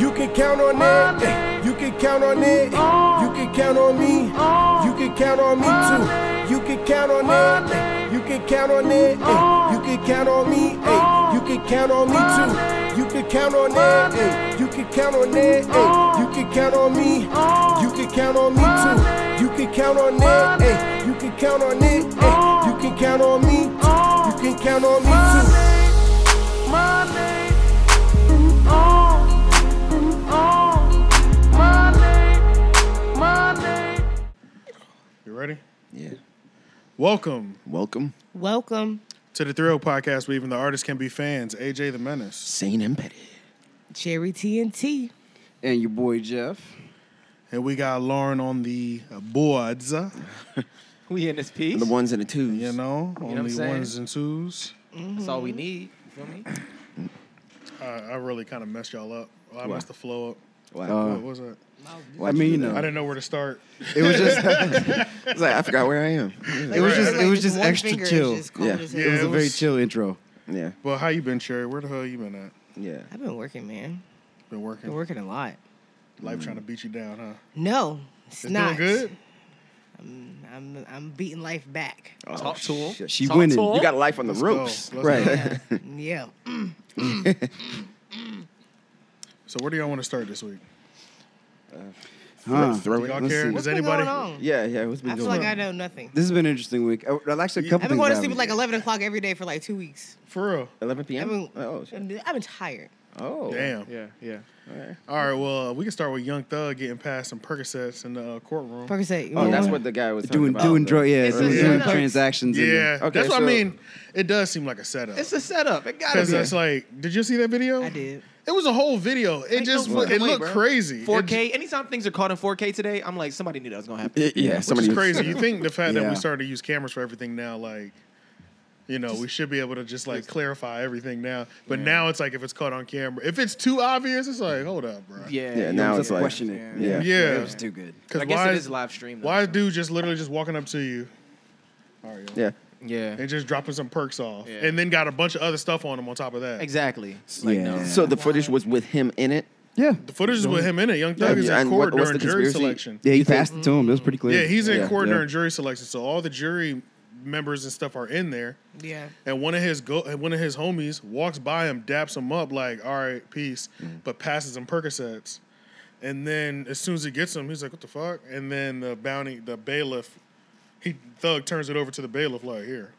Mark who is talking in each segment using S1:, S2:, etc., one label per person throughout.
S1: You can count on it. eh, You can count on it. eh. You can count on me. You can count on me too. You can count on it. eh, You can count on it. eh, You can count on me. eh, You can count on me too. You can count on it. eh, You can count on it. eh, You can count on me. You can count on me too. You can count on it. eh, You can count on it. eh, You can count on me. You can count on me too.
S2: You ready?
S3: Yeah.
S2: Welcome
S3: Welcome,
S4: Welcome,
S2: to the Thrill Podcast, where even the artists can be fans. AJ the Menace.
S3: Saint and Petty.
S4: Cherry TNT.
S5: And your boy Jeff.
S2: And we got Lauren on the boards, uh,
S5: We in this piece.
S3: The ones and the twos.
S2: you know, on
S5: what I'm
S2: the
S5: saying?
S2: ones and twos.
S5: That's all we need. You feel me?
S2: I, I really kind of messed y'all up. I
S3: Why?
S2: messed the flow up.
S3: Wow.
S2: what was that?
S3: I
S5: mean, you
S2: I
S5: know.
S2: didn't know where to start.
S3: it was just. it's like I forgot where I am.
S5: It was just
S4: Like,
S5: it was just
S4: one
S5: extra
S4: finger is
S5: chill.
S4: just cold
S3: Yeah.
S4: as
S2: Yeah,
S5: It was
S4: hell.
S5: a very chill intro.
S3: Yeah,
S2: But how you been, Cherry? Where the hell you been at?
S3: yeah.
S4: I've been working, man.
S2: Been working.
S4: Been working a lot.
S2: Life trying to beat you down, huh?
S4: No, it's,
S2: It's
S4: not
S2: doing good.
S4: I'm I'm beating life back.
S3: Oh,
S5: Talk to 'em.
S3: shit.
S5: She
S3: You
S5: winning.
S3: got life on the
S2: Let's go.
S3: ropes.
S2: Let's
S5: Right.
S2: go.
S4: yeah.
S2: So where do y'all want to start this week?
S5: Huh.
S3: Throw
S2: Do
S3: it.
S2: y'all
S3: Let's
S2: care?
S3: see.
S2: Does
S4: What's been
S2: anybody?
S4: going on?
S3: Yeah, yeah. What's been
S4: I feel
S3: going
S4: like I
S3: on?
S4: know nothing.
S5: This has been an interesting week. Uh, well, Actually, a couple
S4: I've been
S5: things
S4: going to
S5: happened.
S4: sleep at like 11 o'clock every day for like two weeks.
S2: For real.
S3: 11
S4: I've
S3: p.m.
S4: been,
S3: oh, shit.
S4: I've been tired.
S3: oh.
S2: Damn.
S5: Yeah, yeah.
S3: All right.
S2: All right. Well, uh, we can start with Young Thug getting past some Percocets in the uh, courtroom.
S4: Parker said,
S3: Oh, that's what the guy was
S5: Doing
S3: talking
S5: doing
S3: about.
S5: dro- yeah,
S4: It's
S5: doing,
S2: a
S5: doing
S4: setup.
S5: transactions. in
S2: Yeah.
S5: there.
S3: Okay,
S2: that's what
S3: so-
S2: I mean. It does seem like a setup.
S5: It's a setup. It gotta
S2: Because
S5: be.
S2: it's like, did you see that video?
S4: I did.
S2: It was a whole video. It just
S6: no
S2: wa- it
S6: fucking way,
S2: looked
S6: bro.
S2: crazy. It
S6: 4K. Anytime things are caught in 4K today, I'm like, somebody knew that was gonna happen.
S3: Yeah, yeah,
S2: j-
S3: somebody
S2: It's
S3: was-
S2: crazy. You think the fact that
S5: Yeah.
S2: we started to use cameras for everything now, like, you know, we should be able to just like clarify everything now. But now it's like if it's caught on camera, if it's too obvious, it's like, hold up, bro.
S6: Yeah.
S3: Yeah, now
S5: Just
S3: it's like.
S5: question it.
S3: Yeah.
S2: Yeah.
S5: It was too good.
S2: Because
S6: I guess
S2: why
S6: it is live stream. Though,
S2: Why is
S6: so-
S2: dude just literally just walking up to you? All right, yo.
S3: Yeah.
S6: Yeah.
S2: And just dropping some perks off,
S6: Yeah.
S2: and then got a bunch of other stuff on him on top of that.
S6: Exactly.
S5: yeah.
S3: So the footage was with him in it.
S5: yeah.
S2: The footage is with him in it. Young Thug
S3: Yeah,
S2: is in
S3: and
S2: court
S3: what- what's
S2: during
S3: the
S2: jury
S3: conspiracy?
S2: selection.
S5: Yeah, he passed it to him. It was pretty clear.
S2: Yeah, he's in
S3: Yeah,
S2: court
S3: yeah.
S2: during jury selection, so all the jury members and stuff are in there.
S4: Yeah.
S2: And one of his go, and one of his homies walks by him, daps him up, like "All right, peace,"
S3: Mm-hmm.
S2: but passes him Percocets. And then as soon as he gets him, he's like, "What the fuck?" And then the bounty, the bailiff, he thug turns it over to the bailiff, like, "Here."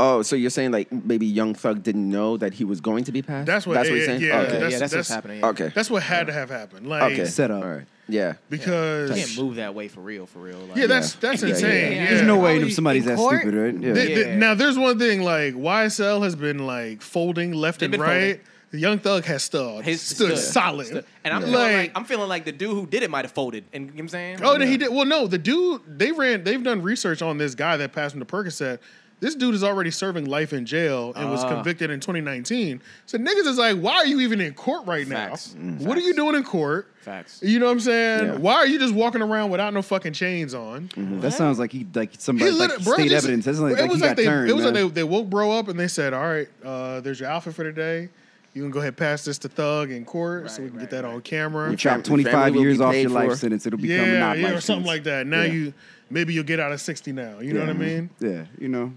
S3: Oh, so you're saying like maybe Young Thug didn't know that he was going to be passed?
S2: That's what.
S3: That's what
S2: yeah,
S3: you're saying.
S2: Yeah,
S3: okay.
S6: Yeah,
S2: that's,
S6: that's what's
S2: that's-
S6: happening, yeah.
S3: okay.
S2: That's what had to have happened. Like,
S3: okay.
S5: Set up.
S3: All right. Yeah.
S2: because
S6: You
S2: yeah,
S6: can't move that way for real, for real. Like,
S2: that's that's
S3: Yeah, yeah,
S2: insane.
S4: yeah.
S5: There's
S2: yeah.
S5: no way
S4: Oh,
S5: that
S4: he-
S5: somebody's
S4: in
S5: that
S4: court?
S5: stupid, right? Yeah.
S2: Th- th-
S6: Yeah.
S2: now there's one thing like YSL has been like folding left
S6: They've
S2: and
S6: been
S2: right. Young Thug has stood,
S6: His
S2: stood,
S6: stood.
S2: solid,
S6: and I'm feeling like I'm feeling like the dude who did it might have folded. And you know what I'm saying?
S2: oh, then he did. Well, no, the dude they ran. They've done research on this guy that passed him the Percocet. This dude is already serving life in jail and was
S6: Ah.
S2: convicted in 2019. So niggas is like, why are you even in court right
S6: Facts.
S2: now?
S6: Mm.
S2: What are you doing in court?
S6: Facts.
S2: You know what I'm saying?
S3: Yeah.
S2: Why are you just walking around without no fucking chains
S6: Mm-hmm.
S2: on?
S5: That sounds like he like somebody
S2: He
S5: like
S2: literally, bro,
S5: state
S2: just-
S5: evidence. That's like,
S2: it
S5: like
S2: was
S5: he
S2: like
S5: got
S2: they,
S5: turned.
S2: it was
S5: man.
S2: like they, they woke bro up and they said, "All right, uh, there's your outfit for today. You can go ahead and pass this to Thug in court, so we
S6: Right,
S2: can get
S6: right,
S2: that
S6: right.
S2: on camera.
S3: You
S5: Drop
S3: Fam-
S5: 25
S3: family will
S5: years
S3: be
S5: off
S3: paid
S5: your life
S3: for.
S5: sentence. It'll become
S2: yeah,
S5: not
S2: yeah,
S5: life
S2: or something
S5: sentence.
S2: like that. Now
S5: Yeah.
S2: you maybe you'll get out of 60 now. You know what I mean?
S5: Mm-hmm. Yeah, you know.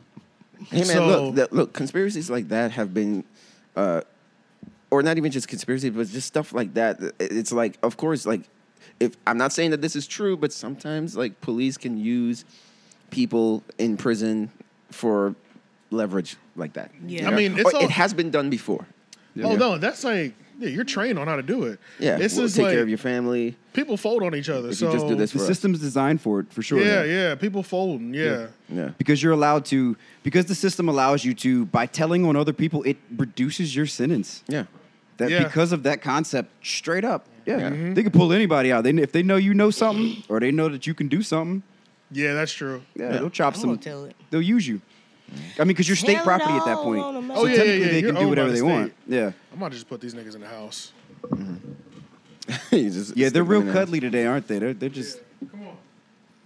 S3: Hey man,
S2: So-
S3: look, that, look, conspiracies like that have been, uh, or not even just conspiracies, but just stuff like that. It- It's like, of course, like if I'm not saying that this is true, but sometimes like police can use people in prison for leverage like that.
S4: Yeah. I
S2: mean,
S3: Or
S2: it's all-
S3: it has been done before.
S2: Oh no, that's like yeah, you're trained on how to do it.
S3: Yeah,
S2: this
S3: we'll
S2: is
S3: take
S2: like
S3: care of your family.
S2: people fold on each other.
S3: If
S2: so
S3: you just do this
S5: The
S3: for us.
S5: system's designed for it for sure.
S2: yeah,
S5: though.
S2: yeah, people folding. Yeah,
S3: Yeah.
S5: Because you're allowed to because the system allows you to by telling on other people it reduces your sentence.
S3: Yeah.
S5: That
S2: Yeah. Mm-hmm.
S5: because of that concept straight up. Yeah.
S3: Yeah.
S5: They can pull anybody out. They if they know you know something or they know that you can do something,
S2: yeah, that's true.
S5: yeah, they'll chop
S4: I'm
S5: some
S4: gonna tell it.
S5: They'll use you. I mean, because you're state
S4: Hell
S5: property at that
S4: no,
S5: point.
S4: on the
S2: Oh,
S5: So
S4: mountain.
S2: yeah,
S5: technically
S2: yeah,
S5: they
S2: you're owned
S5: can do
S2: by
S5: whatever
S2: the
S5: they want.
S2: state.
S5: Yeah.
S2: I'm about to just put these niggas in the house.
S3: You just
S5: Yeah, they're
S3: stick them
S5: real
S3: in a-
S5: cuddly today, aren't they? They're, they're just,
S2: Come on.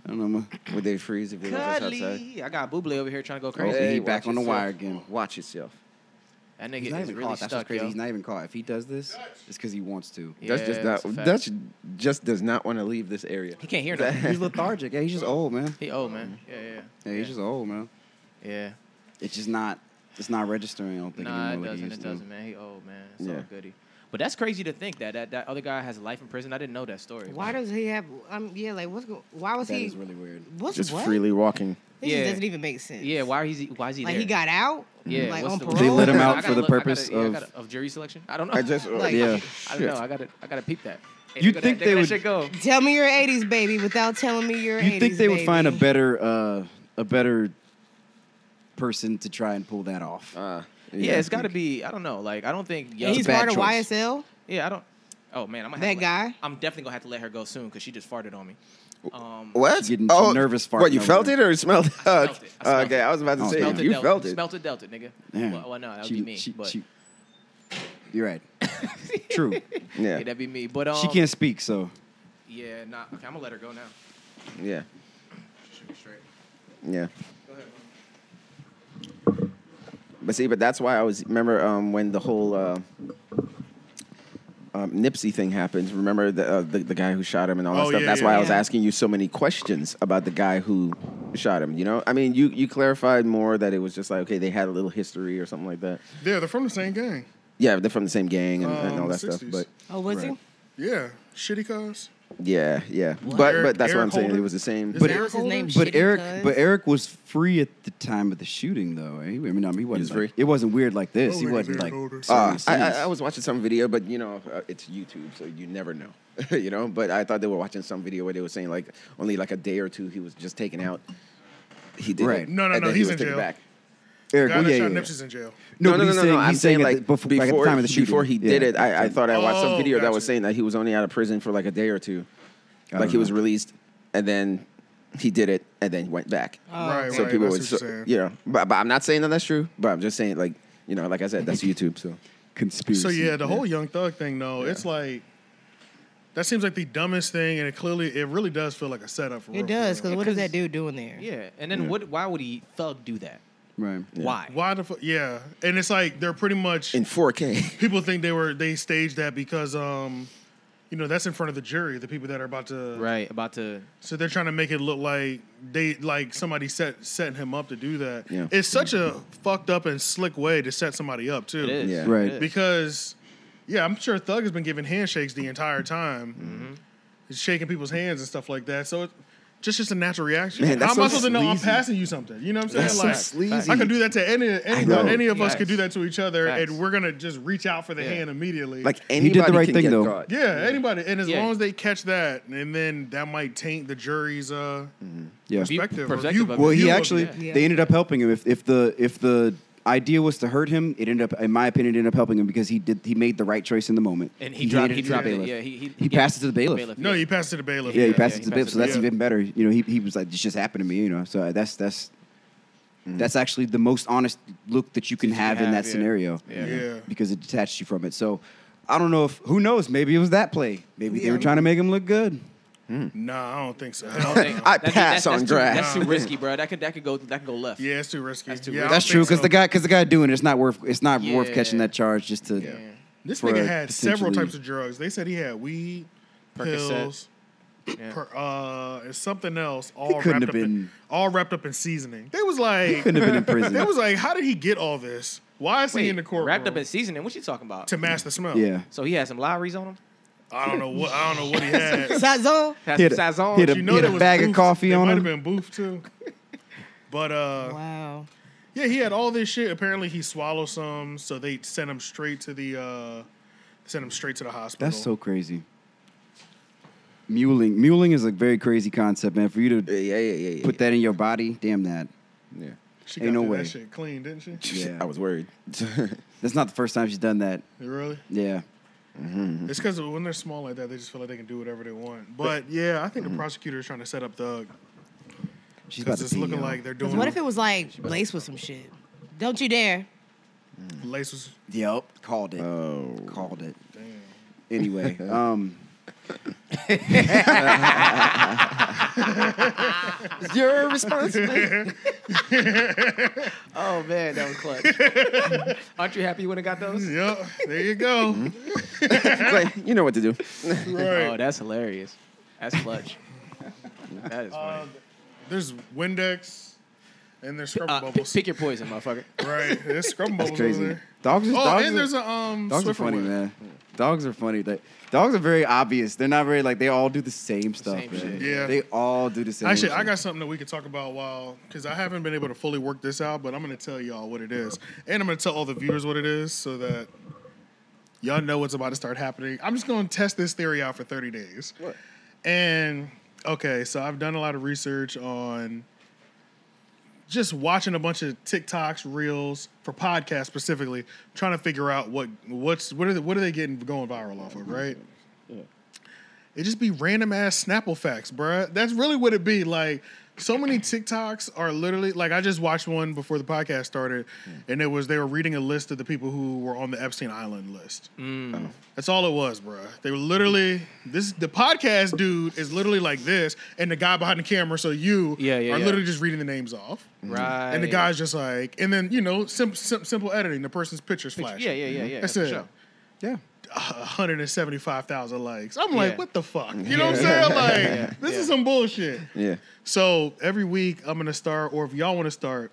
S5: I don't know. man.
S3: Would they freeze if they left us outside?
S6: Cuddly. I got Buble over here trying to go
S3: Oh,
S6: crazy.
S3: he
S5: Hey,
S3: back
S5: watch
S3: on the
S5: yourself.
S3: wire again. Watch yourself.
S6: That
S5: He's
S6: nigga
S5: not
S6: is
S5: even
S6: really
S5: caught. That's what's
S6: stuck,
S5: crazy.
S6: yo.
S5: He's not even caught. If he does this, it's because he wants to.
S6: Yeah,
S3: Dutch just
S6: that's a
S3: not.
S6: fact.
S3: Dutch just does not want to leave this area.
S6: He can't hear nothing.
S5: He's lethargic. Yeah, he's just old, man.
S6: He old man. Yeah, yeah,
S5: Yeah, he's just old, man.
S6: yeah.
S5: It's just not. It's not registering. I don't think
S6: Nah, it
S5: anymore. like
S6: doesn't.
S5: used
S6: It
S5: to.
S6: doesn't, man. He old man. It's all
S3: Yeah.
S6: goody. But that's crazy to think that that, that other guy has life in prison. I didn't know that story.
S4: Why does he have? Um, yeah, like what's go, why was
S5: That
S4: he?
S5: is really weird.
S4: what's
S3: Just
S4: what?
S3: freely walking.
S4: This
S6: Yeah.
S4: just doesn't even make sense.
S6: Yeah, why is he? Why is he
S4: Like
S6: there?
S4: he got out.
S6: Yeah,
S4: like
S6: what's
S4: on
S6: the-
S4: parole.
S5: They let him
S6: I
S5: out
S6: gotta
S5: for the
S6: look- I gotta-
S5: purpose
S6: yeah, I
S5: of- oh,
S6: gotta- of jury selection. I don't know.
S3: I just
S4: Like-
S3: yeah.
S6: I don't know.
S3: shit.
S6: I gotta. I gotta peep that. Hey,
S5: You'd
S6: look at
S5: think
S6: that,
S5: they
S6: look at that
S5: would-
S6: shit go.
S4: Tell me you're '80s baby without telling me you're
S5: You
S4: 80s.
S5: think they would find a
S4: baby.
S5: better, uh, a better person to try and pull that off?
S3: Uh,
S6: Yeah, it's got to
S5: think-
S6: be. I don't know. Like I don't think.
S4: And
S6: Young,
S4: he's
S5: bad
S4: part of
S5: choice.
S4: YSL.
S6: yeah, I don't. Oh man, I'm gonna
S4: That
S6: have to let-
S4: guy?
S6: I'm definitely gonna have to let her go soon because she just farted on me. Um,
S3: what?
S5: She's getting
S3: oh,
S5: nervous fart
S3: What you
S5: now,
S3: felt
S5: man.
S3: it or smelled it?
S6: smelt it. I smelt
S3: okay,
S6: it.
S3: I was about to
S5: Oh,
S3: say
S5: smelt
S3: if
S5: it,
S3: you
S6: dealt,
S3: felt it.
S6: Smelt it, dealt it, nigga.
S5: Damn.
S6: Well, well, no, that'd
S5: She-
S6: be me.
S5: she-
S6: but
S5: she- you're right. True.
S6: yeah.
S3: yeah,
S6: that'd be me. But um,
S5: she can't speak, so
S6: Yeah, nah. Okay, I'm gonna let her go now.
S3: yeah,
S6: She should be straight.
S3: yeah.
S6: Go ahead. bro.
S3: But see, but that's why I was remember um, when the whole uh, um, Nipsey thing happened. Remember the, uh, the the guy who shot him and all that
S2: Oh,
S3: stuff.
S2: yeah,
S3: that's
S2: yeah,
S3: why I
S4: yeah.
S3: was asking you so many questions about the guy who shot him. You know, I mean, you you clarified more that it was just like okay, they had a little history or something like that.
S2: Yeah, they're from the same gang.
S3: Yeah, they're from the same gang and, and
S2: Um,
S3: all that stuff.
S2: 60s.
S3: But
S4: Oh, was
S5: Right.
S4: he?
S2: Yeah, shitty cuz.
S3: yeah, yeah. But
S2: Eric-
S3: but that's what
S2: Eric
S3: I'm saying.
S2: Holder?
S3: It was the same.
S2: Is
S5: But-
S2: Eric
S4: What's his
S2: Holder?
S4: name?
S5: But
S4: Shitty
S5: Eric,
S4: cuz.
S5: but Eric was free at the time of the shooting, though. Eh? I mean, I mean, he wasn't.
S3: was
S5: like-
S3: free.
S5: it wasn't weird like this.
S2: Oh,
S5: he
S2: niggas
S5: wasn't
S2: ain't
S5: like. Ah,
S2: older.
S3: Uh,
S5: serious,
S3: I, I,
S5: serious.
S3: I was watching some video, but you know, uh, it's YouTube, so you never know. you know, but I thought they were watching some video where they were saying like only like a day or two he was just taken out. He did
S5: Right.
S3: it,
S2: No, no,
S3: and
S2: no,
S3: then he
S2: he's
S3: was
S2: in
S3: taken
S2: jail.
S3: back.
S5: Eric,
S2: Guy
S5: well,
S2: that
S5: yeah,
S2: shot
S5: yeah, yeah.
S2: Nipsey's in jail.
S5: No, but he's saying,
S3: I'm
S5: he's saying,
S3: saying,
S5: at the, before, like at the time of the shooting.
S3: before he did
S5: Yeah.
S3: it, I, I thought I watched some
S2: Oh,
S3: video that was
S2: gotcha.
S3: saying that he was only out of prison for like a day or two,
S5: I
S3: like
S5: don't
S3: he was
S5: know.
S3: released, and then he did it, and then went back.
S4: Oh,
S2: right,
S3: so
S2: right.
S3: people would,
S2: that's what
S3: so-
S2: you're saying.
S3: you know, but, but I'm not saying that that's true, but I'm just saying like, you know, like I said, that's YouTube, so.
S5: conspiracy.
S2: So yeah, the whole Young Thug thing, though, it's like that seems like the dumbest thing, and it clearly, it really does feel like a setup. For real,
S4: It
S2: for real.
S4: does, because what is
S6: 'cause-
S4: that dude doing there?
S6: Yeah, and then what? Why would he thug do that?
S5: right.
S6: Why?
S2: why the fuck? Yeah, and it's like they're pretty much
S3: In 4K,
S2: people think they were they staged that because um, you know, that's in front of the jury, the people that are about to.
S6: Right about to.
S2: So they're trying to make it look like they like somebody set setting him up to do that.
S3: Yeah.
S2: It's such a fucked up and slick way to set somebody up too.
S6: It is
S3: Yeah.
S5: Right.
S6: It is.
S2: because yeah, I'm sure Thug has been giving handshakes the entire time,
S6: Mm-hmm.
S2: he's shaking people's hands and stuff like that. So it's just just a natural reaction.
S3: Man, that's
S2: How am I
S3: so
S2: supposed to know I'm
S3: sleazy.
S2: passing you something? You know what I'm saying?
S3: That's so
S2: like
S3: sleazy.
S2: I could do that to any any,
S3: know.
S2: any of us
S6: Facts.
S2: could do that to each other,
S6: Facts.
S2: and we're gonna just reach out for the
S6: Yeah.
S2: hand immediately.
S3: like
S5: did the
S3: anybody
S5: right
S3: can
S5: thing,
S3: get
S5: though.
S3: caught.
S2: yeah, anybody. And as
S6: Yeah.
S2: long as they catch that, and then that might taint the jury's uh
S5: Yeah.
S2: perspective. or
S6: Perspective
S2: view-
S6: Mm. of it.
S5: Well,
S2: view
S5: he
S2: of
S5: actually
S2: it.
S4: Yeah.
S5: they ended up helping him. If if the if the idea was to hurt him, it ended up, in my opinion, it ended up helping him because he did he made the right choice in the moment.
S6: And he dropped.
S5: handed
S6: He
S5: to the
S6: dropped it.
S5: bailiff.
S6: Yeah. He he,
S5: He
S6: gave
S5: passed it to the bailiff.
S2: No, you passed it to bailiff.
S5: yeah, he
S6: yeah,
S5: passed
S6: he
S5: it to
S6: passed
S5: the bailiff.
S6: it
S5: So
S6: to
S5: that's
S2: the-
S5: even better. You know, he he was like, this just happened to me. You know, so that's that's. That's actually the most honest look that you can
S6: you
S5: have in
S6: have,
S5: that
S6: yeah.
S5: scenario,
S6: Yeah.
S2: Yeah.
S5: because it detached you from it. So, I don't know if who knows. Maybe it was that play. Maybe they
S4: Yeah.
S5: were trying to make him look good.
S2: Nah, I don't think so.
S3: I
S6: That'd be-
S3: pass
S6: that's-
S3: on
S6: that's too-
S3: draft.
S6: That's too risky, bro. That could that could go that could go left.
S2: Yeah, it's too risky.
S6: That's too
S2: yeah, I
S6: risky.
S2: don't
S5: That's true
S2: think
S5: because
S2: so.
S5: the guy because the guy doing it, it's not worth it's not worth
S6: Yeah.
S5: catching that charge just to.
S2: This
S5: for
S2: nigga
S5: a
S2: had several
S5: potentially-
S2: types of drugs. They said he had weed,
S6: Percocet.
S2: pills,
S6: Yeah.
S2: per, uh, and something else. All wrapped
S5: couldn't have
S2: up in
S5: been-
S2: all wrapped up in seasoning. They was like,
S5: Couldn't have been in prison.
S2: they was like, how did he get all this? Why is he in the courtroom?
S6: Wrapped up in seasoning. What you talking about?
S2: to mask the smell.
S5: yeah.
S6: So he had some lotteries on him.
S2: I don't know what I don't know what he had. But
S4: Sazo?
S6: Had
S5: He had
S6: some
S5: a-
S6: Sazon.
S5: he had
S2: you
S5: he
S2: know
S5: had a
S2: there was
S5: bag of
S2: booth.
S5: coffee
S2: There
S5: on
S2: might have
S5: him.
S2: been booth too. But uh,
S4: Wow.
S2: yeah, he had all this shit. Apparently, he swallowed some, so they sent him straight to the uh, sent him straight to the hospital.
S5: That's so crazy. Muling, muling is a very crazy concept, man. For you
S3: Yeah,
S5: to
S3: yeah, yeah, yeah. yeah,
S5: put that in your body, damn that.
S3: Yeah.
S2: She got
S5: Ain't no
S2: through
S5: way.
S2: that shit clean, didn't she?
S5: Yeah.
S3: I was worried.
S5: That's not the first time she's done that.
S2: Really?
S5: Yeah. Mm-hmm.
S2: It's because when they're small like that, they just feel like they can do whatever they want. But yeah, I think the prosecutor is trying to set up Thug
S5: She's Mm-hmm. about
S2: because
S5: to
S2: it's
S5: be, uh,
S2: looking
S5: yo.
S2: like they're
S4: 'Cause
S2: doing
S4: What if it was like laced with some shit? Don't you dare.
S2: laces.
S5: Yep, called it.
S3: oh.
S5: Called it.
S2: Damn.
S5: Anyway, um,
S3: Your responsibility.
S6: Oh man, that was clutch. Aren't you happy you went and got those?
S2: Yep, there you go.
S5: Mm-hmm.
S3: like, you know what to do.
S2: Right.
S6: Oh, that's hilarious. That's clutch. that is funny.
S2: Uh, There's Windex and there's scrub
S6: Uh, p-
S2: bubbles.
S6: pick your poison, motherfucker.
S2: right. There's scrub bubbles over
S5: Crazy.
S2: there.
S5: Dogs. Is,
S2: Oh,
S5: dogs
S2: and
S5: are-
S2: there's a um
S5: Dogs are
S2: Swiffer
S5: funny,
S2: one.
S5: man. Dogs are funny. They, dogs are very obvious. They're not very like they all do the same stuff.
S6: Same
S5: man.
S6: shit.
S2: Yeah.
S5: they all do the same.
S2: Actually, I
S5: shit.
S2: got something that we could talk about while because I haven't been able to fully work this out, but I'm gonna tell y'all what it is, and I'm gonna tell all the viewers what it is so that y'all know what's about to start happening. I'm just gonna test this theory out for 30 days. And okay, so I've done a lot of research on just watching a bunch of TikToks, reels for podcasts specifically, trying to figure out what what's what are they, what are they getting going viral off of, right? It just be random ass Snapple facts, bruh. That's really what it be. Like so many TikToks are literally like I just watched one before the podcast started,
S6: Mm.
S2: and it was they were reading a list of the people who were on the Epstein Island list.
S6: Mm.
S2: That's all it was, bruh. They were literally this. The podcast dude is literally like this, and the guy behind the camera. So you
S6: Yeah, yeah,
S2: are
S6: yeah.
S2: literally just reading the names off.
S6: Right.
S2: And the guy's just like, and then you know, sim- sim- simple editing. The person's pictures flash.
S6: Yeah, yeah, yeah, yeah.
S2: That's
S6: for
S2: it.
S6: sure.
S5: yeah.
S2: 175,000 likes. I'm like,
S6: Yeah.
S2: what the fuck? You know what I'm saying? Like, this is some bullshit.
S3: Yeah.
S2: So every week I'm gonna start, or if y'all want to start,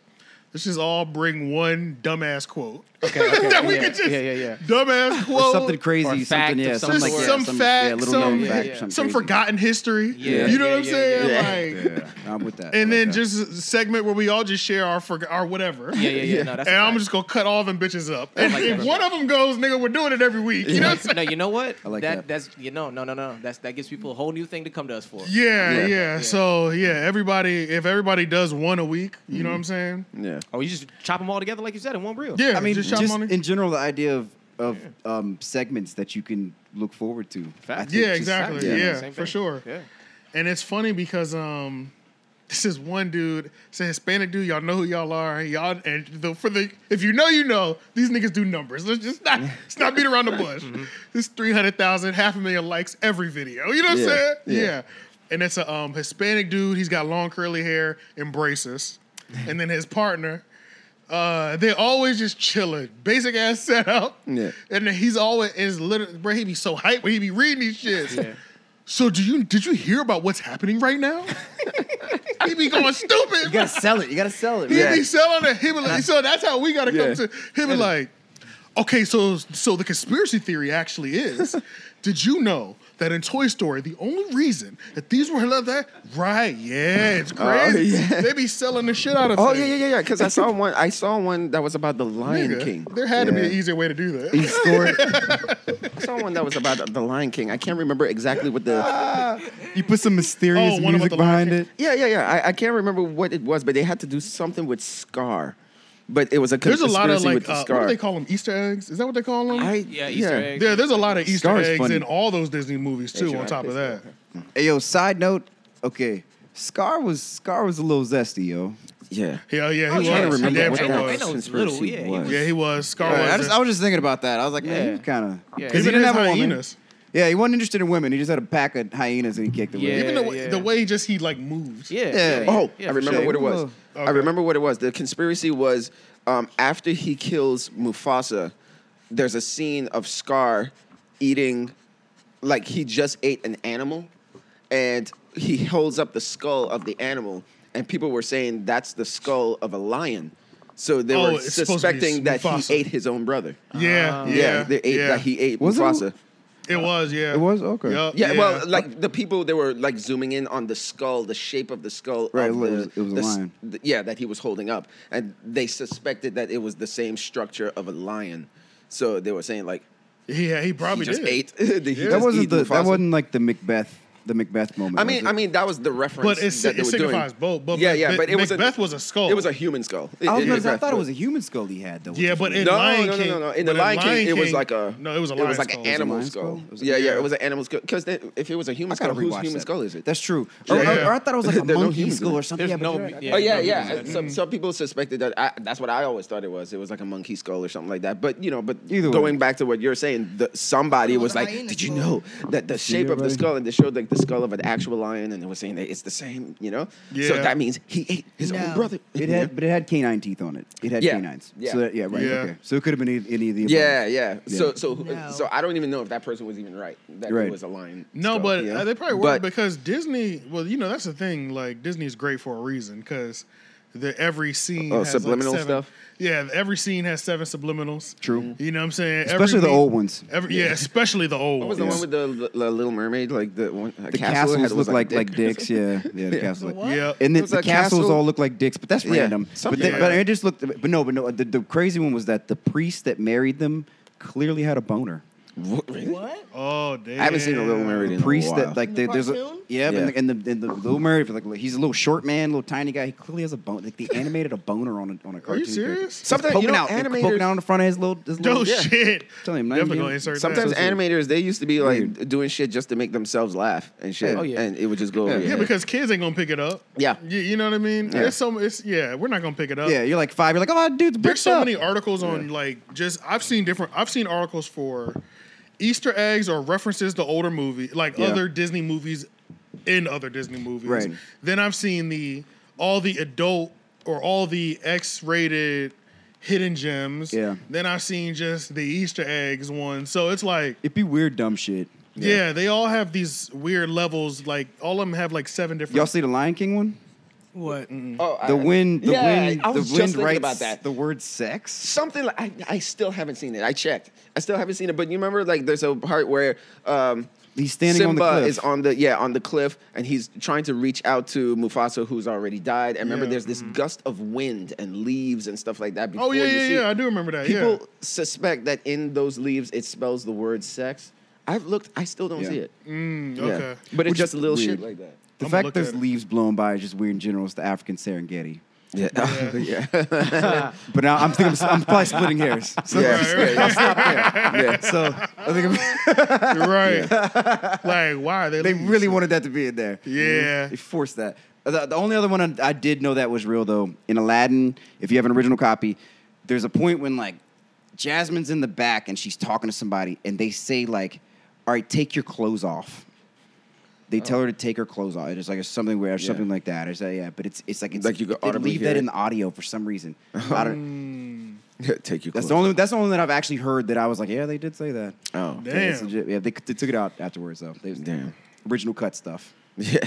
S2: let's just all bring one dumbass quote. Okay. that we
S6: yeah,
S2: could just
S6: yeah, yeah, yeah.
S2: dumbass quote.
S5: Or something crazy,
S6: or fact
S5: something yeah,
S6: of some
S5: something like
S6: sort.
S5: yeah,
S2: Some fact,
S5: yeah, little
S2: some-
S5: known fact,
S6: yeah, yeah.
S5: something
S2: Some
S5: crazy.
S2: forgotten history.
S6: Yeah,
S2: You know
S6: yeah,
S2: what I'm
S6: yeah,
S2: saying?
S6: yeah.
S2: Like,
S5: Yeah, I'm with that. I like
S2: and then
S5: that.
S2: just a segment where we all just share our for our whatever.
S6: Yeah, yeah, yeah. No, that's
S2: and
S6: a
S2: I'm
S6: fact.
S2: just gonna cut all them bitches up. And
S6: like
S2: if
S6: that.
S2: one of them goes, nigga, we're doing it every week. You know what I'm saying?
S6: no, you know what? I
S5: like that.
S6: That's you know, no, no, no. That's that gives people a whole new thing to come to us for.
S2: Yeah, yeah, So yeah, everybody, if everybody does one a week, you know what I'm saying?
S3: Yeah.
S6: Oh, you just chop them all together like you said in one reel.
S2: Yeah,
S5: I mean, just,
S2: chop 'em on the-
S5: in general, the idea of of um, segments that you can look forward to. I
S6: Facts.
S5: think
S2: yeah,
S5: just-
S2: exactly.
S5: yeah.
S2: Yeah,
S6: Same
S2: for
S6: thing.
S2: sure.
S6: Yeah.
S2: And it's funny because um, this is one dude, it's a Hispanic dude. Y'all know who y'all are. Y'all and the, for the if you know, you know these niggas do numbers. Let's just not let's not beat around the bush.
S3: Mm-hmm.
S2: This three hundred thousand, half a million likes every video. You know what
S3: Yeah,
S2: I'm saying?
S3: yeah.
S2: And it's a um, Hispanic dude. He's got long curly hair and braces, and then his partner. Uh, they always just chilling, basic ass setup.
S3: Yeah.
S2: And then he's always is literally, bro. He be so hyped when he be reading these shits. So do you did you hear about what's happening right now? he be going stupid.
S5: You gotta sell it. You gotta sell it.
S2: He
S5: man.
S2: be selling it. He be like, so that's how we gotta
S3: Yeah.
S2: come to. He be like, okay, so so the conspiracy theory actually is. did you know that in Toy Story, the only reason that these were like that, right? Yeah, it's crazy.
S3: Oh, yeah.
S2: They be selling the shit out of.
S3: Oh
S2: things.
S3: yeah, yeah, yeah, yeah. Because I saw one. I saw one that was about the Lion
S2: Nigga,
S3: King.
S2: There had to be
S3: Yeah.
S2: an easier way to do that.
S5: He scored.
S3: I saw one that was about the Lion King. I can't remember exactly what the.
S5: you put some mysterious
S2: Oh, one about
S5: music
S2: the Lion
S5: behind
S2: King.
S5: it.
S3: Yeah, yeah, yeah. I, I can't remember what it was, but they had to do something with Scar. But it was a
S2: There's a
S3: conspiracy
S2: lot of
S3: with
S2: like,
S3: the
S2: uh,
S3: Scar.
S2: what do they call them? Easter eggs? Is that what they call them?
S3: I,
S6: Yeah, Easter eggs.
S2: Yeah, there's a lot of Easter
S5: Scar is
S2: eggs
S5: funny.
S2: in all those Disney movies too.
S3: sure,
S2: on top of
S3: I-
S2: that,
S5: Hey, yo. Side note. Okay. Scar was Scar was a little zesty, yo.
S3: Yeah.
S2: yeah, yeah, he
S6: yeah,
S2: was.
S6: so
S2: He
S6: remember
S2: damn
S6: what
S2: sure
S6: that
S2: was.
S6: was. little, yeah, he
S2: Yeah, he was. Scar was.
S5: I, just, I was just thinking about that. I was like, man,
S6: Yeah.
S5: he kind of
S6: Yeah.
S5: because he
S2: Even his
S5: didn't have a woman.
S2: hyenas.
S5: Yeah, he wasn't interested in women. He just had a pack of hyenas and he kicked it. with
S6: Yeah.
S5: it.
S2: even the, way
S6: yeah.
S2: the way just he like moved.
S6: Yeah.
S5: Yeah.
S6: yeah,
S3: Oh,
S6: yeah,
S3: I
S6: for
S3: remember
S5: sure.
S3: what it was.
S5: Whoa.
S2: Okay.
S3: I remember what it was. The conspiracy was um, after he kills Mufasa, there's a scene of Scar eating, like he just ate an animal, and he holds up the skull of the animal, and people were saying that's the skull of a lion. So they
S2: Oh,
S3: were
S2: it's supposed to be
S3: suspecting that
S2: Mufasa.
S3: he ate his own brother. Um,
S2: yeah, yeah, yeah.
S3: they ate, That he ate
S5: Was it-
S3: Mufasa.
S2: it was. Yeah,
S5: It was? Okay.
S2: Yup,
S3: Yeah, well, like the people they were like zooming in on the skull, the shape of the skull.
S5: Right,
S3: of
S5: it was-
S3: the,
S5: it was a
S3: the s-
S5: lion.
S3: the- yeah, that he was holding up, and they suspected that it was the same structure of a lion. So they were saying like
S2: yeah, he probably
S3: he just
S2: did.
S3: ate. Did he
S5: that
S3: just
S5: wasn't
S3: eat
S5: the that
S3: Mufasa?
S5: wasn't like the Macbeth the Macbeth moment.
S3: I
S5: was
S3: mean,
S5: it?
S3: I mean, that was the reference.
S2: But it's-
S3: that they
S2: it
S3: were
S2: signifies
S3: doing.
S2: both, but
S3: yeah,
S2: Mac-
S3: yeah, but it was
S2: Macbeth was a skull.
S3: It was a human skull. It-
S5: I, was
S3: it-
S5: gonna say, I
S3: Macbeth,
S5: thought it
S3: but-
S5: was a human skull he had though. which
S2: Yeah,
S5: is
S2: but
S5: weird.
S2: in
S3: no,
S2: Lion
S3: no, no,
S2: King,
S3: no, no. In
S2: but
S3: the Lion, King, it was
S2: King-
S3: like a
S2: no, it was a
S3: it
S2: lion
S3: was like
S2: skull.
S3: an animal
S5: lion
S3: skull.
S5: skull? It was a-
S3: Yeah, yeah,
S2: yeah.
S3: it was an animal skull. Because if it was a human
S5: I gotta
S3: skull, whose
S5: rewatch
S3: human
S5: that.
S3: skull is it?
S5: That's true. Or,
S2: Yeah.
S5: or- or I thought it was like a
S3: There are no
S5: monkey
S3: humans in
S5: skull
S3: it.
S5: or something.
S6: There's
S5: Yeah,
S6: no-
S5: but you're right.
S6: yeah.
S3: Oh yeah,
S6: no,
S3: yeah.
S6: it's-
S5: Mm-hmm.
S3: Some some people suspected that. I, that's what I always thought it was. It was like a monkey skull or something like that. But you know, but
S5: Either way.
S3: going back to what you're saying, the, somebody
S4: It
S3: was
S4: was a
S3: like,
S4: hyena
S3: "Did you
S4: skull."
S3: know that the shape of the
S5: everybody?
S3: skull?" And they showed like the skull of an actual lion, and they were saying that it's the same. You know, so
S2: Yeah.
S3: that means he ate his
S4: No.
S3: own brother.
S5: It had, but it had canine teeth on it. It had
S3: Yeah.
S5: canines.
S3: Yeah.
S5: So that, yeah, right.
S2: Yeah.
S5: Okay. So it could have been any, any of the. above.
S3: yeah, yeah,
S5: Yeah.
S3: So so
S4: No.
S3: so I don't even know if that person was even right. That it
S5: Right.
S3: was a lion.
S2: No,
S3: skull,
S2: but
S3: you know?
S2: uh, they probably were
S3: But-
S2: because Disney. Well, you know that's the thing. Like Disney's great for a reason because the every scene
S3: Oh,
S2: has
S3: subliminal
S2: like seven,
S3: stuff?
S2: Yeah, every scene has seven subliminals.
S5: True.
S2: You know what I'm saying? Every
S5: Especially the
S2: week-
S5: old ones.
S2: Every, yeah. especially the old
S3: What was the
S2: ones.
S3: one with the, the, Little Mermaid? Like the one the
S5: The
S3: castle had,
S5: castles
S3: was
S5: look like
S3: a
S5: like
S3: dick.
S5: dicks. Yeah, yeah. The castle.
S4: what?
S2: yeah,
S3: It
S5: And then
S3: was
S5: the
S3: like
S5: castles
S3: castle-
S5: all look like dicks, but that's
S3: Yeah,
S5: random. But,
S3: something
S5: they,
S2: like
S5: but
S2: that.
S5: it just looked. But no, but no. The, the crazy one was that the priest that married them clearly had a boner.
S3: What, really?
S4: What?
S2: oh damn.
S3: I haven't seen a Little Mermaid in a
S5: priest
S3: while.
S5: that like
S4: The
S5: there- there's a
S4: cartoon?
S5: yeah,
S3: Yeah.
S5: And, the, and the and the little mermaid like he's a little short man, little tiny guy. He clearly has a bone. Like they animated a boner on a on a cartoon.
S2: serious?
S5: Character. It's
S3: Sometimes- you
S5: poking
S3: know,
S5: out, it's
S3: animators-
S5: poking out on the front of his little. His
S2: No
S5: little
S2: shit.
S5: Tell him,
S2: Definitely
S5: you-
S2: gonna insert
S3: Sometimes
S2: that.
S3: animators they used to be like
S5: Weird.
S3: doing shit just to make themselves laugh and shit,
S5: Oh, yeah.
S3: and it would just go. over your
S2: Yeah,
S3: head.
S2: because kids ain't gonna pick it up.
S3: Yeah.
S2: you, you know what I mean.
S3: Yeah.
S2: It's so it's yeah, we're not gonna pick it up.
S5: Yeah, you're like five. You're like, oh, dude's
S2: There's
S5: bricked
S2: so
S5: up.
S2: many articles on like just I've seen different I've seen articles for Easter eggs or references to older movie like
S5: Yeah.
S2: other Disney movies in other Disney movies.
S5: Right.
S2: Then I've seen the all the adult or all the X rated hidden gems.
S5: Yeah.
S2: Then I've seen just the Easter eggs one. So it's like
S5: It'd be weird, dumb shit.
S2: yeah. they all have these weird levels. Like all of them have like seven different.
S5: Y'all see the Lion King one?
S4: What?
S3: oh, I-
S5: The wind, the
S3: yeah,
S5: wind,
S3: I was
S5: the
S3: just
S5: wind
S3: thinking
S5: writes
S3: about that.
S5: the word sex.
S3: Something like I, I still haven't seen it. I checked. I still haven't seen it. But you remember, like, there's a part where um,
S5: He's standing
S3: Simba
S5: on the cliff.
S3: is on the yeah on the cliff, and he's trying to reach out to Mufasa, who's already died. And remember,
S2: Yeah.
S3: there's
S5: mm-hmm.
S3: this gust of wind and leaves and stuff like that. Before
S2: Oh yeah,
S3: you
S2: yeah,
S3: see
S2: yeah. I do remember that.
S3: People
S2: yeah.
S3: suspect that in those leaves it spells the word sex. I've looked. I still don't
S5: Yeah.
S3: see it. Yeah.
S2: Mm, Okay.
S3: But it's
S5: Which
S3: just
S5: is
S3: a little
S5: weird.
S3: shit like that.
S5: The
S2: I'ma
S5: fact
S2: look
S5: there's
S2: at it.
S5: leaves blowing by is just weird in general. It's the African Serengeti.
S3: Yeah. yeah.
S5: But now I'm thinking I'm probably splitting hairs. So,
S3: Yeah.
S2: Right,
S3: yeah. Yeah.
S5: so I think I'm,
S2: Right. like why are they?
S5: they
S2: leaves?
S5: really wanted that to be in there. Mm-hmm.
S2: Yeah.
S5: They forced that. Uh, The, the only other one I, I did know that was real though, in Aladdin, if you have an original copy, there's a point when like Jasmine's in the back and she's talking to somebody and they say like, "All right, take your clothes off." They tell her to take her clothes off. It's like it's something weird, or something like that. Or say, yeah, but it's it's like it's
S3: Like you could
S5: they
S3: audibly
S5: leave
S3: hear
S5: that
S3: it.
S5: in the audio for some reason. I don't-
S3: Take your
S5: that's
S3: clothes.
S5: the only that's the only that I've actually heard that I was like, yeah, they did say that.
S3: Oh.
S5: Yeah, it's
S2: Damn.
S5: legit. Yeah, they, they took it out afterwards though. They,
S3: Damn.
S5: Original cut stuff.
S3: Yeah.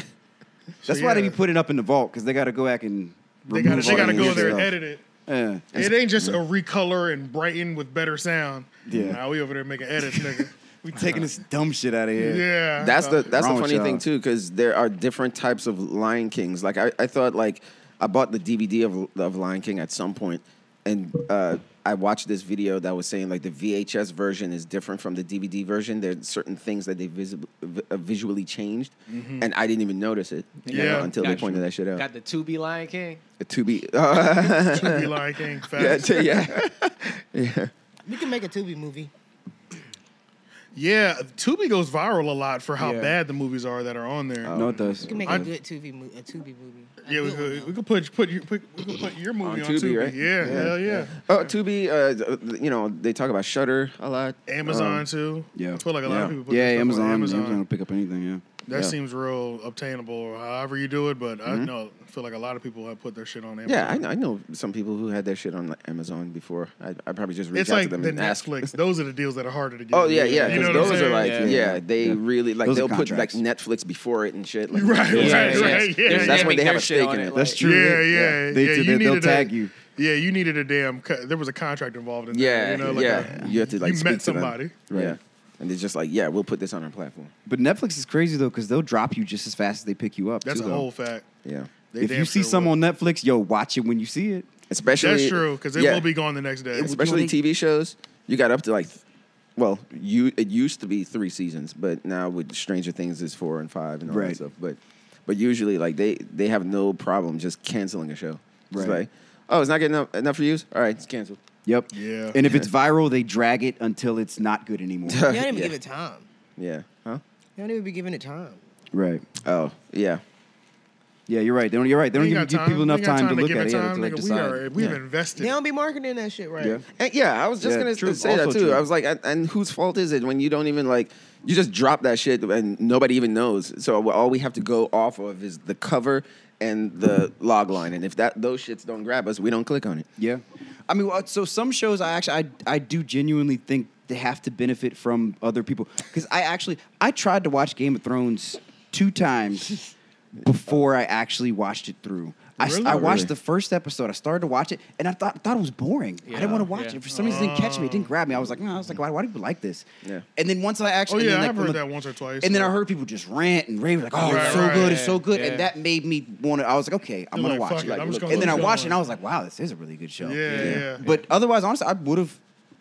S5: That's why they
S2: yeah.
S5: be putting it up in the vault because they got to go back and
S2: They gotta,
S5: remove
S2: they
S5: all
S2: gotta
S5: the
S2: go
S5: weird
S2: there and
S5: stuff.
S2: edit it.
S5: Yeah.
S2: It ain't just a recolor and brighten with better sound.
S5: Yeah.
S2: Now we over there making edits, nigga.
S5: we taking this dumb shit out of here.
S2: Yeah. uh,
S3: That's the that's the
S5: Wrong with
S3: funny thing
S5: y'all.
S3: too, because there are different types of Lion Kings. Like I, I thought like I bought the DVD of of Lion King at some point, and uh, I watched this video that was saying like the VHS version is different from the DVD version. There's certain things that they visib- vi- uh, visually changed, and I didn't even notice it. you know,
S2: Mm-hmm. Yeah.
S3: until
S6: Got
S3: they
S6: you.
S3: pointed that shit out.
S6: Got the two B Lion King.
S3: To be,
S2: Should be Lion King.
S3: yeah,
S2: Facts.
S3: t- yeah.
S4: We can make a Tubi movie.
S2: Yeah. Tubi goes viral a lot for how
S6: Yeah.
S2: bad the movies are that are on there.
S5: No, it does.
S4: We can make
S2: I-
S4: a good Tubi mo- a Tubi movie. A
S2: Yeah, we
S4: good one,
S2: could,
S4: though.
S2: we could put put you put, we could put your movie on,
S3: Tubi,
S2: Tubi.
S3: right?
S2: Yeah, hell yeah.
S3: Oh, to be, uh, you know, they talk about Shutter a lot.
S2: Amazon too.
S5: Um, Yeah.
S2: I feel like a lot
S5: yeah.
S2: of people put
S5: yeah,
S2: their stuff on
S5: Amazon.
S2: Amazon.
S5: Amazon. will pick up anything. Yeah. Mm-hmm.
S2: That
S3: Yeah.
S2: seems real obtainable, or however you do it. But I know I feel like a lot of people have put their shit on Amazon.
S3: Yeah, I know, I know some people who had their shit on like, Amazon before. I, I probably just reached
S2: It's
S3: out
S2: like
S3: to them
S2: the
S3: and asked.
S2: Netflix. Those are the deals that are harder to get.
S3: Oh yeah, yeah.
S2: You know what
S3: Because
S2: I'm
S3: those are
S2: saying?
S3: like, yeah,
S6: Yeah.
S3: they really like
S5: Those are
S3: they'll put like
S5: contracts.
S3: Netflix before it and shit. Like,
S2: Right,
S3: yeah,
S2: right, right, yeah,
S3: That's
S2: yeah.
S3: when they have
S6: Their
S3: a
S6: shit
S3: stake
S6: on
S3: in
S6: it,
S3: it.
S5: That's
S6: like-
S5: true.
S2: Yeah,
S5: They-
S2: yeah, yeah.
S5: They,
S2: you
S5: they, will
S2: needed a-
S5: tag you.
S2: Yeah, you needed a damn. Co- there was a contract involved in that.
S3: yeah,
S2: you know, like
S3: yeah.
S2: a-
S3: you have to like
S2: you
S3: speak
S2: met
S3: to them.
S2: somebody.
S3: Yeah, and they're just like, yeah, we'll put this on our platform.
S5: But Netflix is crazy though because they'll drop you just as fast as they pick you up.
S2: That's
S5: too,
S2: a
S5: though.
S2: whole fact.
S3: Yeah,
S2: They
S5: If
S2: damn
S5: you see
S2: sure
S5: some
S2: will.
S5: on Netflix, yo, watch it when you see it.
S3: especially
S2: that's true because it
S3: yeah,
S2: will be gone the next day.
S3: Especially TV shows, you got up to like well, you it used to be three seasons, but now with Stranger Things is four and five and all
S5: Right.
S3: that stuff. But but usually like they they have no problem just canceling a show. It's
S5: Right.
S3: like, oh, it's not getting enough, enough views. All right, it's canceled.
S5: Yep.
S2: Yeah.
S5: And if it's viral, they drag it until it's not good anymore.
S4: You don't even
S3: Yeah.
S4: give it time.
S3: Yeah. Huh?
S4: You don't even be giving it time.
S5: right.
S3: Oh yeah.
S5: Yeah, you're right. They don't. You're right. They don't
S2: We
S5: even
S2: got
S5: give people
S2: We
S5: enough
S2: got
S5: time, to look
S2: give
S5: at it.
S2: it
S5: Yeah,
S2: time,
S5: to like
S2: nigga. We
S5: decide.
S2: are, we've
S3: Yeah.
S2: invested.
S4: They don't be marketing that shit right.
S5: Yeah.
S3: And yeah, I was just
S5: Yeah,
S3: gonna
S5: true.
S3: say that
S5: Also
S3: too.
S5: true.
S3: I was like, and, and whose fault is it when you don't even like you just drop that shit and nobody even knows? So all we have to go off of is the cover and the log line, and if that those shits don't grab us, we don't click on it.
S5: Yeah, I mean, well, so some shows I actually I I do genuinely think they have to benefit from other people because I actually I tried to watch Game of Thrones two times before I actually watched it through. I, s-
S2: Really?
S5: I
S2: Oh,
S5: watched
S3: really?
S5: the first episode. I started to watch it, and I thought thought it was boring. I didn't want to watch
S6: yeah.
S5: it. For some reason, it didn't catch me. It didn't grab me. I was like, no, I was like, why, why do people like this?
S3: Yeah.
S5: And then once I
S2: Oh
S5: actually,
S2: yeah,
S5: and then, like,
S2: I've
S5: from
S2: heard
S5: the-
S2: that once or twice.
S5: and then I heard people just rant and rave like, "Oh,
S2: Right,
S5: it's so
S2: right,
S5: good, it's
S6: yeah,
S5: so good,"
S6: yeah.
S5: and that made me want to. I was like, "Okay, I'm
S2: You're
S5: gonna
S2: like,
S5: watch
S2: "Fuck
S5: it."
S2: it, I'm just gonna
S5: and then
S2: let
S5: I
S2: it
S5: watched
S2: go
S5: it, and I
S2: on.
S5: was like, "Wow, this is a really good show."
S2: Yeah, yeah.
S5: But otherwise, honestly, I would have,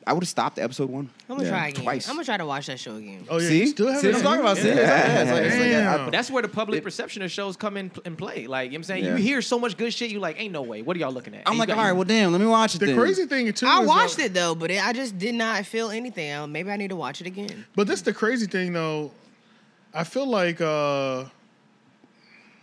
S5: I would have stopped at episode one.
S4: I'm gonna
S3: Yeah.
S4: try again.
S5: Twice.
S4: I'm gonna try to watch that show again.
S2: Oh yeah,
S5: See?
S2: you still
S5: See
S2: haven't.
S5: what I'm talking about? See?
S2: Yeah.
S5: It's like that. It's like- it's like that. I-
S2: Damn.
S6: That's where the public perception of shows come in in play. Like, you know what I'm saying?
S3: Yeah.
S6: You hear so much good shit, you like, ain't no way. What are y'all looking at? And
S5: I'm
S6: you
S5: like,
S6: got-
S5: all right, well, damn, let me watch it.
S2: the
S5: then.
S2: crazy thing too.
S4: I
S2: is
S4: watched
S2: that-
S4: it though, but it, I just did not feel anything. Uh, Maybe I need to watch it again.
S2: But this is the crazy thing though. I feel like uh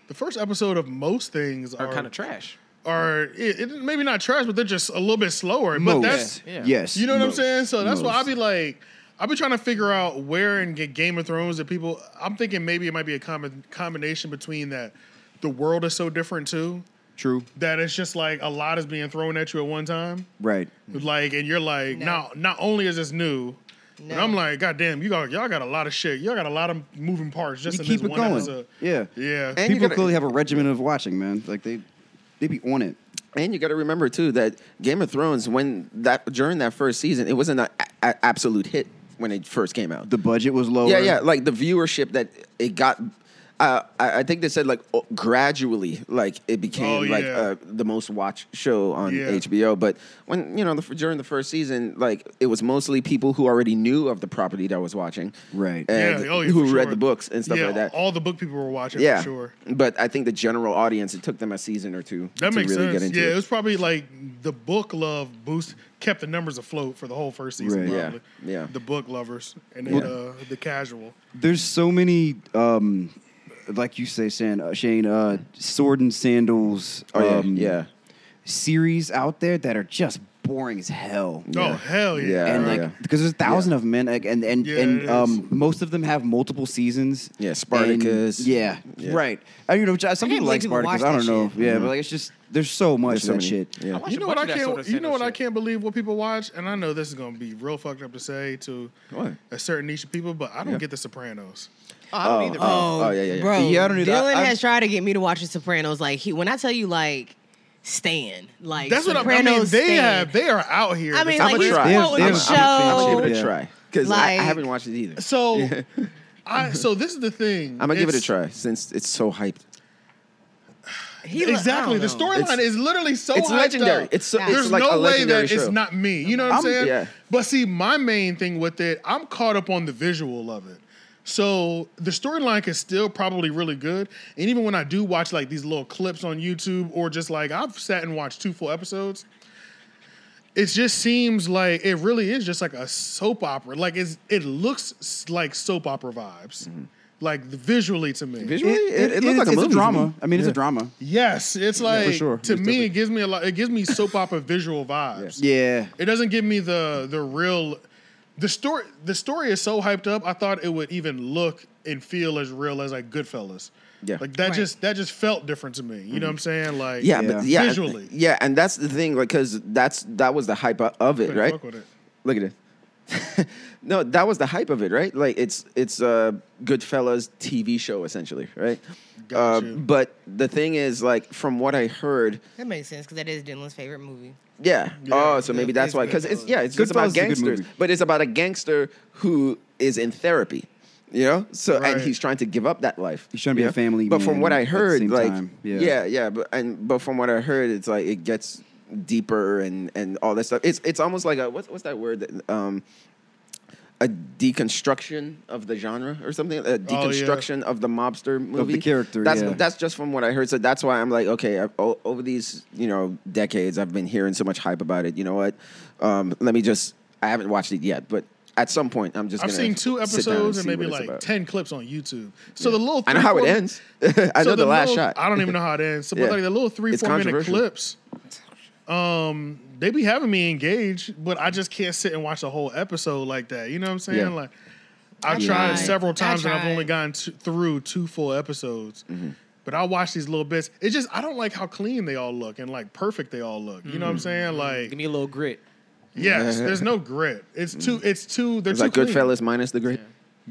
S2: the first episode of most things are,
S6: Are kind of trash.
S2: Are it, it- maybe not trash, but they're just a little bit slower. But
S5: Most.
S2: that's
S6: Yeah.
S5: yes,
S2: you know what
S5: most.
S2: I'm saying. So that's why I'll
S5: Most.
S2: be like. I'll be trying to figure out where in Ga- Game of Thrones that people. I'm thinking maybe it might be a common combination between that. The world is so different too
S5: True.
S2: that it's just like a lot is being thrown at you at one time.
S5: Right.
S2: Like, and you're like,
S4: No.
S2: now, not only is this new, but
S4: No.
S2: I'm like, God damn, you got y'all got a lot of shit. Y'all got a lot of moving parts just
S5: You
S2: in
S5: keep
S2: this
S5: it
S2: one
S5: going.
S2: episode.
S5: Yeah.
S2: Yeah.
S3: And you
S5: People
S3: gotta-
S5: clearly have a regimen of watching, man. Like they, they be on it.
S3: And you got to remember too that Game of Thrones, when that during that first season, it wasn't an a- a- absolute hit when it first came out.
S5: The budget was lower.
S3: yeah, yeah, like the viewership that it got. Uh, I, I think they said like oh, gradually, like it
S2: Oh,
S3: became like
S2: yeah.
S3: uh, the most watched show on
S2: Yeah.
S3: HBO. But when you know the, during the first season, like it was mostly people who already knew of the property that was watching,
S5: Right.
S3: And
S2: yeah. Oh, yeah,
S3: who
S2: for
S3: read
S2: sure.
S3: the books and stuff
S2: Yeah,
S3: like that.
S2: All the book people were watching for sure.
S3: But I think the general audience, it took them a season or two
S2: That
S3: to
S2: makes
S3: really get
S2: sense.
S3: into
S2: Yeah, it.
S3: it.
S2: was probably like the book love boost kept the numbers afloat for the whole first season.
S5: Right.
S3: Yeah,
S2: Probably.
S3: yeah.
S2: The book lovers and then uh, the casual.
S5: There's so many, um, like you say, Shan, uh, Shane, uh, sword and sandals.
S3: Oh, yeah,
S5: um,
S3: yeah.
S5: Series out there that are just boring as hell.
S2: Oh hell yeah!
S3: Yeah.
S5: and
S3: Uh,
S5: like because there's a thousand of them, man, like, and and
S2: Yeah, it
S5: and
S2: is.
S5: um, most of them have multiple seasons.
S3: Yeah, Spartacus.
S5: And- yeah,
S3: Yeah. Mm-hmm.
S5: right. I you know which I- some
S4: I can't
S5: people
S4: believe
S5: like
S4: people
S5: Spartacus.
S4: watch
S5: I don't
S4: that
S5: know.
S4: shit.
S5: Yeah, but like it's just there's so much
S3: There's
S5: of
S3: so
S5: that
S3: many.
S5: shit.
S3: Yeah.
S6: I watched
S2: You know
S6: a
S2: what I
S6: bunch of that
S2: can't.
S6: sort of
S2: you know
S6: Sandals
S2: what I
S6: shit.
S2: can't believe what people watch, and I know this is gonna be real fucked up to say to
S3: What?
S2: a certain niche of people, but I don't get the Sopranos.
S6: I don't either.
S3: Oh, yeah, yeah, yeah.
S4: bro.
S5: Yeah, I don't either.
S4: Dylan
S5: I- I-
S4: has tried to get me to watch The Sopranos. Like he, when I tell you, like Stan, like
S2: That's what I'm, I mean. They
S4: Sopranos Stan.
S2: have. They are out here.
S4: I mean,
S2: This-
S4: like
S3: I'ma
S4: he's
S3: try.
S4: quoting
S5: They
S4: the
S5: have- they have-
S4: show.
S3: I'm gonna give it
S5: Yeah.
S3: a try because I,
S4: Like-
S3: haven't watched it either.
S2: so, I. So this is the thing.
S3: I'm gonna give it a
S2: It's-
S3: try since it's so hyped.
S4: He li- I
S2: Exactly.
S4: don't
S2: The
S4: know.
S2: storyline
S3: It's-
S2: is literally so.
S3: it's
S2: hyped
S3: legendary.
S2: up.
S3: It's so,
S4: There's
S3: it's
S2: There's
S3: like a
S2: no way
S3: legendary
S2: that
S3: show.
S2: it's not me. You know what I'm,
S3: I'm-
S2: saying?
S3: yeah.
S2: But see, my main thing with it, I'm caught up on the visual of it. So the storyline is still probably really good. And even when I do watch like these little clips on YouTube or just like I've sat and watched two full episodes, it just seems like it really is just like a soap opera. Like it's it looks s- like soap opera vibes. Like visually to me.
S3: Mm-hmm. Visually, it, it,
S5: is-
S3: looked like a
S5: it's
S3: movie to
S5: drama.
S3: me.
S5: I mean, it's a drama.
S2: Yes, it's like
S5: for sure.
S2: to
S5: It's
S2: me it gives me a lot it gives me soap opera visual vibes.
S5: Yeah,
S2: It doesn't give me the the real the story the story is so hyped up I thought it would even look and feel as real as like Goodfellas.
S3: Yeah. Mm-hmm.
S2: Like that
S4: Right.
S2: just that just felt different to me. You know what I'm saying? Like
S3: Yeah,
S5: Yeah.
S3: but yeah,
S2: Eh, Visually.
S3: yeah, and that's the thing, like, because that's that was the hype o- of it,
S2: Couldn't
S3: right?
S2: fuck with it.
S3: Look at it. no, that was the hype of it, right? Like, it's it's a Goodfellas TV show essentially, right?
S2: Got
S3: Uh,
S2: you.
S3: but the thing is, like, from what I heard,
S4: That makes sense because that is Dylan's favorite movie.
S3: Yeah. Oh, so maybe that's
S4: it's
S3: why. Because it's
S4: Goodfellas.
S3: yeah, it's just
S5: Goodfellas
S3: about
S5: is a good
S3: gangsters,
S5: movie.
S3: but it's about a gangster who is in therapy. You know, so
S2: Right.
S3: and he's trying to give up that life.
S5: He's trying to be
S3: you
S5: a
S3: know?
S5: family
S3: But
S5: man
S3: from what I
S5: at the
S3: heard,
S5: same
S3: like
S5: time. Yeah.
S3: yeah, yeah, but and but from what I heard, it's like it gets deeper and and all that stuff. It's it's almost like a what's what's that word? That, um, a deconstruction of the genre or something,
S5: Oh,
S3: a deconstruction of the mobster movie
S5: character,
S3: That's
S5: yeah.
S3: that's just from what I heard. So that's why I'm like, okay, I've, o- over these you know decades, I've been hearing so much hype about it. You know what? Um, let me just. I haven't watched it yet, but at some point, I'm just.
S2: I've
S3: gonna
S2: seen two
S3: sit down
S2: episodes and
S3: see
S2: maybe
S3: what it's
S2: like
S3: about.
S2: ten clips on YouTube. So the little
S3: I know how it
S2: three-
S3: ends. I
S2: so
S3: know the, last
S2: little-
S3: shot.
S2: I don't even know how it ends. So, but
S3: Yeah.
S2: like the little three
S3: It's
S2: four minute
S3: controversial.
S2: clips, um, they be having me engaged, but I just can't sit and watch a whole episode like that. You know what I'm saying?
S3: Yeah.
S2: Like. I've
S4: I
S2: tried
S4: tried.
S2: several
S4: I
S2: times and I've
S4: tried.
S2: only gotten t- through two full episodes.
S3: Mm-hmm.
S2: But I watch these little bits. It's just I don't like how clean they all look and like perfect they all look. You know
S3: Mm-hmm.
S2: what I'm
S4: Mm-hmm.
S2: saying? Like
S6: Give me a little grit.
S2: yes, there's no grit. It's too. It's too. They're
S3: Mm-hmm. It's
S2: too
S3: like
S2: clean.
S3: Goodfellas Mm-hmm. minus the grit.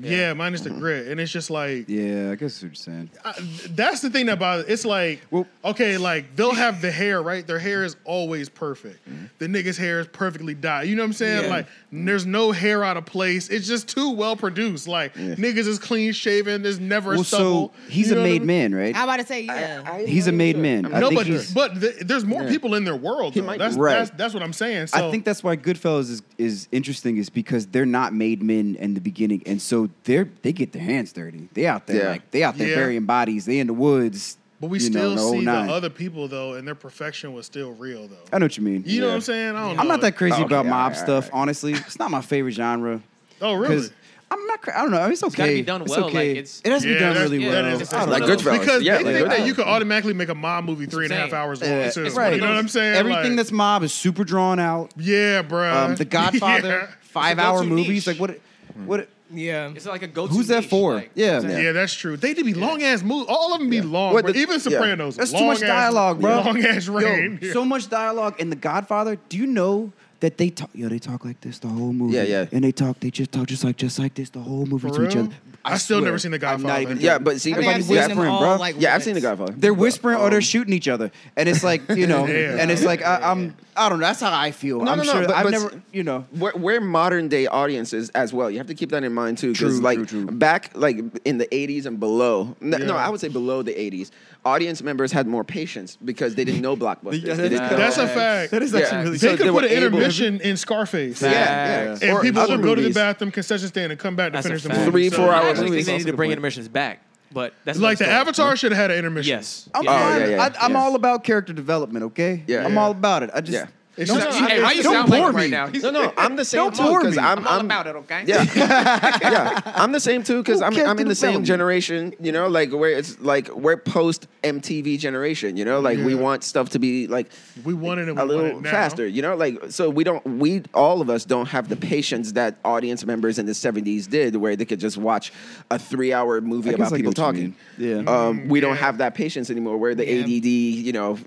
S2: Yeah, minus the grit, and it's just like
S5: Yeah, I guess what you're saying.
S2: I- that's the thing about it. It's like,
S5: Well-
S2: okay, like they'll have the hair, right? Their hair is always perfect.
S5: Mm-hmm.
S2: The nigga's hair is perfectly dyed. You know what I'm saying? Like, there's no hair out of place. It's just too well produced. Like, niggas is clean shaven. There's never
S5: Well,
S2: a stubble.
S5: so he's
S2: You
S5: a
S2: know what I
S5: made
S2: mean?
S5: man, right?
S4: I about to say, yeah.
S5: He's a made man. I
S2: No,
S5: think
S2: but
S5: he's-
S2: but th- there's more people in their world. Though.
S3: might be.
S2: That's,
S5: Right.
S2: that's that's what I'm saying. So
S5: I think that's why Goodfellas is, is interesting, is because they're not made men in the beginning, and so they're they get their hands dirty. They out there
S3: Yeah.
S5: like they out there
S2: Yeah.
S5: burying bodies. They in the woods.
S2: but we
S5: you know,
S2: still
S5: the whole
S2: see
S5: nine.
S2: the other people though, and their perfection was still real though.
S5: I know what you mean.
S2: You know what I'm saying? I don't know.
S5: I'm not that crazy
S3: Oh, okay,
S5: about mob
S3: alright,
S5: stuff.
S3: alright.
S5: Honestly, it's not my favorite genre.
S2: Oh, really?
S5: 'Cause I'm not. cra- I don't know. It's okay.
S6: gotta be done well, like,
S5: okay.
S6: it's-
S5: it has to be
S2: Yeah,
S5: done
S2: that's-
S5: really
S2: yeah,
S5: well.
S2: that is-
S5: I don't
S3: Like
S5: know.
S3: Goodfellas.
S2: Because
S3: Yeah,
S2: they
S3: like
S2: think that
S3: Goodfellas.
S2: you could automatically make a mob movie three and a half
S6: Same.
S2: hours long.
S5: Yeah,
S2: too.
S5: right.
S2: You know what I'm saying?
S5: Everything
S2: Like-
S5: that's mob is super drawn out.
S2: Yeah, bro.
S5: Um, the Godfather,
S2: Yeah.
S5: five-hour
S6: go-to
S5: movies.
S6: niche.
S5: Like what? What?
S4: Yeah.
S6: It's like a go-to.
S5: Who's that
S6: niche,
S5: for?
S6: like-
S5: yeah.
S2: Yeah. that's true. They did be long ass movies. All of them be long.
S3: What
S2: bro.
S3: the- yeah.
S2: Even Sopranos.
S5: That's
S2: long
S5: too much
S2: ass-
S5: dialogue, bro.
S2: Long ass rain.
S5: Yo, so much dialogue in The Godfather. Do you know that they talk? Yo, they talk like this the whole movie.
S3: Yeah, yeah.
S5: And they talk. They just talk just like just like this the whole movie
S2: For
S5: to each
S2: real?
S5: other.
S2: I still
S5: swear,
S2: never seen The
S5: I'm not
S2: Godfather.
S5: even
S3: Yeah, but see,
S4: I think
S3: but
S4: I've
S3: he's
S4: seen
S3: got-
S4: them
S5: different,
S4: all,
S5: bro.
S4: like,
S3: yeah, I've
S4: once.
S3: seen the Godfather.
S5: They're whispering or they're
S3: um,
S5: shooting each other, and it's like you know,
S2: Yeah.
S5: and it's like I, I'm I don't know. That's how I feel.
S3: No,
S5: I'm
S3: no, no,
S5: sure
S3: but-
S5: I've
S3: but-
S5: never you know.
S3: we're, we're modern day audiences as well. You have to keep that in mind too,
S5: True,
S3: because like
S5: true, true.
S3: back like in the '80s and below, no, no,
S2: Yeah.
S3: I would say below the '80s, audience members had more patience because they didn't know blockbusters. They didn't know-
S2: That's a fact.
S5: That is
S3: Yeah.
S5: actually really.
S2: They
S3: So
S2: could
S3: they
S2: put
S3: were
S2: an
S3: able-
S2: intermission in Scarface.
S3: Yeah,
S5: Facts.
S3: yeah.
S5: Facts.
S2: And
S3: Or
S2: people
S3: other
S2: would go to the
S3: movies.
S2: bathroom concession stand and come back to
S6: That's a
S2: finish the
S6: fact.
S2: movie.
S3: Three, four
S6: I
S3: hour
S6: actually think
S3: movies.
S6: they need
S3: That's a
S6: to
S3: good
S6: bring
S3: point.
S6: intermissions back, but that's
S2: Like the
S6: another story.
S2: Avatar Oh, should have had an intermission.
S6: Yes.
S5: I'm,
S6: Yeah.
S5: fine.
S3: yeah, yeah,
S5: I, I'm
S3: yeah.
S5: all about character development. Okay.
S3: Yeah.
S5: I'm
S3: Yeah.
S5: all about it. I just.
S3: Yeah.
S2: It's
S3: No,
S2: just-
S3: no,
S6: Hey, why you
S5: Don't
S6: sound
S5: bore
S6: like him
S5: me.
S6: right now? He's-
S3: No, no, I'm the same
S5: Don't
S3: too
S5: bore
S3: because
S5: me.
S3: I'm,
S6: I'm
S3: I'm,
S6: all about it, okay?
S3: Yeah, yeah, I'm the same too because
S5: Who
S3: I'm,
S5: cares
S3: I'm
S5: to
S3: in the same
S5: develop?
S3: generation. You know, like where it's like we're post MTV generation. You know, like we
S2: Yeah.
S3: want stuff to be like
S2: We wanted it. We
S3: a
S2: want
S3: little
S2: it now.
S3: faster. You know, like so we don't we all of us don't have the patience that audience members in the '70s did, where they could just watch a three-hour movie
S5: I guess
S3: about
S5: I get
S3: people
S5: what you
S3: talking.
S5: mean. Yeah.
S3: um, we
S2: yeah.
S3: don't have that patience anymore. Where the
S4: Yeah.
S3: ADD, you know.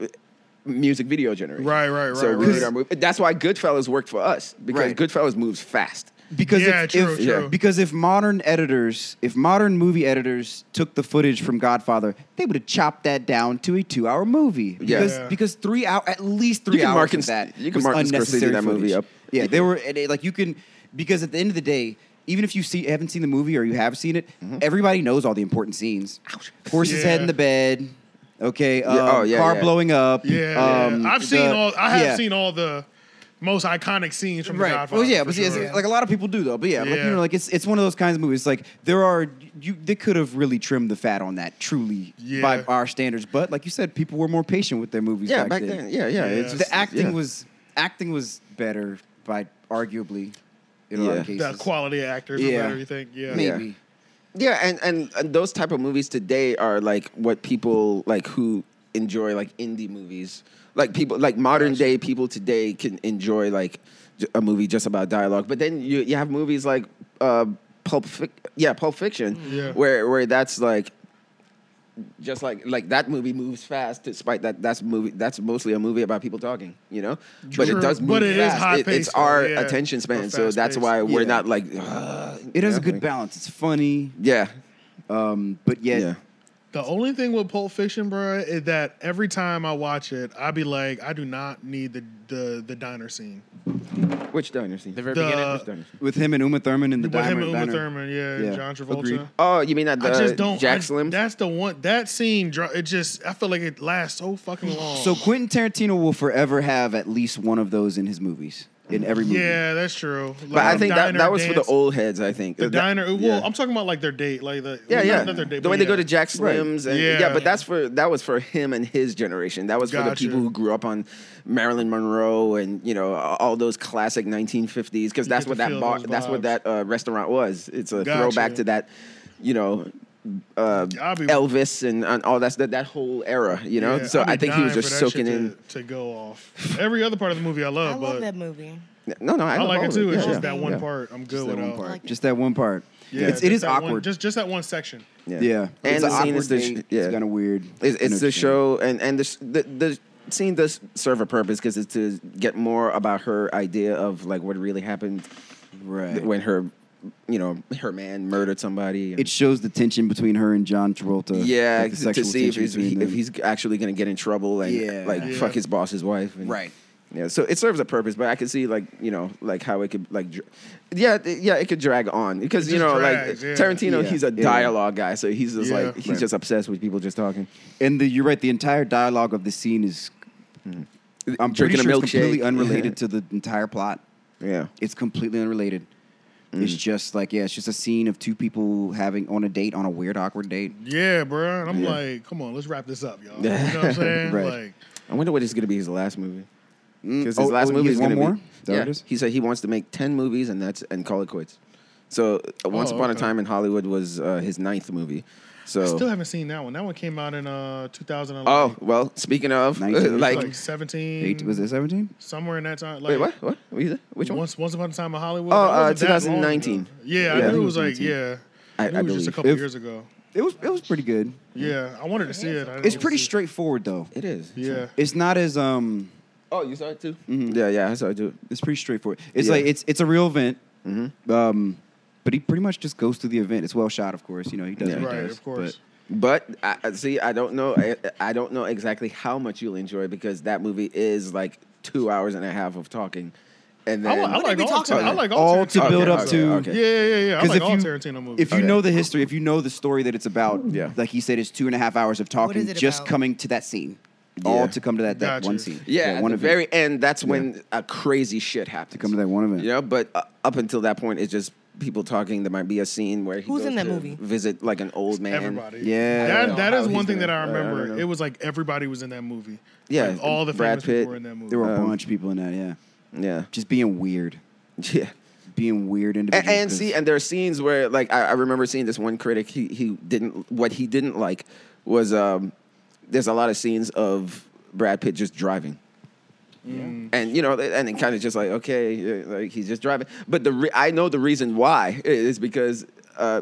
S3: Music video generation,
S2: Right, right,
S3: So
S2: right,
S3: we
S2: right.
S3: did our movie. That's why Goodfellas worked for us because
S5: Right.
S3: Goodfellas moves fast.
S5: Because
S2: Yeah,
S5: if,
S2: true,
S5: if-
S2: true.
S5: because if modern editors, if modern movie editors took the footage from Godfather, they would have chopped that down to a two-hour movie.
S3: Yeah.
S5: Because,
S2: Yeah.
S5: because three hour, at least three
S3: can
S5: hours
S3: Martin-
S5: of that.
S3: you can
S5: was
S3: Martin Scorsese
S5: unnecessary
S3: that movie
S5: footage.
S3: up.
S5: Yeah, they were and it- like you can because at the end of the day, even if you see haven't seen the movie or you have seen it,
S3: Mm-hmm.
S5: everybody knows all the important scenes. Horse's
S2: Yeah.
S5: head in the bed. Okay. Um,
S3: oh, yeah,
S5: car
S3: yeah.
S5: blowing up.
S2: Yeah.
S5: um,
S2: I've seen
S5: the-
S2: all. I have
S5: yeah.
S2: seen all the most iconic scenes from The
S5: Right.
S2: Godfather.
S5: Well, yeah,
S2: for
S5: but see, it's-
S2: sure.
S5: like a lot of people do though. But yeah, like you
S2: Yeah.
S5: know, like it's it's one of those kinds of movies. Like there are you they could have really trimmed the fat on that truly
S2: Yeah.
S5: by our standards. But like you said, people were more patient with their movies.
S3: Yeah,
S5: back,
S3: back then. Yeah,
S2: Yeah.
S3: yeah. It's
S5: The
S3: just,
S5: acting
S3: yeah.
S5: was acting was better by arguably in a lot of
S3: Yeah.
S5: cases.
S2: the quality of actors
S5: Yeah.
S2: yeah. better, you think? Yeah.
S3: Yeah.
S5: Maybe.
S3: Yeah, and, and and those type of movies today are like what people like who enjoy like indie movies. Like people like modern day people today can enjoy like j- a movie just about dialogue. But then you you have movies like uh Pulp Fic- yeah, Pulp Fiction
S2: Yeah.
S3: where where that's like just like like that movie moves fast despite that that's movie that's mostly a movie about people talking, you know? But it
S2: True.
S3: does move
S2: But it is
S3: fast.
S2: high
S3: it's
S2: paced, though,
S3: our
S2: yeah,
S3: attention
S2: or
S3: span. So
S2: fast
S3: that's
S2: paced.
S3: why we're
S5: Yeah.
S3: not like "Ugh."
S5: It has a
S3: Yeah.
S5: good balance. It's funny,
S3: Yeah.
S5: um, but yet
S3: Yeah.
S2: The only thing with Pulp Fiction, bro, is that every time I watch it, I be like, I do not need the the, the diner scene.
S3: Which diner scene?
S6: The very
S2: The,
S6: beginning.
S2: with
S5: with him and Uma Thurman in the
S2: him
S5: diner,
S2: and Uma
S5: diner,
S2: Thurman, yeah, and
S5: Yeah,
S2: John Travolta.
S5: agreed.
S3: Oh, you mean that
S2: I
S3: the
S2: just don't.
S3: Jack
S2: I-
S3: Slim?
S2: That's the one. That scene, dr- it just. I feel like it lasts so fucking long.
S5: So Quentin Tarantino will forever have at least one of those in his movies. in every movie.
S2: Yeah, that's true.
S3: But I think that,
S2: diner
S3: that was for
S2: dance,
S3: the old heads. I think
S2: the
S3: That-
S2: diner. Well,
S3: yeah.
S2: I'm talking about like their date, like the
S3: Yeah,
S2: well,
S3: yeah.
S2: not- not their date,
S3: the
S2: but
S3: way they
S2: yeah.
S3: go to Jack Slims, and yeah.
S2: Yeah.
S3: but that's for that was for him and his generation. That was for the
S2: Gotcha.
S3: people who grew up on Marilyn Monroe and you know all those classic 1950s, because that's
S2: get
S3: what
S2: to
S3: that
S2: feel
S3: bar,
S2: those
S3: that's what
S2: vibes.
S3: that uh, restaurant was. It's a
S2: Gotcha.
S3: throwback to that, you know, uh,
S2: I'll be-
S3: Elvis and, and all that, that that whole era. You know,
S2: Yeah,
S3: so
S2: I'd be
S3: I think he was
S2: dying
S3: just
S2: for that shit
S3: soaking in.
S2: to, to go off. Every other part of the movie I
S4: I
S2: love,
S4: love
S2: but
S4: that movie.
S3: No, no, I,
S2: I,
S3: love
S2: like
S3: all
S2: it
S3: of
S2: too. It's
S3: Yeah,
S2: just that
S3: yeah,
S2: one
S3: yeah.
S2: part I'm
S5: Just
S2: good
S5: that
S2: with.
S5: one
S2: all.
S5: part. Just that one part.
S2: Yeah,
S5: it's, it
S2: just
S5: is
S2: that one-
S5: awkward.
S2: just just that one section.
S5: yeah.
S3: And
S5: it's
S3: the
S5: an
S3: scene
S5: awkward
S3: is the sh-
S5: thing.
S3: yeah.
S5: It's kind of weird.
S3: It's, it's the
S5: interesting.
S3: show, and and the sh- the, the scene does serve a purpose because it's to get more about her idea of like what really happened
S5: right?
S3: when her, you know, her man murdered somebody.
S5: it shows the tension between her and John Travolta.
S3: yeah,
S5: like the
S3: to
S5: sexual
S3: see if
S5: tension
S3: he's,
S5: between
S3: if
S5: them.
S3: he's actually gonna get in trouble and
S5: Yeah.
S3: like
S2: Yeah.
S3: fuck his boss's wife. and-
S5: Right.
S3: Yeah, so it serves a purpose, but I can see like you know like how it could like, dr- yeah, th- yeah, it could drag on because
S2: It
S3: you
S2: just
S3: know
S2: drags, yeah.
S3: like Tarantino,
S5: Yeah.
S3: he's a
S5: Yeah.
S3: dialogue guy, so he's just
S2: Yeah.
S3: like he's
S5: Right.
S3: just obsessed with people just talking.
S5: and the, you're right. The entire dialogue of the scene is I'm pretty
S3: Drinking a
S5: sure it's completely
S3: milkshake.
S5: unrelated to the entire plot.
S3: Yeah,
S5: It's completely unrelated.
S3: Mm.
S5: It's just like yeah, it's just a scene of two people having on a date on a weird, awkward date.
S2: Yeah, bro. And I'm like, come on, let's wrap this up, y'all. You know what I'm saying?
S5: Right.
S2: Like,
S3: I wonder what is going to be his last movie. Because
S5: oh,
S3: his last
S5: oh, he
S3: movie
S5: has
S3: is
S5: one
S3: going to be.
S5: more? Is that what
S3: yeah,
S5: it is?
S3: he said he wants to make ten movies and that's and call it quits. So uh, Once
S2: Oh,
S3: Upon a
S2: okay.
S3: Time in Hollywood was uh, his ninth movie. So
S2: I still haven't seen that one. That one came out in uh 2011.
S3: oh well, speaking of
S5: Nineteen-
S3: like,
S2: like 17.
S5: Eight, was it seventeen?
S2: somewhere in that time? Like,
S3: wait what what What you said? which one?
S2: Once, once upon a time in Hollywood.
S3: Oh,
S2: That
S3: uh,
S2: wasn't that long
S3: 2019.
S2: ago. Yeah,
S3: Yeah.
S2: I knew it was like yeah.
S3: I-
S2: I, knew
S3: I
S2: it was just a
S3: believe.
S2: couple
S5: If-
S2: years ago.
S5: It was it was pretty good.
S2: Yeah, I wanted to see it. I didn't
S5: It's
S2: get to
S5: pretty
S2: see it.
S5: straightforward though.
S3: It is.
S2: Yeah,
S5: It's not as um.
S3: Oh, you saw it too. Yeah, yeah, I saw it too.
S5: It's pretty straightforward. It's
S3: Yeah. Mm-hmm.
S5: like it's it's a real event. Um, but he pretty much just goes through the event. It's well shot, of course. You know he does.
S3: Yeah.
S5: what he
S2: right.
S5: does,
S2: Of course.
S3: But I, I- see, I don't know. I, I don't know exactly how much you'll enjoy because that movie is like two hours and a half of talking, and
S2: I,
S3: then
S2: wa- I like
S4: we
S2: all.
S4: talking
S2: Tar- I
S4: about?
S2: like
S5: but
S2: all,
S5: all to
S2: Tarantino
S5: build
S3: Okay,
S5: up
S2: movies.
S5: to.
S3: okay, okay.
S2: Yeah, yeah, yeah. I
S5: Because
S2: like all
S5: if you
S2: Tarantino movies.
S5: if you
S3: Okay.
S5: know the history, if you know the story that it's about,
S3: Yeah.
S5: like he said, it's two and a half hours of talking,
S4: is it
S5: just
S4: about?
S5: coming to that scene, all
S3: Yeah.
S5: to come to that, that
S2: Gotcha.
S5: one scene,
S3: Yeah,
S5: that
S3: at
S5: one
S3: the very
S5: event.
S3: end, that's when a crazy shit happens. To
S5: come to that one event.
S3: Yeah, but uh, up until that point, it's just people talking. There might be a scene where he
S4: Who's
S3: goes
S4: in that
S3: to
S4: movie?
S3: Visit like an old man.
S2: Everybody.
S5: Yeah. I
S2: That,
S5: don't
S2: that
S3: know
S2: is
S3: how
S2: one
S3: he's
S2: thing
S3: gonna-
S2: that I
S3: I don't
S2: remember.
S3: know.
S2: it was like everybody was in that movie.
S3: Yeah,
S2: Like, all the
S3: Brad
S2: famous people
S3: Pitt.
S2: were in that movie.
S5: There were a
S3: Um,
S5: bunch of people in that, yeah,
S3: Yeah,
S5: just being weird,
S3: yeah.
S5: being weird
S3: And,
S5: individuals.
S3: and
S5: 'cause-
S3: see, and there are scenes where like I, I remember seeing this one critic. He he didn't what he didn't like was um there's a lot of scenes of Brad Pitt just driving. And you know, and then kind of just like okay, uh, like he's just driving. But the re- I know the reason why is because uh,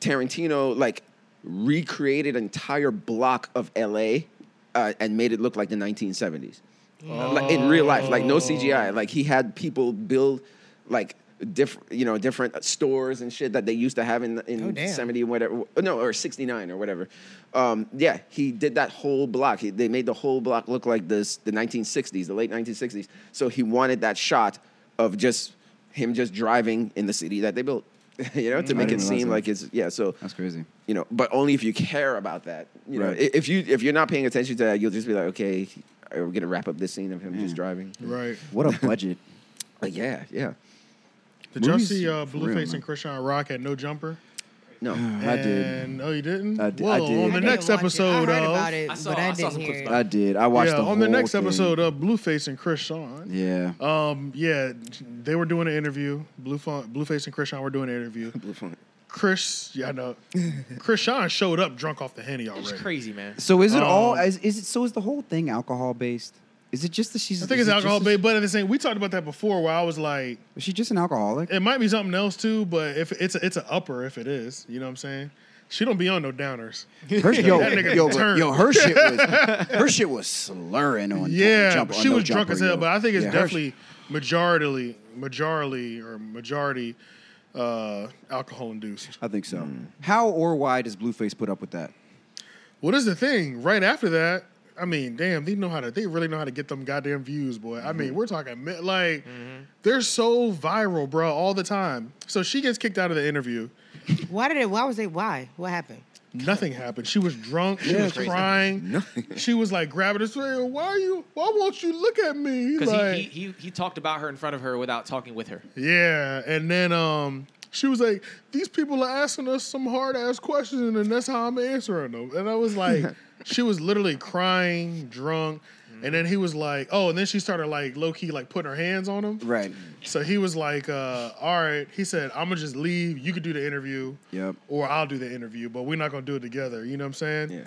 S3: Tarantino like recreated an entire block of L.A. Uh, and made it look like the 1970s, like in real life, like no
S5: Oh.
S3: CGI. Like he had people build like different, you know, different stores and shit that they used to have in in
S4: Oh, damn.
S3: 70 whatever no or 69 or whatever um, yeah he did that whole block he, they made the whole block look like this the 1960s the late 1960s so he wanted that shot of just him just driving in the city that they built you know to make
S5: Mm-hmm. I
S3: it
S5: didn't realize
S3: seem
S5: that.
S3: like it's yeah so
S5: that's crazy.
S3: you know but only if you care about that you know
S5: Right.
S3: i- if you if you're not paying attention to that you'll just be like okay we're gonna wrap up this scene of him
S5: Mm.
S3: just driving
S2: Right.
S5: What a budget.
S3: but yeah yeah
S2: Did y'all
S5: Movies,
S2: see uh,
S5: for real,
S2: Blueface
S5: man.
S2: and Christian Rock at No Jumper?
S3: no
S5: I did.
S2: And, oh, you didn't?
S5: I di- I
S2: Well,
S5: did. I
S2: on the
S4: didn't
S2: next
S4: watch it.
S2: episode
S4: I heard
S2: of.
S4: about it,
S6: I saw-
S4: but
S6: I
S4: I
S6: saw
S4: didn't
S6: some
S4: hear
S6: clips
S4: it.
S6: about
S5: I did. I watched
S2: yeah,
S5: the
S2: on the
S5: whole
S2: next
S5: thing.
S2: episode of Blueface and Chris Sean.
S5: Yeah.
S2: Um, yeah, they were doing an interview. Blue Blueface and Krishan were doing an interview. Chris, yeah, I know. Krishan showed up drunk off the henny already.
S6: It's crazy, man.
S5: So is it all?
S2: Um,
S5: Is, is it so? Is the whole thing alcohol based? Is it just that she's?
S2: I think
S5: is
S2: it's
S5: it just
S2: alcohol,
S5: that
S2: babe. But at the same, we talked about that before, where I was like,
S5: she- Is she just an alcoholic?
S2: it might be something else too. But if it's a, it's an upper, if it is, you know what I'm saying. She don't be on no downers.
S5: Her, yo,
S2: That nigga
S5: yo,
S2: turned.
S5: yo, her shit was her shit was slurring on.
S2: Yeah,
S5: jump, on
S2: she
S5: no
S2: was drunk
S5: jumper,
S2: as hell.
S5: yo.
S2: But I think it's
S5: Yeah, her sh-
S2: definitely majorly, majorly, or majority uh, alcohol induced.
S5: I think so.
S2: Mm.
S5: How or why does Blueface put up with that?
S2: What is the thing? Right after that, I mean, damn, they know how to. They really know how to get them goddamn views, boy. I
S6: Mm-hmm.
S2: mean, we're talking mi- like they're so viral, bro, all the time. So she gets kicked out of the interview,
S4: Why did it? Why was it? Why? What happened?
S2: Nothing happened. She was drunk. She was crying. She was like grabbing his throat. Why are you? Why won't you look at me?
S6: Because
S2: Like,
S6: he, he, he, he talked about her in front of her without talking with her.
S2: yeah. And then um, she was like, "These people are asking us some hard ass questions, and that's how I'm answering them." And I was like, she was literally crying, drunk. And then he was like, "Oh!" And then she started like low key like putting her hands on him.
S5: Right.
S2: So he was like, uh, "All right," he said, "I'm gonna just leave. You could do the interview,
S5: Yep.
S2: or I'll do the interview, but we're not gonna do it together." You know what I'm saying?
S3: Yeah.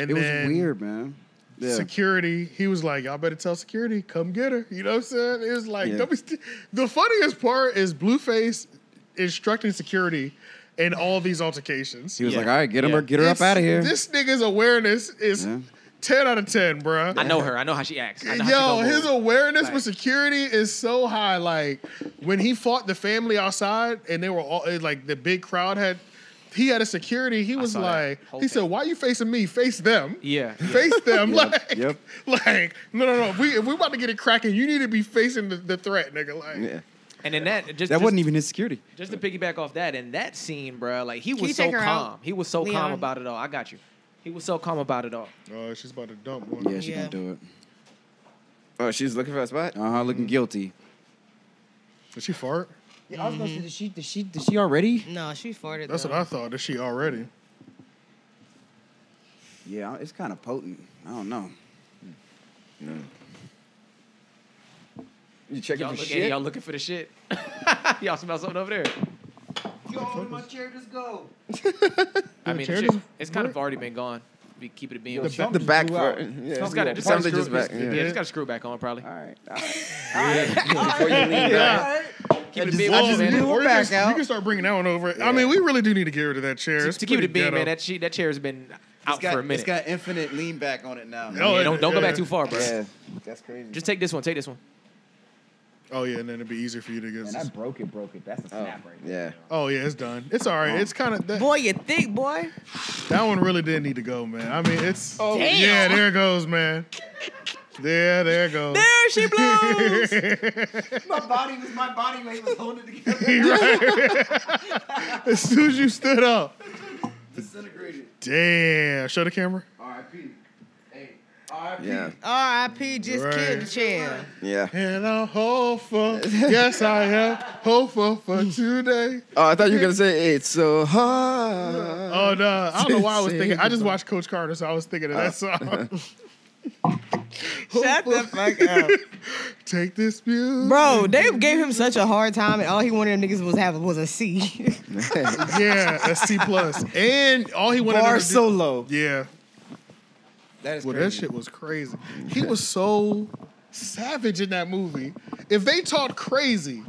S2: And
S5: It was
S2: then
S5: weird, man. Yeah.
S2: security, he was like, "Y'all better tell security, come get her." You know what I'm saying? It was like
S5: Yeah.
S2: don't be st- the funniest part is Blueface instructing security in all these altercations.
S5: He was
S6: Yeah.
S5: like, all right, get him
S6: Yeah.
S5: or get her up
S2: It's-
S5: out of here.
S2: This nigga's awareness is
S5: Yeah.
S2: ten out of ten, bruh.
S6: I know her. I know how she acts. I know how
S2: Yo,
S6: she gonna
S2: his
S6: move.
S2: awareness
S6: Like-
S2: with security is so high. Like when he fought the family outside, and they were all it- like the big crowd had. He had a security. He was
S6: saw that
S2: like, he
S6: whole
S2: said,
S6: thing.
S2: "Why you facing me? Face them.
S6: Yeah.
S2: Face them. like,
S5: yep.
S2: like, no, no, no. If we if we about to get it cracking, you need to be facing the, the threat, nigga. Like,
S3: Yeah.
S6: And then that just
S5: That
S6: just-
S5: wasn't even his security.
S6: Just to piggyback off that, and that scene, bruh, like he
S4: you
S6: was
S4: take
S6: so
S4: her
S6: calm.
S4: out,
S6: He was so
S4: Leon?
S6: calm about it all. I got you. He was so calm about it all.
S2: oh, she's about to dump. Boy.
S5: Yeah, she
S4: Yeah.
S5: gonna do it.
S3: Oh, she's looking for a spot.
S5: Uh huh.
S2: Mm.
S5: Looking guilty.
S2: Did she fart?
S5: I was gonna say, did she? Did she? Did she already?
S4: No, she farted.
S2: That's
S4: though.
S2: what I thought. That she already.
S5: Yeah, it's kind of potent. I don't know.
S3: You checking
S6: Y'all,
S3: for
S6: look,
S3: shit?
S6: y'all looking for the shit? y'all smell something over there?
S5: Yo, my chair just go.
S6: I mean, the
S2: Charity-
S6: shit, it's kind of already been gone. We keep it being.
S2: The-
S3: the back
S5: blew
S3: part.
S5: out.
S3: Yeah.
S6: Just gotta- just
S3: Something
S6: gotta
S3: just
S6: screw-
S3: back.
S2: just-
S6: Yeah,
S3: yeah.
S6: just got to screw back on probably.
S5: All right. All
S6: Keep it
S5: just-
S6: being,
S5: I
S6: with you,
S5: just
S6: man.
S5: blew
S2: or you
S5: back
S2: can,
S5: out.
S2: you can start bringing that one over. I mean, we really do need to get rid of that chair.
S6: To,
S2: It's
S6: to keep it a
S2: pretty
S6: beam, man.
S2: ghetto.
S6: That she, that chair has been out for a minute.
S5: It's got infinite lean back on it now. man.
S2: Oh,
S6: Yeah, don't don't go
S2: yeah.
S6: back too far, bro.
S5: Yeah, that's crazy.
S6: Just take this one. Take this one.
S2: Oh yeah, and then it'd be easier for you to get.
S5: and I broke it, broke it. That's a snap right there.
S3: Yeah.
S2: oh yeah, it's done. It's all right. It's kind of that,
S4: Boy, you thick, boy.
S2: that one really did need to go, man. I mean, it's oh,
S4: Damn.
S2: yeah, there it goes, man. Yeah, there it goes.
S4: There she blows.
S5: My body was my body weight was holding it together.
S2: As soon as you stood up,
S5: Disintegrated.
S2: damn. Show the camera.
S5: R.I.P. Hey, R.I.P.
S3: Yeah.
S4: R.I.P. Just
S2: Right.
S4: killed the chair.
S3: Yeah.
S2: And I hope for yes, I am hopeful for today.
S3: Oh, I thought you were gonna say it's so hard.
S2: Oh no, I don't know why I was
S3: Say
S2: thinking. I just
S3: goodbye.
S2: watched Coach Carter, so I was thinking of
S5: Uh.
S2: that song.
S4: Shut the fuck up.
S2: Take this beauty.
S4: Bro, they gave him such a hard time, and all he wanted them niggas was have was a C.
S2: Yeah, a C plus. And all he wanted
S5: Bar
S2: her to do-
S5: solo.
S2: Yeah.
S5: That is
S2: Well, that
S5: crazy.
S2: shit was crazy. He was so savage in that movie. If they talked crazy,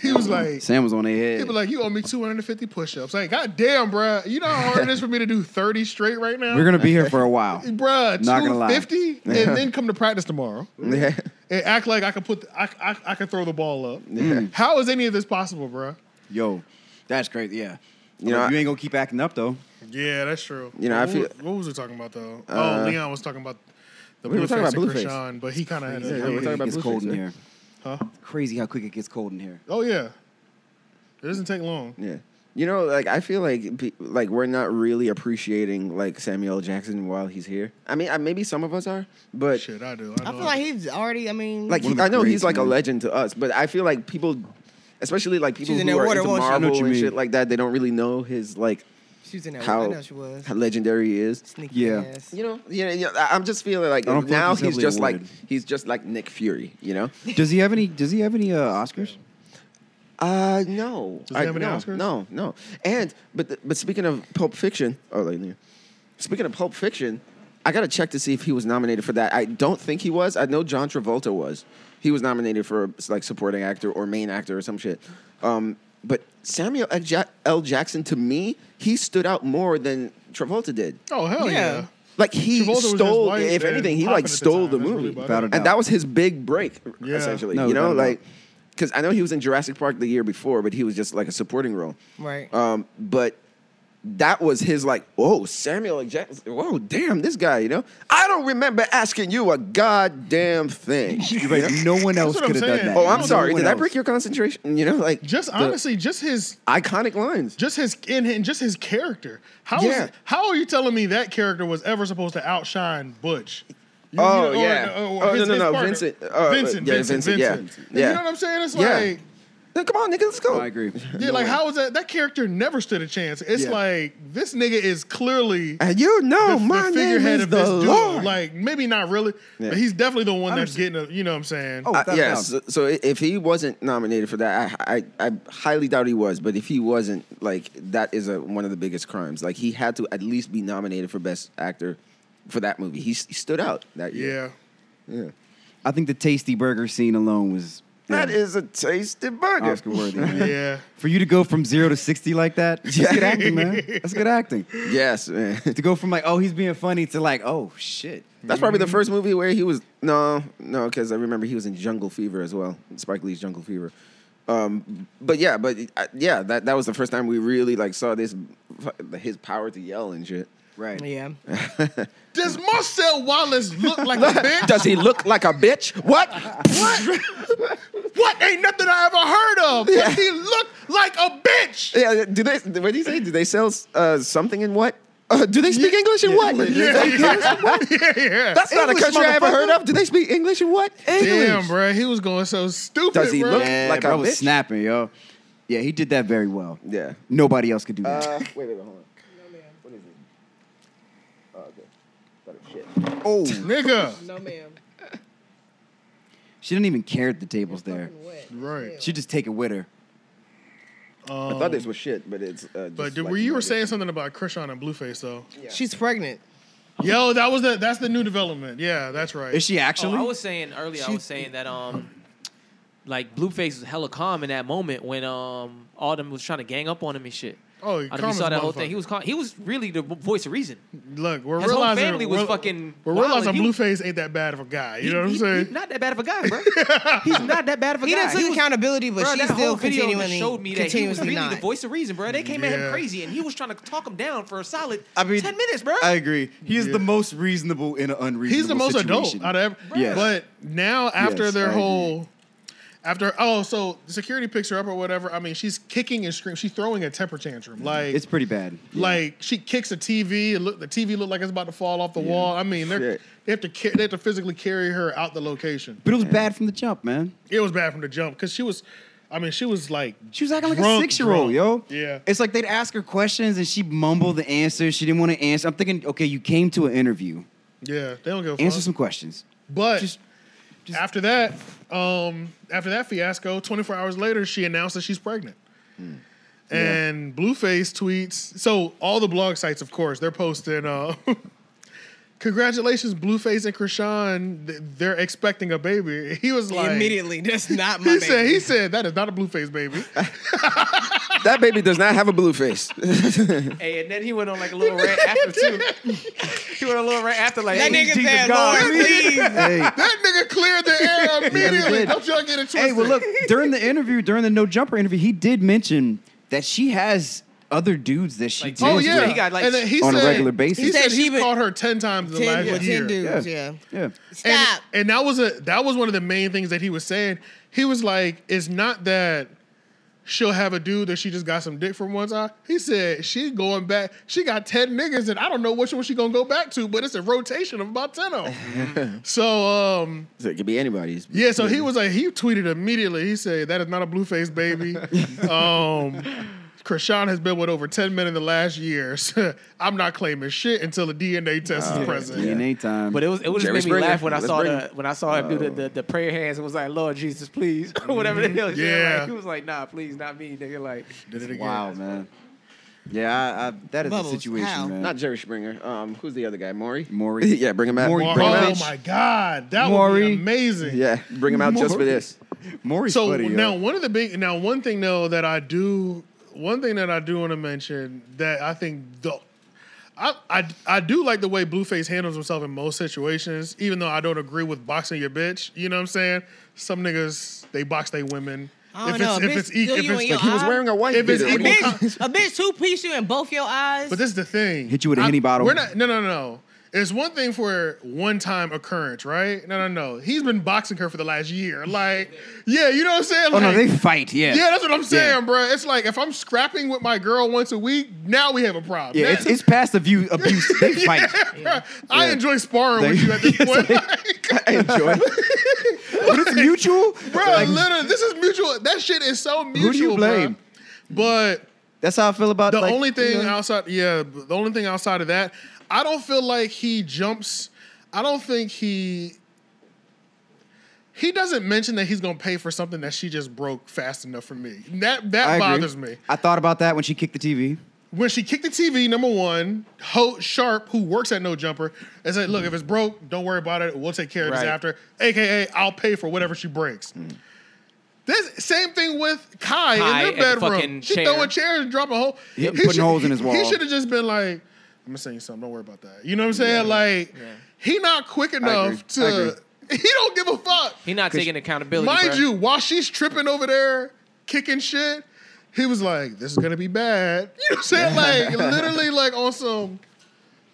S2: he was like,
S5: Sam was on their
S2: he'd
S5: head.
S2: be like, you owe me 250 push-ups. Like, goddamn, bruh. You know how hard it is for me to do 30 straight right now?
S5: We're gonna be here for a while.
S2: Bruh,
S5: Not gonna lie.
S2: 250 and then come to practice tomorrow
S3: Yeah.
S2: and act like I can put, the, I, I, I can throw the ball up.
S3: Mm-hmm.
S2: How is any of this possible, bruh?
S5: Yo, that's crazy. Yeah.
S3: You
S5: You
S3: know,
S5: you ain't gonna keep acting up though.
S2: Yeah, that's true.
S3: You know, I
S2: what,
S3: feel-
S2: what was we talking about though?
S3: Uh,
S2: oh, Leon was talking about the
S3: we
S2: blue
S3: were talking
S2: face and
S3: about Blueface.
S2: Krishan, but he kind of had
S5: Crazy
S3: yeah,
S5: how
S3: we're
S2: a.
S5: quick
S3: talking
S5: it
S3: about
S5: gets
S3: Blueface,
S5: cold in
S3: yeah.
S5: here.
S2: Huh?
S5: Crazy how quick it gets cold in here.
S2: Oh yeah, it doesn't take long.
S3: Yeah. You know, like I feel like pe- like we're not really appreciating like Samuel L. Jackson while he's here. I mean, I, maybe some of us are, but
S2: Shit, I do.
S4: I
S2: know
S4: feel like he's already. I mean,
S3: like
S5: One of
S3: he,
S5: the
S3: I know he's
S5: greats,
S3: like a
S5: man.
S3: legend to us, but I feel like people, especially like people
S4: She's in
S3: who
S4: that
S3: are
S4: water,
S3: into
S4: won't she? I know
S3: Marvel
S5: what you
S3: and
S5: mean.
S3: shit like that, they don't really know his like
S4: she was in that.
S3: how,
S4: I know she was.
S3: how legendary he is.
S4: Sneaky
S5: Yeah.
S4: ass.
S3: You know, yeah, yeah. I- I'm just feeling like
S5: I don't feel
S3: now
S5: like he's
S3: he's
S5: heavily
S3: just like
S5: awarded.
S3: he's just like Nick Fury, you know.
S5: Does he have any? Does he have any uh, Oscars?
S3: Uh no.
S2: Does he have any
S3: no,
S2: Oscars?
S3: No, no. And but the- but speaking of Pulp Fiction, oh like yeah. speaking of Pulp Fiction, I gotta check to see if he was nominated for that. I don't think he was. I know John Travolta was. He was nominated for like supporting actor or main actor or some shit. Um, but Samuel L. Ja- L. Jackson to me, he stood out more than Travolta did.
S2: oh hell yeah.
S4: Yeah.
S3: Like he
S2: Travolta was just
S3: stole,
S2: white
S3: if
S2: and
S3: anything, he
S2: popping
S3: like
S2: at the
S3: stole
S2: time.
S3: the,
S2: That's really
S3: movie,
S2: about
S5: Without
S2: it.
S5: a doubt.
S3: and that was his big break,
S2: Yeah.
S3: essentially.
S5: No,
S3: you know,
S5: without a doubt.
S3: like because I know he was in Jurassic Park the year before, but he was just like a supporting role.
S4: Right.
S3: Um, but that was his like, whoa, Samuel L. Jackson. Whoa, damn, this guy, you know. I don't remember asking you a goddamn thing.
S5: You're right. No one else
S2: what I'm
S5: could have done
S2: saying.
S5: that.
S3: oh, I'm
S5: No
S3: sorry.
S5: one
S3: Did I
S5: else.
S3: break your concentration? You know, like
S2: Just
S3: the
S2: honestly, just his,
S3: iconic lines.
S2: just his, and, and just his character. How is-
S3: Yeah.
S2: how are you telling me that character was ever supposed to outshine Butch? You-
S3: Oh,
S2: you- or-
S3: yeah.
S2: or
S3: Oh,
S2: his-
S3: no, no,
S2: his
S3: no,
S2: partner.
S3: Vincent, uh,
S2: Vincent,
S3: yeah,
S2: Vincent,
S3: Vincent, yeah.
S2: Vincent.
S3: Yeah.
S2: You know what I'm saying? It's
S3: Yeah.
S2: like.
S3: Now, come on, nigga, let's go.
S5: I agree.
S2: Yeah, like how is that? That character never stood a chance. It's
S5: Yeah.
S2: like this nigga is clearly
S3: And you know,
S2: the,
S3: my
S2: the
S3: name
S2: figurehead
S3: is
S2: of
S3: the
S2: this
S3: Lord.
S2: dude. Like maybe not really,
S3: Yeah.
S2: but he's definitely the one that's
S5: Understand.
S2: getting. A, you know what I'm saying?
S5: Oh,
S3: Uh,
S5: without
S3: yeah.
S5: doubt.
S3: So, so i- if he wasn't nominated for that, I, I I highly doubt he was. But if he wasn't, like that is a, one of the biggest crimes. Like he had to at least be nominated for best actor for that movie. He, s- he stood out that year.
S2: yeah.
S3: Yeah.
S5: I think the tasty burger scene alone was
S3: That is a tasty burger.
S5: Oscar worthy.
S2: yeah,
S5: man. For you to go from zero to sixty like that, that's
S3: Yeah.
S5: good acting, man. That's good acting.
S3: Yes, man.
S5: To go from like, oh, he's being funny to like, oh shit.
S3: That's probably the first movie where he was no, no, because I remember he was in Jungle Fever as well, Spike Lee's Jungle Fever. Um, but yeah, but uh, yeah, that that was the first time we really like saw this his power to yell and shit.
S5: Right.
S4: Yeah.
S2: Does Marcel Wallace look like a bitch?
S3: Does he look like a bitch? What?
S2: what? what? Ain't nothing I ever heard of.
S3: Yeah.
S2: Does he look like a bitch?
S3: Yeah, do they? What do you say? Do they sell uh, something in what? Uh, do they speak English in what?
S2: Yeah, yeah, yeah. yeah.
S3: That's not
S5: English,
S3: a country I ever
S5: motherfucker.
S3: heard of. Do they speak English in what?
S2: Damn, bro, he was going so stupid.
S3: Does he
S2: bruh.
S3: look-
S5: Yeah,
S3: Like
S5: bro,
S3: a
S5: I was
S3: bitch.
S5: snapping, yo. Yeah, he did that very well.
S3: Yeah.
S5: Nobody else could do that.
S3: Uh, wait, wait, wait, hold on. What is it? Oh, okay. Better shit.
S5: oh,
S2: nigga?
S4: No, ma'am.
S5: she didn't even care that the table's there.
S2: Right.
S5: She just take it with her.
S3: I thought this was shit, but it's. Uh,
S2: But
S3: just
S2: did,
S3: like
S2: were you were
S3: nugget.
S2: saying something about Krishan and Blueface though?
S4: She's pregnant.
S2: Yo, that was the that's the new development. Yeah, that's right.
S5: Is she actually?
S6: Oh, I was saying earlier, I was saying that um, like Blueface was hella calm in that moment when um Autumn was trying to gang up on him and shit.
S2: Oh,
S6: I don't know
S2: calm
S6: if you
S2: as
S6: saw
S2: a
S6: that whole thing. He
S2: motherfucker.
S6: was calm. He was really the voice of reason.
S2: Look, we're
S6: His whole
S2: realizing
S6: family was
S2: we're-
S6: fucking
S2: We're
S6: wild.
S2: realizing
S6: He-
S2: Blueface ain't that bad of a guy. You
S6: He-
S2: know what I'm
S6: he-
S2: saying?
S6: He's not that bad of a guy, bro. he's not that bad of a
S4: He
S6: guy.
S4: done took
S6: He was-
S4: accountability, but
S6: Bruh,
S4: she's
S6: that
S4: still
S6: whole video just
S4: continually,
S6: showed me that he was
S4: continuously
S6: really
S4: not.
S6: the voice of reason, bro. They came at
S2: Yeah.
S6: him crazy, and he was trying to talk him down for a solid
S5: I mean,
S6: ten minutes, bro.
S5: I agree. He is
S2: Yeah.
S5: the most reasonable in an unreasonable.
S2: He's the most
S5: situation.
S2: adult out of every.
S5: Yes.
S2: But now after
S5: Yes, I
S2: their
S5: agree.
S2: whole, after oh, so the security picks her up or whatever. I mean, she's kicking and screaming. She's throwing a temper tantrum. Like
S5: Mm-hmm. It's pretty bad.
S2: Like she kicks a TV. It look, the TV looked like it's about to fall off the wall. I mean, they're,
S3: Shit.
S2: they have to ca- they have to physically carry her out the location.
S5: But it was bad from the jump, man.
S2: It was bad from the jump because she was, I mean, she was like
S5: She was acting like
S2: drunk,
S5: a six year old, yo.
S2: drunk. Yeah,
S5: It's like they'd ask her questions and she'd mumble the answers. She didn't want to answer. I'm thinking, okay, you came to an interview.
S2: yeah. They don't give a
S5: Answer
S2: fuck.
S5: some questions.
S2: But
S5: Just- just-
S2: after that, um, after that fiasco, 24 hours later, she announced that she's pregnant.
S5: Hmm.
S2: And Blueface tweets. So all the blog sites, of course, they're posting. Uh, Congratulations, Blueface and Krishan. Th- They're expecting a baby. He was like,
S4: Immediately, that's not my
S2: He
S4: baby.
S2: said, he said that is not a Blueface baby.
S3: that baby does not have a blue face.
S6: Hey, and then he went on like a little rant after too. he went on a little rant after like
S4: that
S6: hey,
S4: nigga
S6: Jesus
S4: said,
S6: God.
S4: Lord, please.
S5: hey.
S2: that nigga cleared the air immediately.
S5: did.
S2: Don't y'all get it twisted.
S5: hey, well, look, during the interview, during the no jumper interview, he did mention that she has other dudes that she
S6: Like,
S5: deals
S2: Oh
S6: Dude,
S2: yeah,
S6: he
S5: with.
S6: got, like,
S2: And then he
S5: on a
S2: said-
S5: regular basis.
S2: He
S4: He
S2: said
S4: said
S2: he
S4: she would-
S2: caught her ten times in the
S4: Ten,
S2: last
S4: with
S2: year.
S4: ten dudes, yeah.
S5: Yeah.
S4: Stop.
S2: And, and that was a that was one of the main things that he was saying. He was like, "It's not that she'll have a dude that she just got some dick from one time." He said she going back. She got ten niggas, and I don't know which one she gonna go back to, but it's a rotation of about ten of them. so um,
S3: So it could be anybody's.
S2: yeah, so he was like, he tweeted immediately. He said, "That is not a blue face baby." um, Krishan has been with over ten men in the last year. I'm not claiming shit until the DNA test is present.
S5: DNA time.
S6: But it was it was just
S3: Jerry
S6: made me
S3: Springer.
S6: laugh when I
S3: Let's
S6: saw
S3: bring Oh.
S6: the when I saw him do the, the, the prayer hands and was like, Lord Jesus, please, whatever the hell. Yeah,
S2: Yeah.
S6: like, he was like, Nah, please, not me, nigga. Like,
S2: Did it again.
S5: wow, man. Yeah, I, I, that is
S4: Bubbles,
S5: a situation,
S4: how?
S5: man.
S3: Not Jerry Springer. Um, who's the other guy? Maury.
S5: Maury.
S3: yeah, bring him out.
S5: Maury.
S2: Mar-
S5: Bring him
S2: oh
S5: out.
S2: my God, that would
S5: Maury.
S2: be amazing.
S3: Yeah, bring him out just for
S5: Maury.
S3: this.
S5: Maury's
S2: So
S5: funny, yo.
S2: now one of the big now one thing though that I do one thing that I do want to mention that I think the I, I I do like the way Blueface handles himself in most situations, even though I don't agree with boxing your bitch. You know what I'm saying? Some niggas they box they women.
S4: I don't
S2: If
S4: know.
S2: it's-
S4: a
S2: if
S4: bitch
S2: it's e-
S4: steal
S2: if it's-
S4: you in
S3: Like
S4: your
S3: he was
S4: eye.
S3: wearing a white
S2: If it's
S3: beater. What
S4: A
S3: do you-
S2: equal-
S4: bitch, a bitch two piece you in both your eyes.
S2: But this is the thing.
S5: Hit you with a Henny bottle.
S2: We're not. No, no, no. It's one thing for one time occurrence, right? No, no, no. He's been boxing her for the last year. Like, yeah, you know what I'm saying?
S5: Oh no,
S2: Like,
S5: they fight. Yeah.
S2: yeah, that's what I'm saying,
S5: Yeah.
S2: bro. It's like if I'm scrapping with my girl once a week, now we have a problem.
S5: Yeah, it's,
S2: That's-
S5: it's past abuse. abuse. They fight.
S2: bruh, I enjoy sparring with
S5: They-
S2: you at this
S5: Yes,
S2: point.
S5: they-
S2: Like,
S5: I enjoy it. but it's mutual.
S2: bro,
S5: Like,
S2: literally, this is mutual. That shit is so mutual.
S5: do you
S2: bruh.
S5: blame?
S2: But
S5: that's how I feel about
S2: the
S5: like,
S2: only
S5: you
S2: thing
S5: know,
S2: outside, yeah, the only thing outside of that, I don't feel like he jumps. I don't think he. He doesn't mention that he's gonna pay for something that she just broke fast enough for me. That that
S5: I agree.
S2: bothers me.
S5: I thought about that when she kicked the TV.
S2: when she kicked the TV, number one, Ho Sharp, who works at No Jumper, and said, "Look, if it's broke, don't worry about it. We'll take care of
S6: Right.
S2: this after." AKA, I'll pay for whatever she breaks.
S5: Hmm.
S2: This same thing with Kai,
S6: Kai
S2: in
S6: and
S2: their bedroom.
S6: fucking
S2: She
S6: chair.
S2: throwing chairs and dropping a hole.
S5: Yep, putting holes in his
S2: He
S5: wall.
S2: should have just been like, "I'm gonna send you something. Don't worry about that." You know what I'm saying? Like, he not quick
S5: agree.
S2: enough
S5: I
S2: to. He don't give a fuck.
S6: He not taking accountability.
S2: Mind
S6: bruh.
S2: you, while she's tripping over there, kicking shit, he was like, "This is gonna be bad." You know what I'm saying? Like literally, like on some,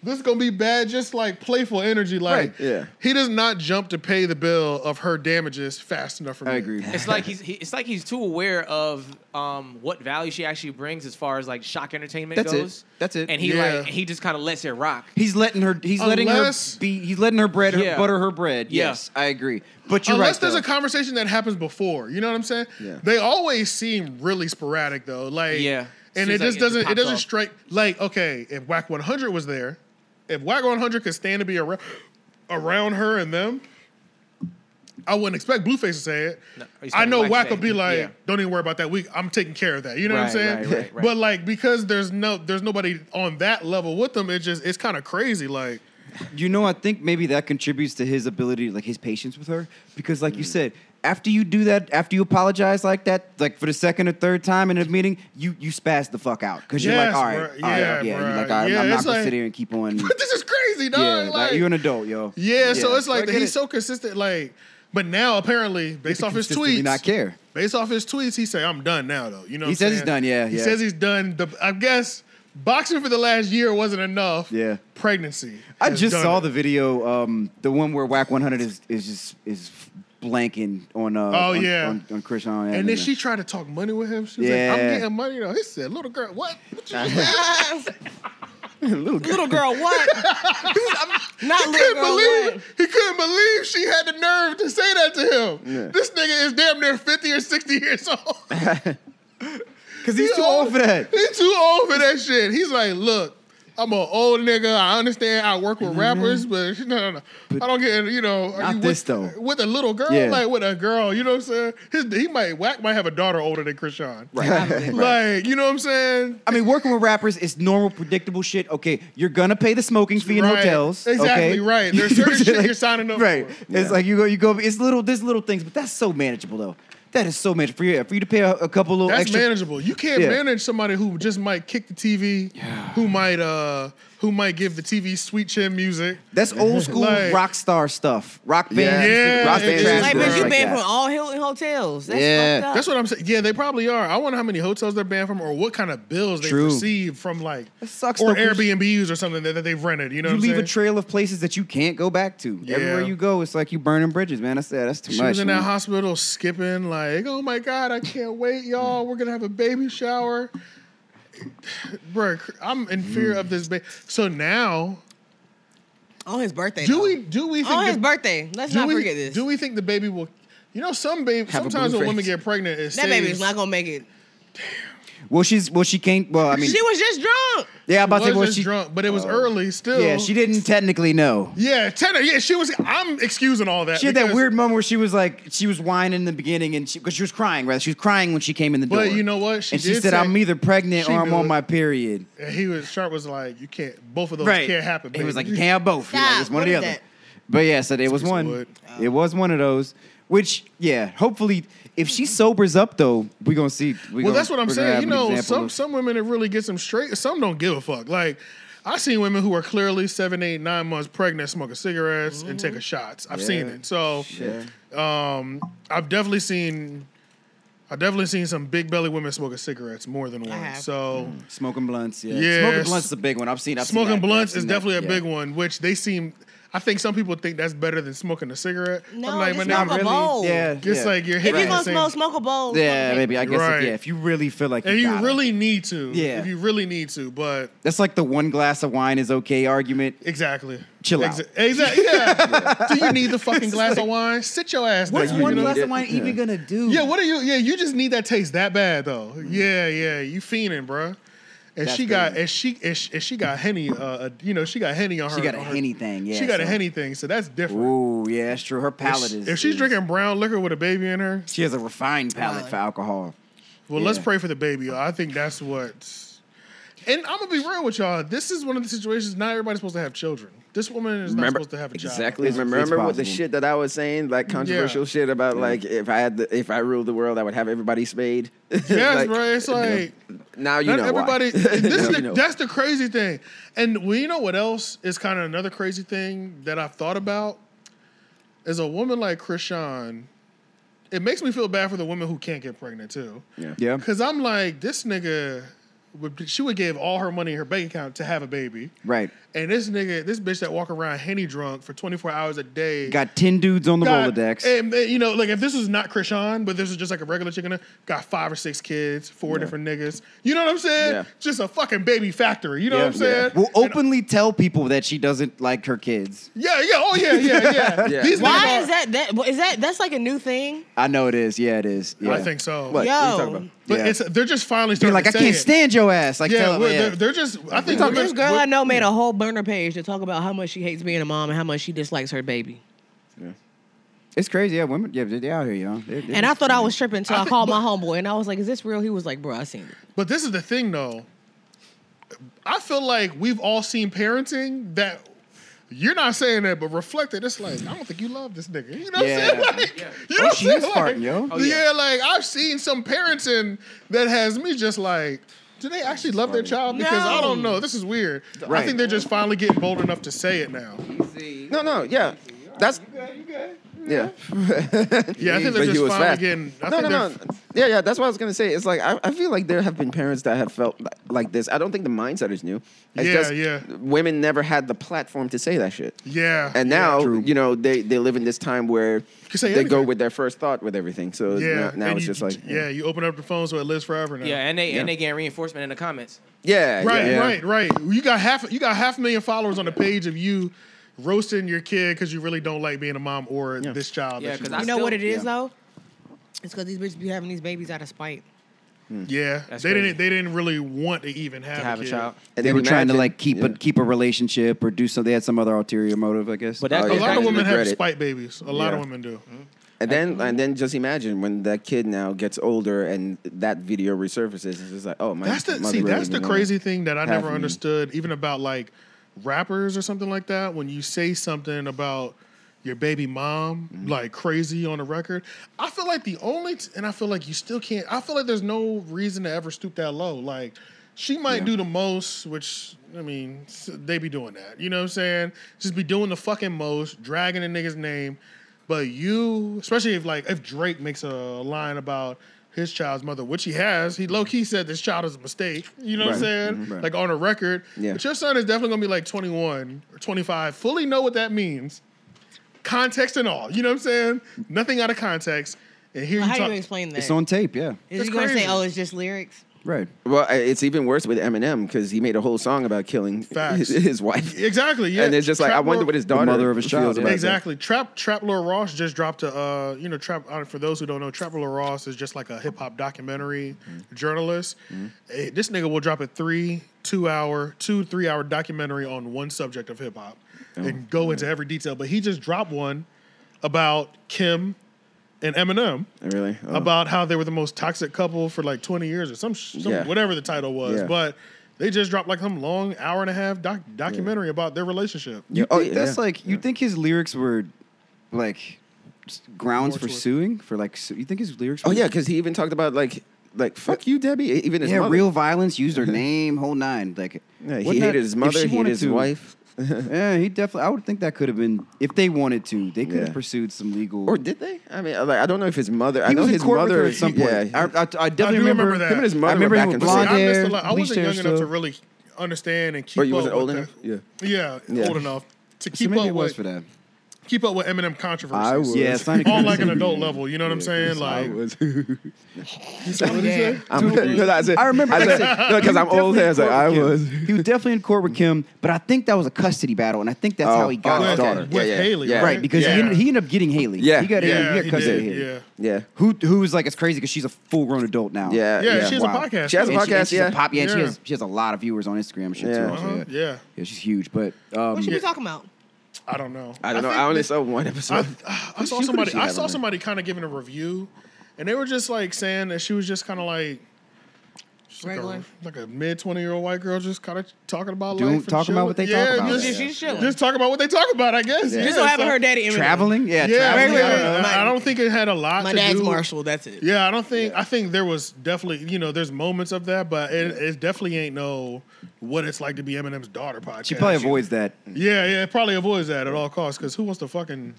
S2: this is gonna be bad. Just like playful energy. Like,
S3: Right, yeah.
S2: He does not jump to pay the bill of her damages fast enough for me.
S5: I agree.
S6: It's like he's he, it's like he's too aware of um, what value she actually brings as far as like shock entertainment
S5: That's it.
S6: goes.
S5: That's it.
S6: And he
S2: Yeah.
S6: like he just kind of lets it rock.
S5: He's letting her. He's
S2: Unless-
S5: letting her be. He's letting her bread.
S6: Yeah.
S5: Her, butter her bread.
S6: Yeah.
S5: Yes, I agree. But you're
S2: Unless
S5: right.
S2: there's
S5: though.
S2: a conversation that happens before, you know what I'm saying?
S3: Yeah.
S2: They always seem really sporadic though. Like
S6: Yeah.
S2: and
S6: Seems
S2: it
S6: like
S2: just
S6: it
S2: doesn't it
S6: pops
S2: doesn't
S6: up.
S2: strike like okay, if Whack 100 was there, if Whack 100 could stand to be around around her and them, I wouldn't expect Blueface to say it.
S6: No, he's
S2: I know
S6: saying Wack
S2: Whack would be
S6: said,
S2: like,
S6: yeah.
S2: "Don't even worry about that. We, I'm taking care of that." You know what I'm
S6: Right,
S2: saying?
S6: right, right, right.
S2: But like because there's no there's nobody on that level with them, it just it's kind of crazy. Like
S5: you know, I think maybe that contributes to his ability, like his patience with her, because, like
S2: Mm.
S5: you said, after you do that, after you apologize like that, like for the second or third time in a meeting, you you spaz the fuck out because you're
S2: Yes,
S5: like, all right,
S2: bruh.
S5: all
S2: Yeah,
S5: right, yeah, you're
S2: bruh.
S5: like, all right,
S2: Yeah,
S5: I'm
S2: it's
S5: not gonna
S2: like-
S5: sit here and keep on.
S2: this is crazy, dog.
S5: yeah, like, you're an adult, yo.
S2: Yeah, so
S5: Yeah.
S2: it's like
S5: So I
S2: that
S5: get
S2: he's
S5: it.
S2: so consistent. Like, but now apparently, based off his
S5: consistently
S2: tweets,
S5: not care.
S2: Based off his tweets, he say, "I'm done now." Though you know, what
S5: He
S2: I'm
S5: says he's
S2: saying?
S5: done, yeah,
S2: he
S5: yeah.
S2: says he's done. The I guess boxing for the last year wasn't enough.
S5: Yeah.
S2: pregnancy.
S5: I
S2: has
S5: just
S2: done
S5: saw
S2: it.
S5: the video, um, the one where Whack 100 is is just is blanking on uh,
S2: Oh,
S5: on,
S2: yeah.
S5: on, on Krishan,
S2: And then she tried to talk money with him. She was like,
S5: Yeah.
S2: "I'm getting money though." He said, "Little girl, what? What you
S5: little girl.
S4: little girl, what? I'm not little
S2: couldn't
S4: girl.
S2: believe
S4: what?
S2: he couldn't believe she had the nerve to say that to him.
S3: Yeah.
S2: This nigga is damn near fifty or sixty years old.
S5: because he's too old for that.
S2: He's too old for that shit. He's like, look, I'm an old nigga. I understand I work with rappers, but no, no, no. I don't get, you know, are
S5: Mm-hmm. Not
S2: you with,
S5: this, though.
S2: with a little girl,
S5: Yeah.
S2: like with a girl, you know what I'm saying? His, he might whack might have a daughter older than Krishan.
S5: Right.
S2: Like, you know what I'm saying?
S5: I mean, working with rappers is normal, predictable shit. Okay, you're gonna pay the smoking fee in
S2: Right.
S5: hotels.
S2: Exactly
S5: okay?
S2: right. There's certain shit you're signing up
S5: Right.
S2: for.
S5: It's like you go, you go. It's little, there's little things, but that's so manageable though. That is so manageable for you. For you to pay a, a couple little
S2: That's
S5: Oh, extra.
S2: manageable. You can't
S5: Yeah.
S2: manage somebody who just might kick the TV, who might uh who might give the TV sweet chin music.
S5: That's old school
S2: Like-
S5: rock star stuff. Rock bands,
S2: Yeah,
S5: rock
S2: it
S5: bands,
S2: is.
S4: Like,
S5: and
S4: but
S5: shit
S4: you
S5: like
S4: banned
S5: that.
S4: from all Hilton hotels. That's
S5: Yeah.
S4: fucked up.
S2: That's what I'm saying. Yeah, they probably are. I wonder how many hotels they're banned from, or what kind of bills they
S5: True.
S2: receive from like
S5: That sucks,
S2: or
S5: though, 'cause-
S2: Airbnbs or something that, that they've rented. You know,
S5: you
S2: what I'm
S5: leave a
S2: saying?
S5: trail of places that you can't go back to. Everywhere
S2: Yeah.
S5: you go, it's like you burning bridges, man. That's that's too
S2: She
S5: much.
S2: was in that
S5: man.
S2: hospital skipping like, oh my god, I can't wait, y'all. We're gonna have a baby shower, bro. I'm in fear of this baby. So now,
S4: on his birthday.
S2: do
S4: though.
S2: we do we think
S4: on his
S2: the-
S4: birthday? Let's
S2: do
S4: not
S2: we,
S4: forget this.
S2: Do we think the baby will? You know, some baby.
S3: Have a
S2: Sometimes
S3: blue
S2: when women
S3: face.
S2: get pregnant, it
S4: that baby's
S2: saves-
S4: not gonna make it.
S5: well, she's well, she can't. Well, I mean,
S4: she was just drunk.
S5: yeah, I'm about to
S2: was
S5: say, well,
S2: just
S5: she Oh.
S2: drunk, but it was early still.
S5: yeah, she didn't technically know.
S2: Yeah, Tanner. Yeah, she was. I'm excusing all that.
S5: She had that
S2: because-
S5: weird moment where she was like, she was whining in the beginning, and because she, was crying, rather, she was crying when she came in the door.
S2: But you know what? She
S5: and she
S2: did
S5: said,
S2: say-
S5: "I'm either pregnant
S2: She
S5: or I'm
S2: knew
S5: on
S2: it.
S5: my period."
S2: And he was sharp. Was like, you can't. Both of those
S5: right?
S2: can't happen.
S5: He was like,
S2: baby.
S5: "You can't have both. You know,
S4: Stop.
S5: it's one
S4: What
S5: or the
S4: is
S5: other."
S4: that?
S5: But yeah, so it was
S2: piece of
S5: one.
S2: wood.
S5: It was one of those. Which yeah, hopefully, if she sobers up though, we're gonna see. we
S2: Well,
S5: gonna-
S2: that's what I'm
S5: we're gonna have
S2: saying. You
S5: an
S2: know,
S5: example
S2: some
S5: of-
S2: some women it really gets them straight. Some don't give a fuck. Like. I've seen women who are clearly seven, eight, nine months pregnant, smoking cigarettes and taking shots. I've seen it. So, um, I've definitely seen I've definitely seen some big belly women smoking cigarettes more than once.
S4: have.
S2: So
S5: Smoking blunts, yeah.
S2: Yeah,
S5: Smoking
S2: s-
S5: blunts is a big one. I've seen. I've seen that.
S2: smoking
S5: I've
S2: blunts
S5: seen
S2: is
S5: that,
S2: definitely a
S5: yeah.
S2: big one, which they seem. I think some people think that's better than smoking a cigarette.
S4: No,
S2: I'm like,
S4: just
S2: man,
S4: not
S2: I'm
S4: my
S2: really.
S4: bowl.
S5: Yeah,
S2: It's
S5: yeah.
S2: like you're
S4: If
S2: hitting
S4: you
S2: the
S4: gonna
S2: same-
S4: smoke, smoke a bowl.
S5: Yeah, maybe I guess.
S2: Right.
S5: If, yeah, if you really feel like
S2: And
S5: you,
S2: you
S5: gotta.
S2: really need to.
S5: Yeah.
S2: If you really need to, but
S5: That's like the one glass of wine is okay argument.
S2: exactly.
S5: Chill out.
S2: Exactly. Yeah. Do you need the fucking glass of wine? Sit your ass
S5: What's
S2: down.
S5: one
S2: you know?
S5: glass
S3: Yeah.
S5: of wine even gonna do?
S2: Yeah, what are you? Yeah, you just need that taste that bad though. Yeah, yeah, you fiending, bruh. And
S5: Mm-hmm. That's
S2: she got,
S5: crazy.
S2: and she, and she, and she got henny. Uh, uh, you know, she got henny on her.
S5: She got a
S2: on her-
S5: henny thing, yeah,
S2: she got a
S5: so-
S2: henny thing, so that's different.
S5: Ooh, yeah, that's true. Her palate
S2: If
S5: is.
S2: she's
S5: is-
S2: drinking brown liquor with a baby in her,
S5: she has a refined palate for alcohol.
S2: well, let's
S5: Yeah.
S2: pray for the baby. I think that's what. And I'm gonna be real with y'all. This is one of the situations. Not everybody's supposed to have children. This woman is
S3: Remember-
S2: not supposed to have a child.
S3: Exactly.
S5: It's-
S3: remember
S5: it's
S3: what the
S5: possible.
S3: shit that I was saying, like controversial shit about like if I had the, if I ruled the world, I would have everybody spayed.
S2: Yes, bro. It's like
S3: now you
S2: not
S3: know
S2: everybody.
S3: Why.
S2: This
S3: Now
S2: is
S3: you
S2: the,
S3: know.
S2: that's the crazy thing. And well, you know what else is kind of another crazy thing that I've thought about is a woman like Krishan. It makes me feel bad for the women who can't get pregnant too.
S3: Yeah.
S5: Yeah.
S2: Cause I'm like, this nigga, would, she would give all her money in her bank account to have a baby.
S5: Right.
S2: And this nigga, this bitch that walk around henny drunk for 24 hours a day.
S5: Got ten dudes on the
S2: got-
S5: Rolodex.
S2: And, uh, you know, like if this was not Krishan, but this was just like a regular chicken, got five or six kids, four different niggas. You know what I'm saying?
S3: Yeah.
S2: Just a fucking baby factory. You know what I'm
S3: Yeah.
S2: saying?
S5: will openly tell people that she doesn't like her kids.
S2: Yeah, yeah, oh yeah, yeah, yeah.
S3: Yeah.
S2: These
S4: Why
S2: niggas
S4: is
S2: are-
S4: that? That is that? That's like a new thing.
S5: I know it is. Yeah, it is. Yeah.
S2: I think so.
S3: What? what
S4: Yo.
S3: are you talking about?
S2: But
S5: Yeah.
S2: it's they're just finally
S5: Be
S2: starting
S5: like,
S2: to
S5: I
S2: say
S5: can't
S2: it.
S5: stand your ass. Like,
S2: Yeah,
S5: tell
S2: well,
S5: yeah.
S2: They're, they're just. I think
S4: Look,
S2: women-
S4: this girl
S2: we're-
S4: I know made a whole burner page to talk about how much she hates being a mom and how much she dislikes her baby.
S5: It's crazy. Yeah, women. Yeah, they out here, you know. They- they-
S4: And I thought I was tripping until
S2: I
S4: I,
S2: think-
S4: called
S2: but-
S4: my homeboy and I was like, "Is this real?" He was like, "Bro, I seen it."
S2: But this is the thing, though. I feel like we've all seen parenting that you're not saying that, but reflected. It's like I don't think you love this nigga. You know what
S5: Yeah.
S2: I'm saying? Like, You
S5: Oh,
S2: know what
S5: she
S2: I'm
S5: is
S2: saying? Like,
S5: farting, yo.
S6: Oh,
S2: yeah.
S6: yeah.
S2: like I've seen some parenting that has me just like. Do they actually love their child? Because I don't know. This is weird. I
S5: Right.
S2: think they're just finally getting bold enough to say it now.
S3: No, no, yeah. That's
S2: Yeah, I
S3: yeah.
S2: think they're
S3: But he
S2: just finally
S3: was fast.
S2: getting. I
S3: no,
S2: think
S3: no,
S2: they're-
S3: no. Yeah, yeah. That's what I was gonna say. It's like I, I feel like there have been parents that have felt li- like this. I don't think the mindset is new. It's
S2: Yeah,
S3: just
S2: yeah.
S3: Women never had the platform to say that shit.
S2: Yeah.
S3: And
S2: yeah.
S3: now you know they, they live in this time where
S2: can
S3: they
S2: say
S3: go
S2: anything.
S3: with their first thought with everything. So
S2: Yeah.
S3: now, now
S2: and
S3: it's
S2: you-
S3: just like
S2: yeah, you open up the phone so it lives forever now.
S6: Yeah, and they
S3: Yeah.
S6: and they getting reinforcement in the comments.
S3: yeah,
S2: Right,
S3: yeah.
S2: right, right. You got half. You got half a million followers on the page of you roasting your kid because you really don't like being a mom or this child.
S6: Yeah,
S2: that you
S6: 'cause
S2: love.
S6: I
S4: You know
S6: still-
S4: what it is
S5: yeah.
S4: though? It's because these bitches be having these babies out of spite.
S2: yeah,
S6: That's
S2: they
S6: crazy.
S2: didn't. They didn't really want to even have,
S6: have a
S2: kid.
S6: child.
S3: And
S5: they
S3: then
S5: were trying to
S3: imagine-
S5: like keep
S3: yeah.
S5: a keep a relationship or do something. They had some other ulterior motive, I guess.
S6: But
S3: Oh,
S6: that
S2: A
S6: goes
S3: yeah.
S2: lot
S6: back
S2: of
S6: to
S2: women
S3: the
S2: have
S3: Reddit.
S2: spite babies. A lot of
S3: Yeah.
S2: women do.
S3: And then and then just imagine when that kid now gets older and that video resurfaces. It's just like oh my.
S2: That's the
S3: mother
S2: see.
S3: really
S2: That's the
S3: didn't
S2: crazy thing that I
S3: half
S2: never
S3: me.
S2: understood, even about like rappers or something like that. When you say something about your baby mom,
S3: Mm-hmm.
S2: like crazy on the record, I feel like the only, t- and I feel like you still can't. I feel like there's no reason to ever stoop that low. Like she might do the most, which I mean, s- they be doing that. You know what I'm saying? Just be doing the fucking most, dragging the nigga's name. But you, especially if like if Drake makes a line about his child's mother, which he has, he low key said this child is a mistake. You know what I'm
S3: Right.
S2: saying?
S5: Right.
S2: Like on a record.
S3: Yeah.
S2: But your son is definitely gonna be like 21 or 25, fully know what that means, context and all. You know what I'm saying? Nothing out of context. And here
S4: How
S2: you
S4: do you
S2: talk.
S4: explain that?
S5: it's on tape. Yeah,
S4: is
S2: That's
S4: you gonna
S2: crazy.
S4: say, "Oh, it's just lyrics"?
S5: right.
S3: Well, I- it's even worse with Eminem because he made a whole song about killing
S2: Facts.
S3: his, his wife.
S2: Exactly. Yeah.
S3: And it's just like I
S2: Trap
S3: wonder
S2: world-
S3: what his daughter,
S5: mother of his
S3: feels
S5: child, yeah.
S3: about that.
S2: Exactly. Trap Trap Lord Ross just dropped a uh, you know Trap uh, for those who don't know Trap Lord Ross is just like a hip hop documentary
S3: Mm-hmm.
S2: journalist. Eh, this nigga will drop a 3 2 hour 2 3 hour documentary on one subject of hip hop
S3: Oh,
S2: and go into every detail, but he just dropped one about Kim and Eminem
S3: Really? Oh.
S2: about how they were the most toxic couple for like 20 years or some, sh- some
S3: Yeah.
S2: whatever the title was,
S3: Yeah.
S2: but they just dropped like some long hour and a half doc- documentary about their relationship.
S5: You
S3: Oh,
S5: think
S3: yeah,
S5: that's
S3: yeah,
S5: like you think his lyrics were like s- grounds
S2: More
S5: for
S2: toward-
S5: suing for like su- you think his lyrics?
S3: Oh
S5: were-
S3: yeah, because he even talked about like like fuck you, Debbie. e, Even his
S5: yeah,
S3: mother.
S5: real violence. Used her name, whole nine. Like
S3: Yeah, he
S5: wasn't that-
S3: hated his
S5: if
S3: mother.
S5: she
S3: He hated
S5: wanted
S3: his
S5: to-
S3: wife.
S5: yeah, he definitely. I would think that could have been if they wanted to. They could have
S3: Yeah.
S5: pursued some legal.
S3: Or did they? I mean, like, I don't know if his mother. I
S5: he
S3: know
S5: was in
S3: his
S5: court with
S3: mother
S5: her at some point.
S3: Yeah,
S5: I, I, I definitely
S2: do remember that.
S3: him and his
S2: I
S3: mother
S5: remember
S3: were
S5: he
S3: back
S5: was
S3: and
S5: blonde
S2: See,
S3: forth.
S2: I missed a
S5: hair,
S2: lot. I
S5: bleached
S2: wasn't
S5: hair
S2: young enough to
S5: stuff.
S2: really understand and keep
S3: Oh, you
S2: up
S3: wasn't
S2: with
S3: old
S2: the-
S3: enough? Yeah.
S2: Yeah,
S3: Yeah.
S2: old enough to
S5: So
S2: keep
S5: maybe
S2: up
S5: it was
S2: with
S5: for that.
S2: keep up with Eminem controversies.
S3: I was.
S5: Yeah, Sonic
S2: on like an adult level. You know what I'm saying? Like
S4: Yeah.
S3: I'm, no, I, said,
S5: I remember-
S3: I
S5: like I
S3: said,
S5: said,
S3: no, because I'm old. I was like, I was.
S5: He was definitely in court with Kim, but I think that was a custody battle, and I think that's
S3: Oh,
S5: how he got
S3: oh,
S5: his
S3: okay.
S5: daughter.
S2: with
S3: Yeah, yeah,
S2: Haley,
S3: yeah.
S5: Right, because he,
S2: Yeah.
S5: ended, he ended up getting Haley.
S3: Yeah.
S5: he got,
S2: yeah,
S5: he
S2: he
S5: got custody
S2: did,
S5: of Haley.
S2: yeah.
S3: Yeah,
S5: Who who is like it's crazy because she's a full grown adult now.
S3: yeah,
S2: Yeah,
S3: yeah.
S2: she has
S5: wow.
S2: a podcast.
S3: She has a
S5: And she- and
S3: podcast,
S5: she's
S3: yeah.
S5: a pop, yeah, She
S2: Yeah.
S5: has she has a lot of viewers on Instagram and shit
S3: Yeah.
S5: too.
S2: Uh-huh,
S5: also, yeah.
S2: yeah,
S5: yeah, she's huge. But um,
S4: What should we talking about?
S2: I don't know.
S3: I don't know.
S4: I
S3: I
S4: think
S3: only
S4: this-
S3: saw one
S2: I,
S3: episode.
S2: I saw
S3: She could've-
S2: somebody.
S3: she
S2: I
S3: had
S2: saw
S3: one.
S2: somebody kind of giving a review, and they were just like saying that she was just kind of like. she's like a-
S4: Regular.
S2: Like a, mid twenty year old white girl, just kind of talking about
S5: Doing-
S2: life, and
S5: talking
S2: shit.
S5: about what they talk
S2: yeah,
S5: about.
S2: Just,
S4: She's just chilling.
S2: just talk about what they talk about, I guess. Yeah.
S4: Just so happened
S2: so-
S4: her daddy immigrated.
S5: traveling, yeah,
S2: Yeah,
S4: Wait,
S5: traveling.
S4: wait,
S2: I,
S4: wait,
S2: don't-
S4: wait.
S2: I don't think it had a lot.
S4: My
S2: to
S4: dad's
S2: do-
S4: Marshall. That's it.
S2: Yeah, I don't think. I think there was definitely, you know, there's moments of that, but it, it definitely ain't no what it's like to be Eminem's daughter podcast.
S5: She probably avoids that.
S2: Yeah, yeah, it probably avoids that at all costs because who wants to fucking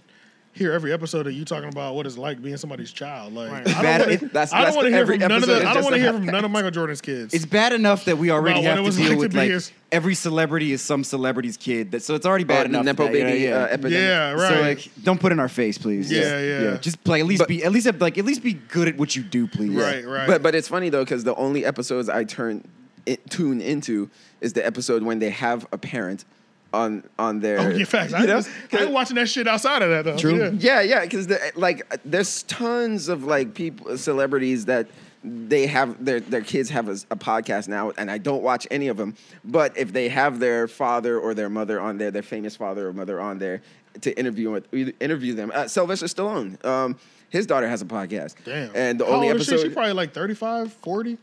S2: hear every episode of you talking about what it's like being somebody's child? Like, I
S5: Bad-
S2: don't want
S5: it-
S2: to.
S3: that's-
S2: I don't
S3: that's
S2: want to hear
S3: every
S2: from none of
S3: episode
S2: the.
S3: is
S2: I don't
S3: just
S2: want to hear
S3: about-
S2: from none of Michael Jordan's kids.
S5: It's bad enough that we already
S2: About what
S5: have
S2: it
S5: to
S2: was
S5: deal
S2: like to
S5: with
S2: be
S5: like
S2: his-
S5: every celebrity is some celebrity's kid. That so it's already
S3: Oh,
S5: bad
S3: the
S5: enough.
S3: nepo
S5: that-
S3: baby
S5: yeah,
S3: uh,
S5: yeah.
S3: epidemic.
S2: yeah, right.
S5: So like, don't put in our face, please.
S2: Yeah, yeah.
S5: Just like at least
S3: But-
S5: be at least have, like at least be good at what you do, please.
S2: right, right.
S3: But but it's funny though because the only episodes I turn it, tune into is the episode when they have a parent on on their.
S2: oh yeah, facts. I,
S3: You know?
S2: was, I ain't watching that shit outside of that though.
S5: True.
S2: Yeah.
S3: Yeah, yeah, because like there's tons of like people, celebrities that they have their their kids have a, s- a podcast now, and I don't watch any of them. But if they have their father or their mother on there, their famous father or mother on there to interview with, interview them, uh, Sylvester Stallone, um, his daughter has a podcast.
S2: Damn.
S3: And the
S2: How
S3: only
S2: old is she?
S3: episode
S2: She probably like 35, 40?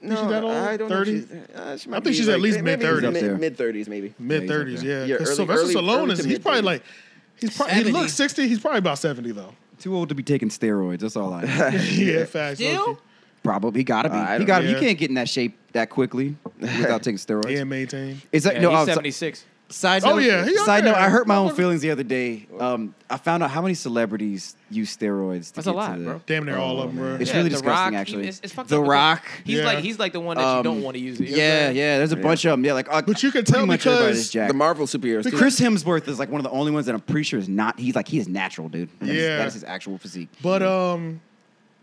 S3: no,
S2: is she that old?
S3: I don't
S2: 30?
S3: know. if she's- uh, she might
S2: I think
S3: be,
S2: she's at
S3: like,
S2: least
S3: maybe
S2: mid-thirties.
S5: Up there.
S3: mid thirties maybe.
S2: Mid thirties,
S5: Yeah,
S2: yeah.
S3: yeah,
S2: Because
S3: early-
S2: Sylvester
S3: early-
S2: Stallone
S3: early
S2: is
S3: to
S2: he's probably
S3: mid-thirties.
S2: like he's probably he
S4: 70.
S2: looks sixty. He's probably about seventy though.
S5: Too old to be taking steroids. That's all I. know.
S2: yeah, facts.
S4: Still?
S2: low-key.
S5: Probably gotta be.
S3: Uh, I
S5: he
S3: don't
S5: got.
S2: know.
S5: You
S2: Yeah.
S5: can't get in that shape that quickly without taking steroids.
S2: Yeah, maintain.
S5: It's like
S6: Yeah,
S5: no.
S6: he's
S5: I was-
S6: 76.
S5: Side note,
S2: Oh, yeah, he out
S5: side note.
S2: there.
S5: I hurt my own feelings the other day. Um, I found out how many celebrities use steroids. To
S6: That's
S5: get
S6: a
S5: to
S6: lot,
S5: the-
S6: bro.
S2: Damn near all of them, bro.
S5: It's
S6: Yeah,
S5: really
S6: The Rock,
S5: disgusting, actually.
S6: It's, it's fucked
S5: the
S6: up because
S5: Rock.
S6: He's
S2: Yeah.
S6: like he's like the one that you
S5: um,
S6: don't want to use. It,
S5: Yeah, yeah. There's a bunch of them. Yeah, like uh,
S2: But you can
S5: pretty
S2: tell
S5: much everybody's
S2: because
S5: jacked.
S3: The Marvel superheroes. too.
S5: Chris Hemsworth is like one of the only ones that I'm pretty sure is not. He's like he is natural, dude. That is-
S2: Yeah.
S5: that is his actual physique.
S2: But um,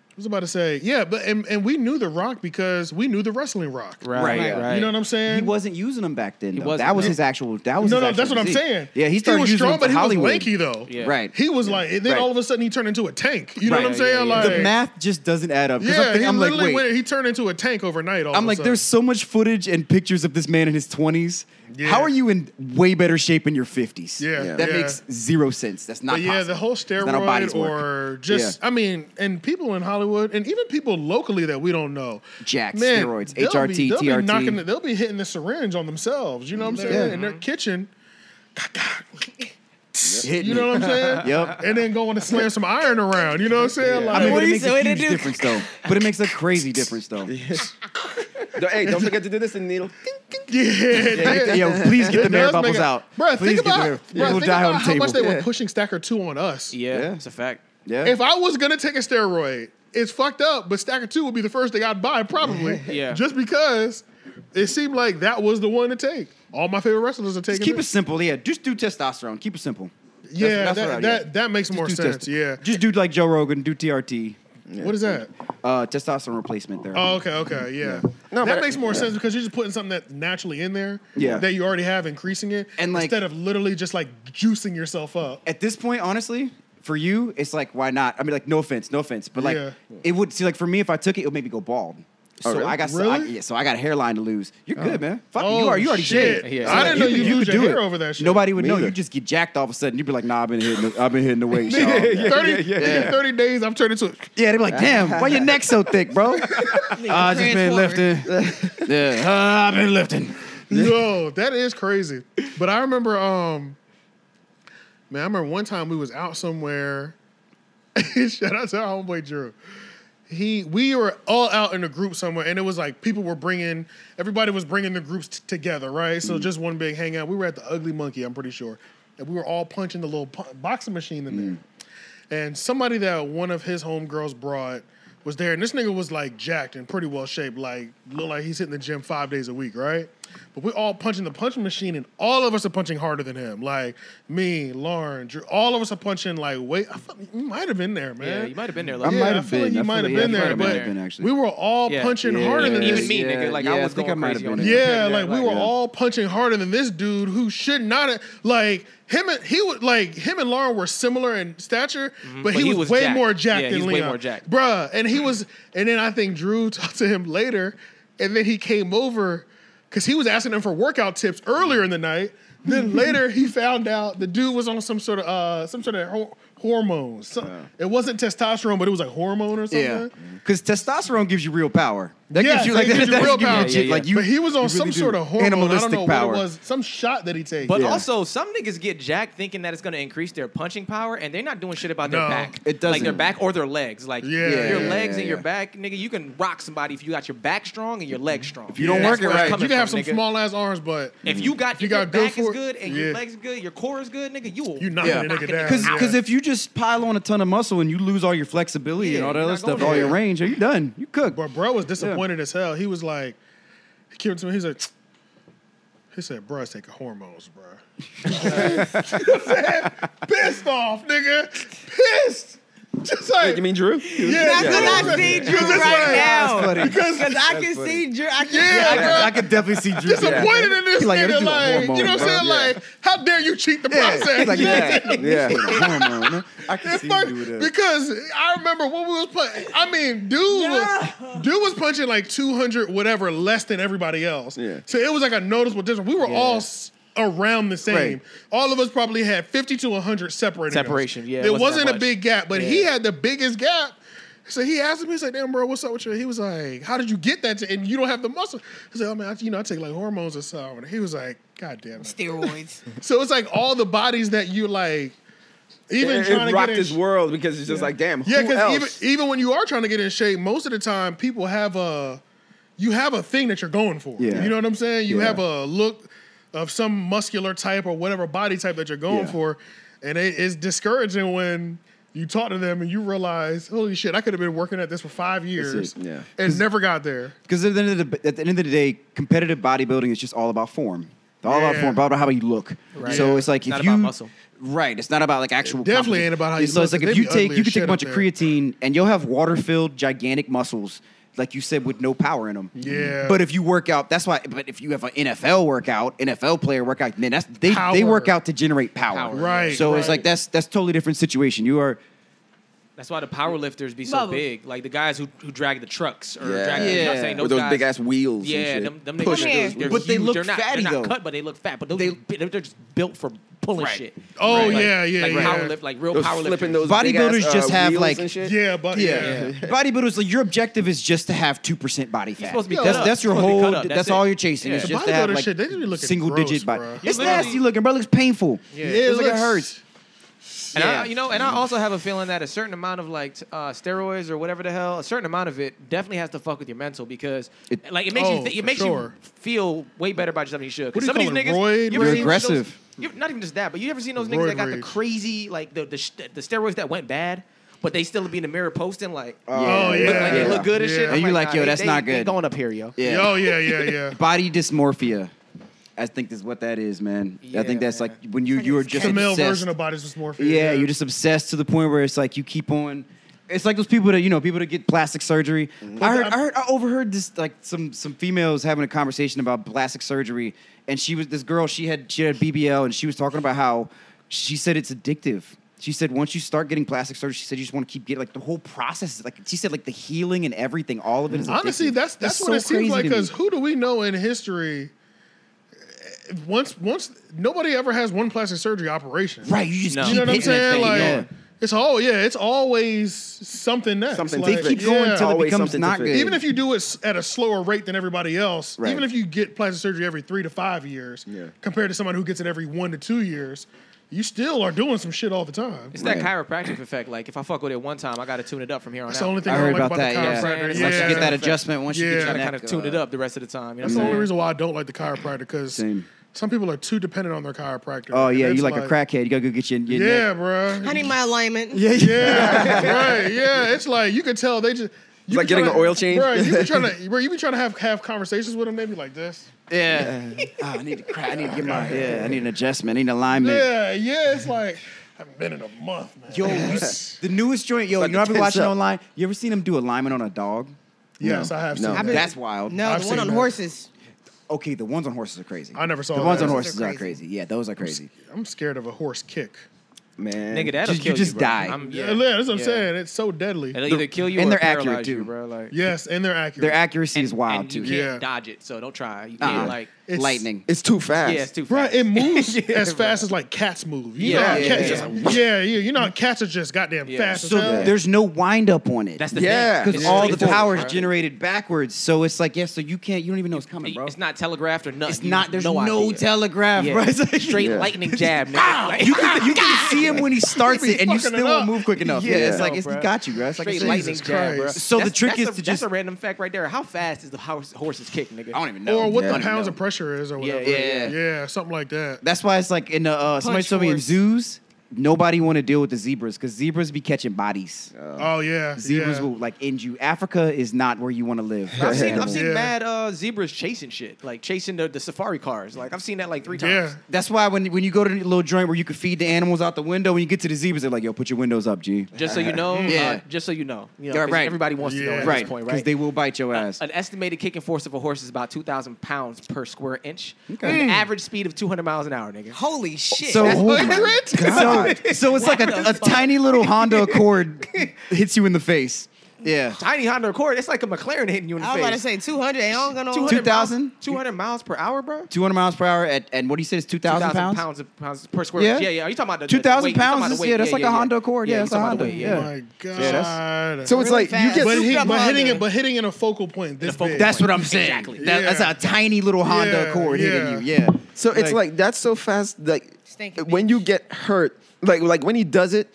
S2: I was about to say yeah, but and, and we knew the Rock because we knew the wrestling Rock.
S5: Right,
S6: Right,
S5: right.
S6: right.
S2: You know what I'm saying?
S5: he wasn't using them back then.
S6: He
S5: though.
S6: wasn't,
S5: That was
S6: no.
S5: his actual. That was
S2: no,
S5: his
S2: no,
S5: actual
S2: that's what I'm
S5: physique.
S2: saying.
S5: Yeah, he started
S2: was
S5: using
S2: strong,
S5: them for
S2: but he
S5: Hollywood.
S2: was lanky though.
S6: Yeah.
S5: Right.
S2: He was like, and then
S5: Right.
S2: all of a sudden he turned into a tank. You know what
S5: Right.
S2: I'm saying?
S6: Yeah, yeah,
S2: like,
S5: the math just doesn't add up. 'Cause
S2: yeah,
S5: I'm, thinking-
S2: he
S5: I'm like,
S2: literally
S5: wait.
S2: went. He turned into a tank overnight. All
S5: I'm
S2: of
S5: like,
S2: a
S5: there's
S2: sudden.
S5: so much footage and pictures of this man in his 20s.
S2: Yeah.
S5: How are you in way better shape in your 50s?
S2: Yeah,
S5: that
S2: yeah.
S5: makes zero sense. That's not.
S2: But yeah,
S5: possible.
S2: the whole
S5: That's not how bodies
S2: steroid
S5: work.
S2: or just I mean, and people in Hollywood and even people locally that we don't know.
S5: Jack,
S2: man,
S5: steroids,
S2: they'll be-
S5: HRT,
S2: they'll
S5: TRT.
S2: Be knocking, the- they'll be hitting the syringe on themselves. You know what I'm saying?
S5: Yeah.
S2: In their kitchen.
S5: Hitting
S2: You know what I'm saying?
S5: Yep.
S2: And then going to slam some iron around. You know what I'm saying? Like,
S5: I mean,
S4: What
S5: but it
S4: do you
S5: makes
S4: say?
S5: a
S4: What do
S5: huge
S4: you do?
S5: difference though. But it makes a crazy difference though.
S3: hey, don't forget to do this in needle.
S2: yeah, yeah,
S5: Yo, please get the
S2: It
S5: mayor
S2: does make
S5: bubbles
S2: it-
S5: out.
S2: Bruh,
S5: please
S2: think
S5: get the
S2: about,
S5: mayor-
S2: bruh,
S5: People
S2: think
S5: die
S2: about
S5: on the
S2: how
S5: table.
S2: much they were pushing Stacker 2 on us.
S6: yeah,
S5: Yeah.
S6: it's a fact.
S5: yeah.
S2: If I was gonna take a steroid, it's fucked up, but Stacker Two would be the first thing I'd buy, probably.
S6: Yeah.
S2: Just because it seemed like that was the one to take. All my favorite wrestlers are
S5: Just
S2: taking.
S5: keep
S2: it.
S5: it simple. Yeah, just do testosterone. Keep it simple.
S2: yeah,
S5: that's
S2: that,
S5: what I-
S2: that,
S5: yeah.
S2: that makes more
S5: Just do
S2: sense.
S5: test-
S2: yeah.
S5: Just do like Joe Rogan. Do TRT.
S2: What is that?
S5: Uh, testosterone replacement therapy.
S2: Oh, okay, okay, yeah.
S3: No,
S2: that
S3: but-
S2: makes more sense because you're just putting something that's naturally in there
S5: Yeah.
S2: that you already have, increasing it,
S5: And, like-
S2: instead of literally just like juicing yourself up.
S5: at this point, honestly, for you, it's like, why not? I mean, like, no offense, no offense, but like,
S2: Yeah. Oh,
S5: it would see like for me, if I took it, it would make me go bald. So
S3: really?
S5: I got, so I,
S2: Really?
S5: yeah, so I got a hairline to lose. You're good, man. Fuck it,
S2: Oh,
S5: you are. You already
S2: shit.
S5: did.
S6: Yeah.
S5: So,
S6: I
S5: like,
S6: didn't
S2: know you lose
S5: could
S2: your
S5: do
S2: hair
S5: it.
S2: over that shit.
S5: Nobody would
S3: Me
S5: know.
S3: either.
S5: You just get jacked all of a sudden. You'd be like, nah, I've been hitting. The, I've been hitting the weight. Sean. yeah.
S2: 30, within 30 days, I've turned into a
S5: they'd be like, damn, why your neck so thick, bro? I just been lifting. yeah, uh, I've been lifting.
S2: Yo, that is crazy. But I remember, um, man, I remember one time we was out somewhere. Shout out to our homeboy Drew. he we were all out in a group somewhere and it was like people were bringing everybody was bringing the groups t- together right so just one big hangout we were at the ugly monkey i'm pretty sure and we were all punching the little pu- boxing machine in there and somebody that one of his homegirls brought was there and this nigga was like jacked and pretty well shaped like looked like he's hitting the gym five days a week right but we're all punching the punching machine and all of us are punching harder than him like me lauren drew all of us are punching like wait i feel, you might have been there man
S6: Yeah, you might have been there. Like,
S5: I'm
S2: yeah,
S5: might
S2: I
S5: have
S2: feel like
S5: been.
S2: you
S5: I
S2: might have
S5: feel
S2: been
S5: like- yeah,
S2: there,
S5: I might
S2: but
S5: have been, actually.
S2: we were all
S6: Yeah.
S2: punching
S6: Yeah,
S2: harder than
S6: even
S2: this.
S6: me, nigga. Like, I
S5: yeah,
S6: was
S5: think
S6: going
S5: I might have
S6: crazy
S5: been
S6: on
S5: there.
S6: it.
S2: Yeah,
S6: Yeah,
S2: like we
S6: like,
S2: were
S5: yeah.
S2: all punching harder than this dude who should not have, like him. and He was like him and Lauren were similar in stature,
S6: Mm-hmm.
S2: but, he, was, way
S6: jacked.
S2: more jacked
S6: Yeah,
S2: than
S6: he's way
S2: Leon,
S6: more jacked.
S2: bruh. And he was, and then I think Drew talked to him later, and then he came over because he was asking him for workout tips earlier in the night. Then later he found out the dude was on some sort of uh some sort of ho- hormones. So- It wasn't testosterone, but it was like hormone or something.
S5: Yeah, because testosterone gives you real power. That
S2: Yeah,
S5: gives you like
S2: it gives
S5: that,
S2: you real
S5: gives you
S2: power.
S5: legit,
S6: Yeah, yeah, yeah.
S5: Like you,
S2: but he was on
S5: you
S2: some
S5: really do.
S2: sort of hormone. I don't
S5: Animalistic
S2: know
S5: power.
S2: what it was. Some shot that he takes.
S6: But
S5: Yeah.
S6: also, some niggas get jacked thinking that it's gonna increase their punching power, and they're not doing shit about
S2: No.
S6: their back. Like
S5: It
S6: their
S5: doesn't.
S6: back or their legs. Like
S2: Yeah.
S6: your
S5: Yeah,
S6: legs
S5: yeah,
S6: and your
S5: yeah.
S6: back, nigga. You can rock somebody if you got your back strong and your legs strong. If
S5: you don't work it right,
S2: you can have some small ass arms, but
S6: If you got,
S2: If you
S6: if your
S2: got good
S6: back is
S2: for-
S6: good and
S2: yeah.
S6: your legs good, your core is good, nigga. You will
S2: You knocking
S5: Yeah.
S2: the
S6: knocking
S2: nigga down.
S5: Because
S2: Yeah.
S5: if you just pile on a ton of muscle and you lose all your flexibility
S6: Yeah,
S5: and all that
S6: you're
S5: other
S6: not
S5: stuff,
S6: going
S5: all your
S6: there.
S5: range, are you done? You cooked.
S2: But bro was disappointed as hell. He was like, he came to me. He's like, he said, "Bro, it's taking hormones, bro." pissed off, nigga. Pissed. Just like
S3: You mean Drew?
S2: yeah,
S4: That's what I see Drew right now.
S5: funny.
S4: Because I can
S5: funny.
S4: see Drew. I can
S2: Yeah,
S4: I
S2: bro.
S4: can-
S5: I could definitely see Drew.
S2: disappointed in this
S5: He like, "Yeah, this
S2: nigga.
S5: dude a
S2: Like, you know what
S5: hormone,
S2: I'm saying?
S5: bro."
S2: Like, how dare you cheat the process?
S5: He's like,
S2: You know what I'm
S5: yeah,
S2: saying?
S5: yeah. Hormone, man. I can
S2: It's
S5: see
S2: funny,
S5: you do that.
S2: because I remember when we was playing. I mean, dude, was, dude was punching like two hundred whatever less than everybody else.
S3: Yeah.
S2: So it was like a noticeable difference. We were all s- around the same.
S5: Right.
S2: All of us probably had fifty to hundred separating.
S6: Separation, yeah, it
S2: There
S6: wasn't that
S2: wasn't, a
S6: much.
S2: big gap, but he
S6: Yeah.
S2: had the biggest gap. So he asked me, he's like, damn, bro, what's up with you? He was like, how did you get that? To, and you don't have the muscle. I said, oh, man, I, you know, I take like hormones or something. he was like, God damn it.
S4: steroids.
S2: So it's like all the bodies that you like, even
S3: It,
S2: trying to
S3: it
S2: get
S3: rocked
S2: in
S3: his world because it's just like, damn,
S2: yeah,
S3: who else?
S2: because even even when you are trying to get in shape, most of the time people have a you have a thing that you're going for.
S5: Yeah.
S2: You know what I'm saying? You
S5: Yeah.
S2: have a look of some muscular type or whatever body type that you're going
S5: Yeah.
S2: for, and it is discouraging when you talk to them and you realize, holy shit, I could have been working at this for five years
S3: yeah.
S2: and never got there.
S5: Because at the end of the at the end of the day, competitive bodybuilding is just all about form. It's all about
S2: Yeah.
S5: form, about how you look.
S6: Right.
S5: So
S2: Yeah.
S5: it's like if
S6: Not
S5: you
S6: about muscle.
S5: right, it's not about like actual.
S2: definitely
S5: competition.
S2: ain't about how you
S5: So it's
S2: look,
S5: like
S2: 'cause
S5: if
S2: they
S5: you
S2: be
S5: take
S2: ugly
S5: you
S2: as
S5: can
S2: shit
S5: take a bunch
S2: up
S5: of
S2: there.
S5: creatine and you'll have water filled gigantic muscles, like you said, with no power in them.
S2: Yeah.
S5: But if you work out, that's why. But if you have an NFL workout, NFL player workout, man, that's they
S2: Power.
S5: they work out to generate power.
S6: Power.
S2: Right,
S5: So it's
S2: right.
S5: like that's that's totally different situation. You are.
S6: That's why the power lifters be so
S4: Bubba.
S6: big. Like the guys who, who drag the trucks or
S3: Yeah.
S6: drag the, you know what I'm saying?
S5: Yeah.
S6: Those
S3: With those
S6: guys-
S3: big ass wheels.
S6: Yeah,
S3: and shit.
S6: them, them niggas,
S3: Push
S4: Come
S6: they're,
S4: here.
S6: they're
S5: But they
S6: huge.
S5: look
S6: they're not,
S5: fatty,
S6: they're not
S5: though.
S6: cut, but they look fat. But those
S5: They-
S6: are, they're just built for pulling shit.
S2: Oh
S6: Like-
S2: yeah, yeah,
S6: like
S2: yeah.
S6: power lift, like real
S3: Those
S6: power
S3: flipping those
S6: lifters.
S5: Bodybuilders
S3: big-ass, uh,
S5: just have,
S3: wheels
S5: like-
S3: and shit.
S2: yeah, but yeah.
S5: Yeah. Bodybuilders, like your objective is just to have two percent body fat.
S6: supposed to be cut
S5: that's
S6: up.
S5: that's your
S6: You're supposed to be
S5: whole.
S6: cut up.
S5: That's,
S6: That's it.
S5: all you're chasing.
S6: Yeah.
S5: Is
S6: The
S5: just to have
S2: bodybuilder
S5: like
S2: shit, they just be looking
S5: single
S2: gross,
S5: digit body.
S2: bruh.
S5: It's
S6: Yeah, literally-
S5: nasty looking, bro. It looks painful.
S6: Yeah.
S2: it
S5: It's like it
S2: looks-
S5: hurts.
S6: And
S5: Yeah.
S6: I, you know, and I also have a feeling that a certain amount of like t- uh, steroids or whatever the hell, a certain amount of it definitely has to fuck with your mental because
S5: It-
S6: like it makes
S2: Oh,
S6: you th-
S2: for
S6: it makes
S2: sure.
S6: you feel way better about yourself than you should. 'Cause
S2: What do you
S6: some
S2: call
S6: of these
S2: it, roid
S6: niggas, you ever
S2: rage?
S6: seen
S5: Aggressive.
S6: Those, you- not even just that, but you ever seen those niggas
S2: Roid
S6: that got
S2: rage.
S6: the crazy like the the, sh- the steroids that went bad, but they still be in the mirror posting like.
S2: Oh yeah.
S6: look like they look good and
S2: yeah.
S6: shit. I'm
S5: And you like,
S6: nah,
S5: yo,
S6: they-
S5: that's
S6: they-
S5: not
S6: They
S5: good.
S6: going up here, yo.
S5: Yeah.
S2: Oh yeah, yeah, yeah.
S5: Body dysmorphia. I think is what that is, man. I think
S6: Yeah,
S5: that's
S6: man.
S5: like when you you are
S2: It's
S5: just
S2: a male
S5: obsessed.
S2: version of body dysmorphia.
S5: Yeah, you're just obsessed to the point where it's like you keep on. It's like those people that you know, people that get plastic surgery. I heard, I heard, I overheard this like some some females having a conversation about plastic surgery, and she was this girl. She had she had BBL, and she was talking about how she said it's addictive. She said once you start getting plastic surgery, she said you just want to keep getting like the whole process. is Like she said, like the healing and everything, all of it is.
S2: Honestly,
S5: addictive.
S2: that's that's, what it
S5: so
S2: seems
S5: crazy
S2: like.
S5: to me.
S2: Because who do we know in history? eh, Once, once nobody ever has one plastic surgery operation,
S5: right, you just
S6: No.
S5: keep
S2: You know what I'm
S5: hitting that
S2: saying?
S5: thing,
S2: Like,
S5: yeah.
S2: it's all yeah, it's always something next.
S3: Something
S2: like,
S5: they keep going
S2: yeah.
S5: till it
S3: always
S5: becomes
S3: something
S5: not
S3: to
S5: good.
S3: fix.
S2: even if you do it s- at a slower rate than everybody else,
S5: Right.
S2: even if you get plastic surgery every three to five years,
S3: Yeah.
S2: compared to someone who gets it every one to two years, you still are doing some shit all the time.
S6: It's that
S5: Right.
S6: chiropractic effect. Like if I fuck with it one time, I got to tune it up from here on
S2: That's
S6: out.
S2: the only thing
S5: I
S2: I,
S5: heard
S2: like
S5: about
S2: about,
S5: that, yeah.
S2: the chiropractor.
S6: It's
S2: Yeah,
S6: like
S5: Once you get that adjustment, once you
S2: Yeah.
S5: get your
S6: Gotta
S5: neck, uh,
S6: kind of tune it up the rest of the time. You know
S2: That's
S6: what
S2: the
S6: I'm
S2: only
S6: saying?
S2: reason why I don't like the chiropractor because
S5: Same.
S2: some people are too dependent on their chiropractor.
S5: Oh
S2: And
S5: yeah,
S2: it's
S5: you like a crackhead. You gotta go get your, your
S2: Yeah,
S5: neck.
S2: bro.
S4: I need my alignment.
S2: Yeah, right. Yeah, it's like you could tell they just. You
S3: like
S2: be
S3: getting
S2: tryna-
S3: an oil change.
S2: Bro, you be trying to, bro, you be trying to have have conversations with them. They be like this.
S6: Yeah.
S5: Oh, I need to crack. I need to get my. Yeah, I need an adjustment. I need an alignment.
S2: Yeah, yeah. It's like I haven't been in a month, man.
S5: Yo, you s- the newest joint. Yo,
S3: Like
S5: you know I've been
S3: a
S5: watching
S3: pinch up.
S5: online. You ever seen them do alignment on a dog?
S2: yes,
S3: no,
S2: I have
S3: no.
S2: seen.
S3: I've
S2: that.
S4: been-
S5: That's wild.
S4: No,
S2: I've
S4: the one
S2: seen
S4: on
S2: that.
S4: horses.
S5: Okay, the ones on horses are crazy.
S2: I never saw
S5: the ones
S2: that.
S5: on
S4: Horses
S5: horses
S4: are
S5: are
S4: crazy.
S5: crazy. Yeah, those are crazy.
S2: I'm scared of a horse kick.
S3: man.
S6: Nigga, that'll
S5: Just- you
S6: kill
S5: just
S6: bro.
S5: die.
S6: I'm-
S2: Yeah, that's what I'm saying. It's so deadly.
S6: It'll either kill you
S5: and
S6: or
S5: they're
S6: paralyze
S5: accurate,
S6: you,
S5: too.
S6: bro. Like,
S2: Yes, and they're accurate.
S5: Their accuracy is wild
S6: and
S5: too.
S6: you can't
S2: Yeah.
S6: dodge it, so don't try. You
S5: Uh-uh.
S6: can't like.
S2: It's-
S5: Lightning.
S3: It's too fast.
S6: Yeah, it's too
S2: Right,
S6: fast.
S2: it moves as fast as like cats move. You
S6: Yeah,
S2: yeah,
S6: yeah,
S2: yeah, cats
S6: yeah.
S2: yeah. Just, yeah, yeah. You know, how cats are just goddamn
S6: Yeah.
S2: fast.
S5: so
S2: as hell.
S5: there's no wind up on it.
S6: That's the
S3: Yeah,
S6: thing.
S5: because
S6: It's
S5: all the
S6: straightforward,
S5: power is
S6: bro.
S5: generated backwards. So it's like, yeah, so you can't. You don't even know it's coming, bro.
S6: It's not telegraphed or nothing.
S5: It's
S6: You
S5: not.
S6: have
S5: There's no,
S6: no, idea.
S5: telegraph,
S6: Yeah.
S5: bro. It's like- Ah,
S6: Straight
S3: Yeah.
S6: lightning jab, nigga. Like,
S5: you can, you can see him when he starts
S2: He be
S5: it, and you
S2: fucking
S5: still
S2: it
S5: won't
S2: up.
S5: move quick enough. Yeah,
S3: Yeah.
S5: it's like
S6: No,
S5: it's,
S6: bro.
S5: you got you, bro. It's like
S6: straight
S5: a-
S6: lightning
S2: Jesus
S6: jab, bro.
S2: Christ.
S5: So the
S6: That's-
S5: trick
S6: that's
S5: is
S6: a-
S5: to
S6: that's
S5: just-
S6: a random fact right there. How fast is the horse, horse's kick, nigga?
S5: I don't even know.
S2: or what
S3: Yeah.
S2: the
S5: I don't
S2: pounds
S5: know.
S2: of pressure is, or
S6: Yeah,
S2: whatever.
S5: yeah, yeah.
S2: something like that.
S5: That's why it's like in the uh, somebody
S4: Punch
S5: told me in
S4: force.
S5: zoos, nobody want to deal with the zebras because zebras be catching bodies.
S2: Oh yeah,
S5: Zebras
S2: yeah.
S5: will like end you. Africa is not where you want to live.
S6: I've seen, I've seen
S2: Yeah.
S6: mad uh, zebras chasing shit, like chasing the, the safari cars. Like I've seen that like three
S2: Yeah.
S6: times.
S5: That's why when, when you go to the little joint where you can feed the animals out the window, when you get to the zebras, they're like, "Yo, put your windows up, G."
S6: Just so you know,
S5: Yeah.
S6: uh, just so you know, you know,
S5: Yeah,
S6: 'cause
S5: right.
S6: Everybody wants to know
S2: Yeah.
S6: at
S5: Right,
S6: this point,
S5: because
S6: right?
S5: they will bite your ass.
S6: An estimated kicking force of a horse is about two thousand pounds per square inch,
S5: Okay. Mm.
S6: with an average speed of two hundred miles an hour, nigga.
S4: Holy shit.
S5: So,
S4: That's-
S5: hold on. so, so it's like a, a tiny little Honda Accord hits you in the face. Yeah.
S6: Tiny Honda Accord, it's like a McLaren hitting you in the
S4: I was
S6: face.
S4: about to say 200. They don't gonna
S5: 2,000?
S6: two hundred miles per hour, bro.
S5: 200 miles per hour at, and what do you say is 2,000 pounds?
S6: pounds, of, pounds per square.
S5: Yeah.
S6: inch. yeah, yeah. Are you talking about the- the
S5: 2,000
S6: weight? You talking about
S5: pounds
S6: the
S5: is-
S6: weight?
S5: yeah, that's like a
S6: yeah.
S5: Honda Accord. Yeah,
S6: you
S5: that's a
S6: talking about the
S5: Honda,
S6: weight,
S5: yeah.
S2: Oh My God.
S5: Yeah,
S3: so it's
S4: Really
S3: like you
S4: fast.
S3: get
S2: but,
S4: Souped
S2: he,
S4: up
S2: but hitting
S4: Honda.
S2: it, but hitting in a focal point. This
S6: focal
S2: big.
S5: That's what I'm saying.
S6: Exactly.
S5: That- That's
S2: Yeah.
S5: a tiny little Honda
S2: Yeah,
S5: Accord
S2: yeah.
S5: hitting you. Yeah.
S3: So it's like, that's so fast. Like
S4: Stinky
S3: when
S4: bitch.
S3: you get hurt, like like when he does it,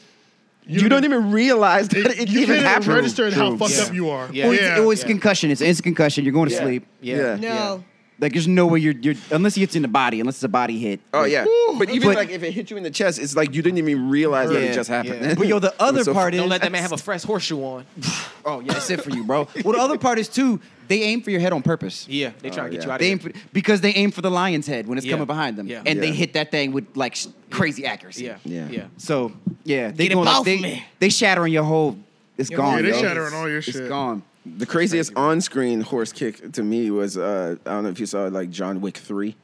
S3: you, don't even realize that it,
S2: you
S3: even
S2: can't
S3: happened.
S2: register how fucked
S6: Yeah.
S2: up you are.
S6: Yeah.
S5: Or
S2: yeah.
S5: it's, or it's
S6: yeah.
S5: concussion. It's an instant concussion. You're going to sleep.
S3: Yeah.
S6: Yeah.
S4: No.
S5: Like there's no way you're you're unless it gets in the body, unless it's a body hit.
S3: Oh
S5: Like,
S3: yeah, but even
S5: But-
S3: like if it hit you in the chest, it's like you didn't even realize that
S5: Yeah,
S3: it just happened.
S5: But yo, the
S3: It was
S5: other
S3: so
S5: part is
S6: Don't let that man have a fresh horseshoe on.
S5: Oh yeah, that's it for you, bro. well, the other part is too. They aim for your head on purpose.
S6: Yeah, they trying to get
S3: yeah.
S6: you out
S5: They aim
S6: of
S5: for, because they aim for the lion's head when it's
S6: Yeah.
S5: coming behind them,
S6: Yeah.
S5: and they
S3: Yeah.
S5: hit that thing with like s- crazy accuracy.
S6: here. Yeah,
S3: Yeah.
S6: yeah.
S5: So yeah, they
S4: Get it
S5: going like
S4: off
S5: they,
S4: me.
S5: they shattering your whole. It's gone.
S2: Yeah, they
S5: yo.
S2: shattering all your
S5: It's
S2: shit.
S5: gone.
S3: The craziest on-screen horse kick to me was uh, I don't know if you saw like John Wick three,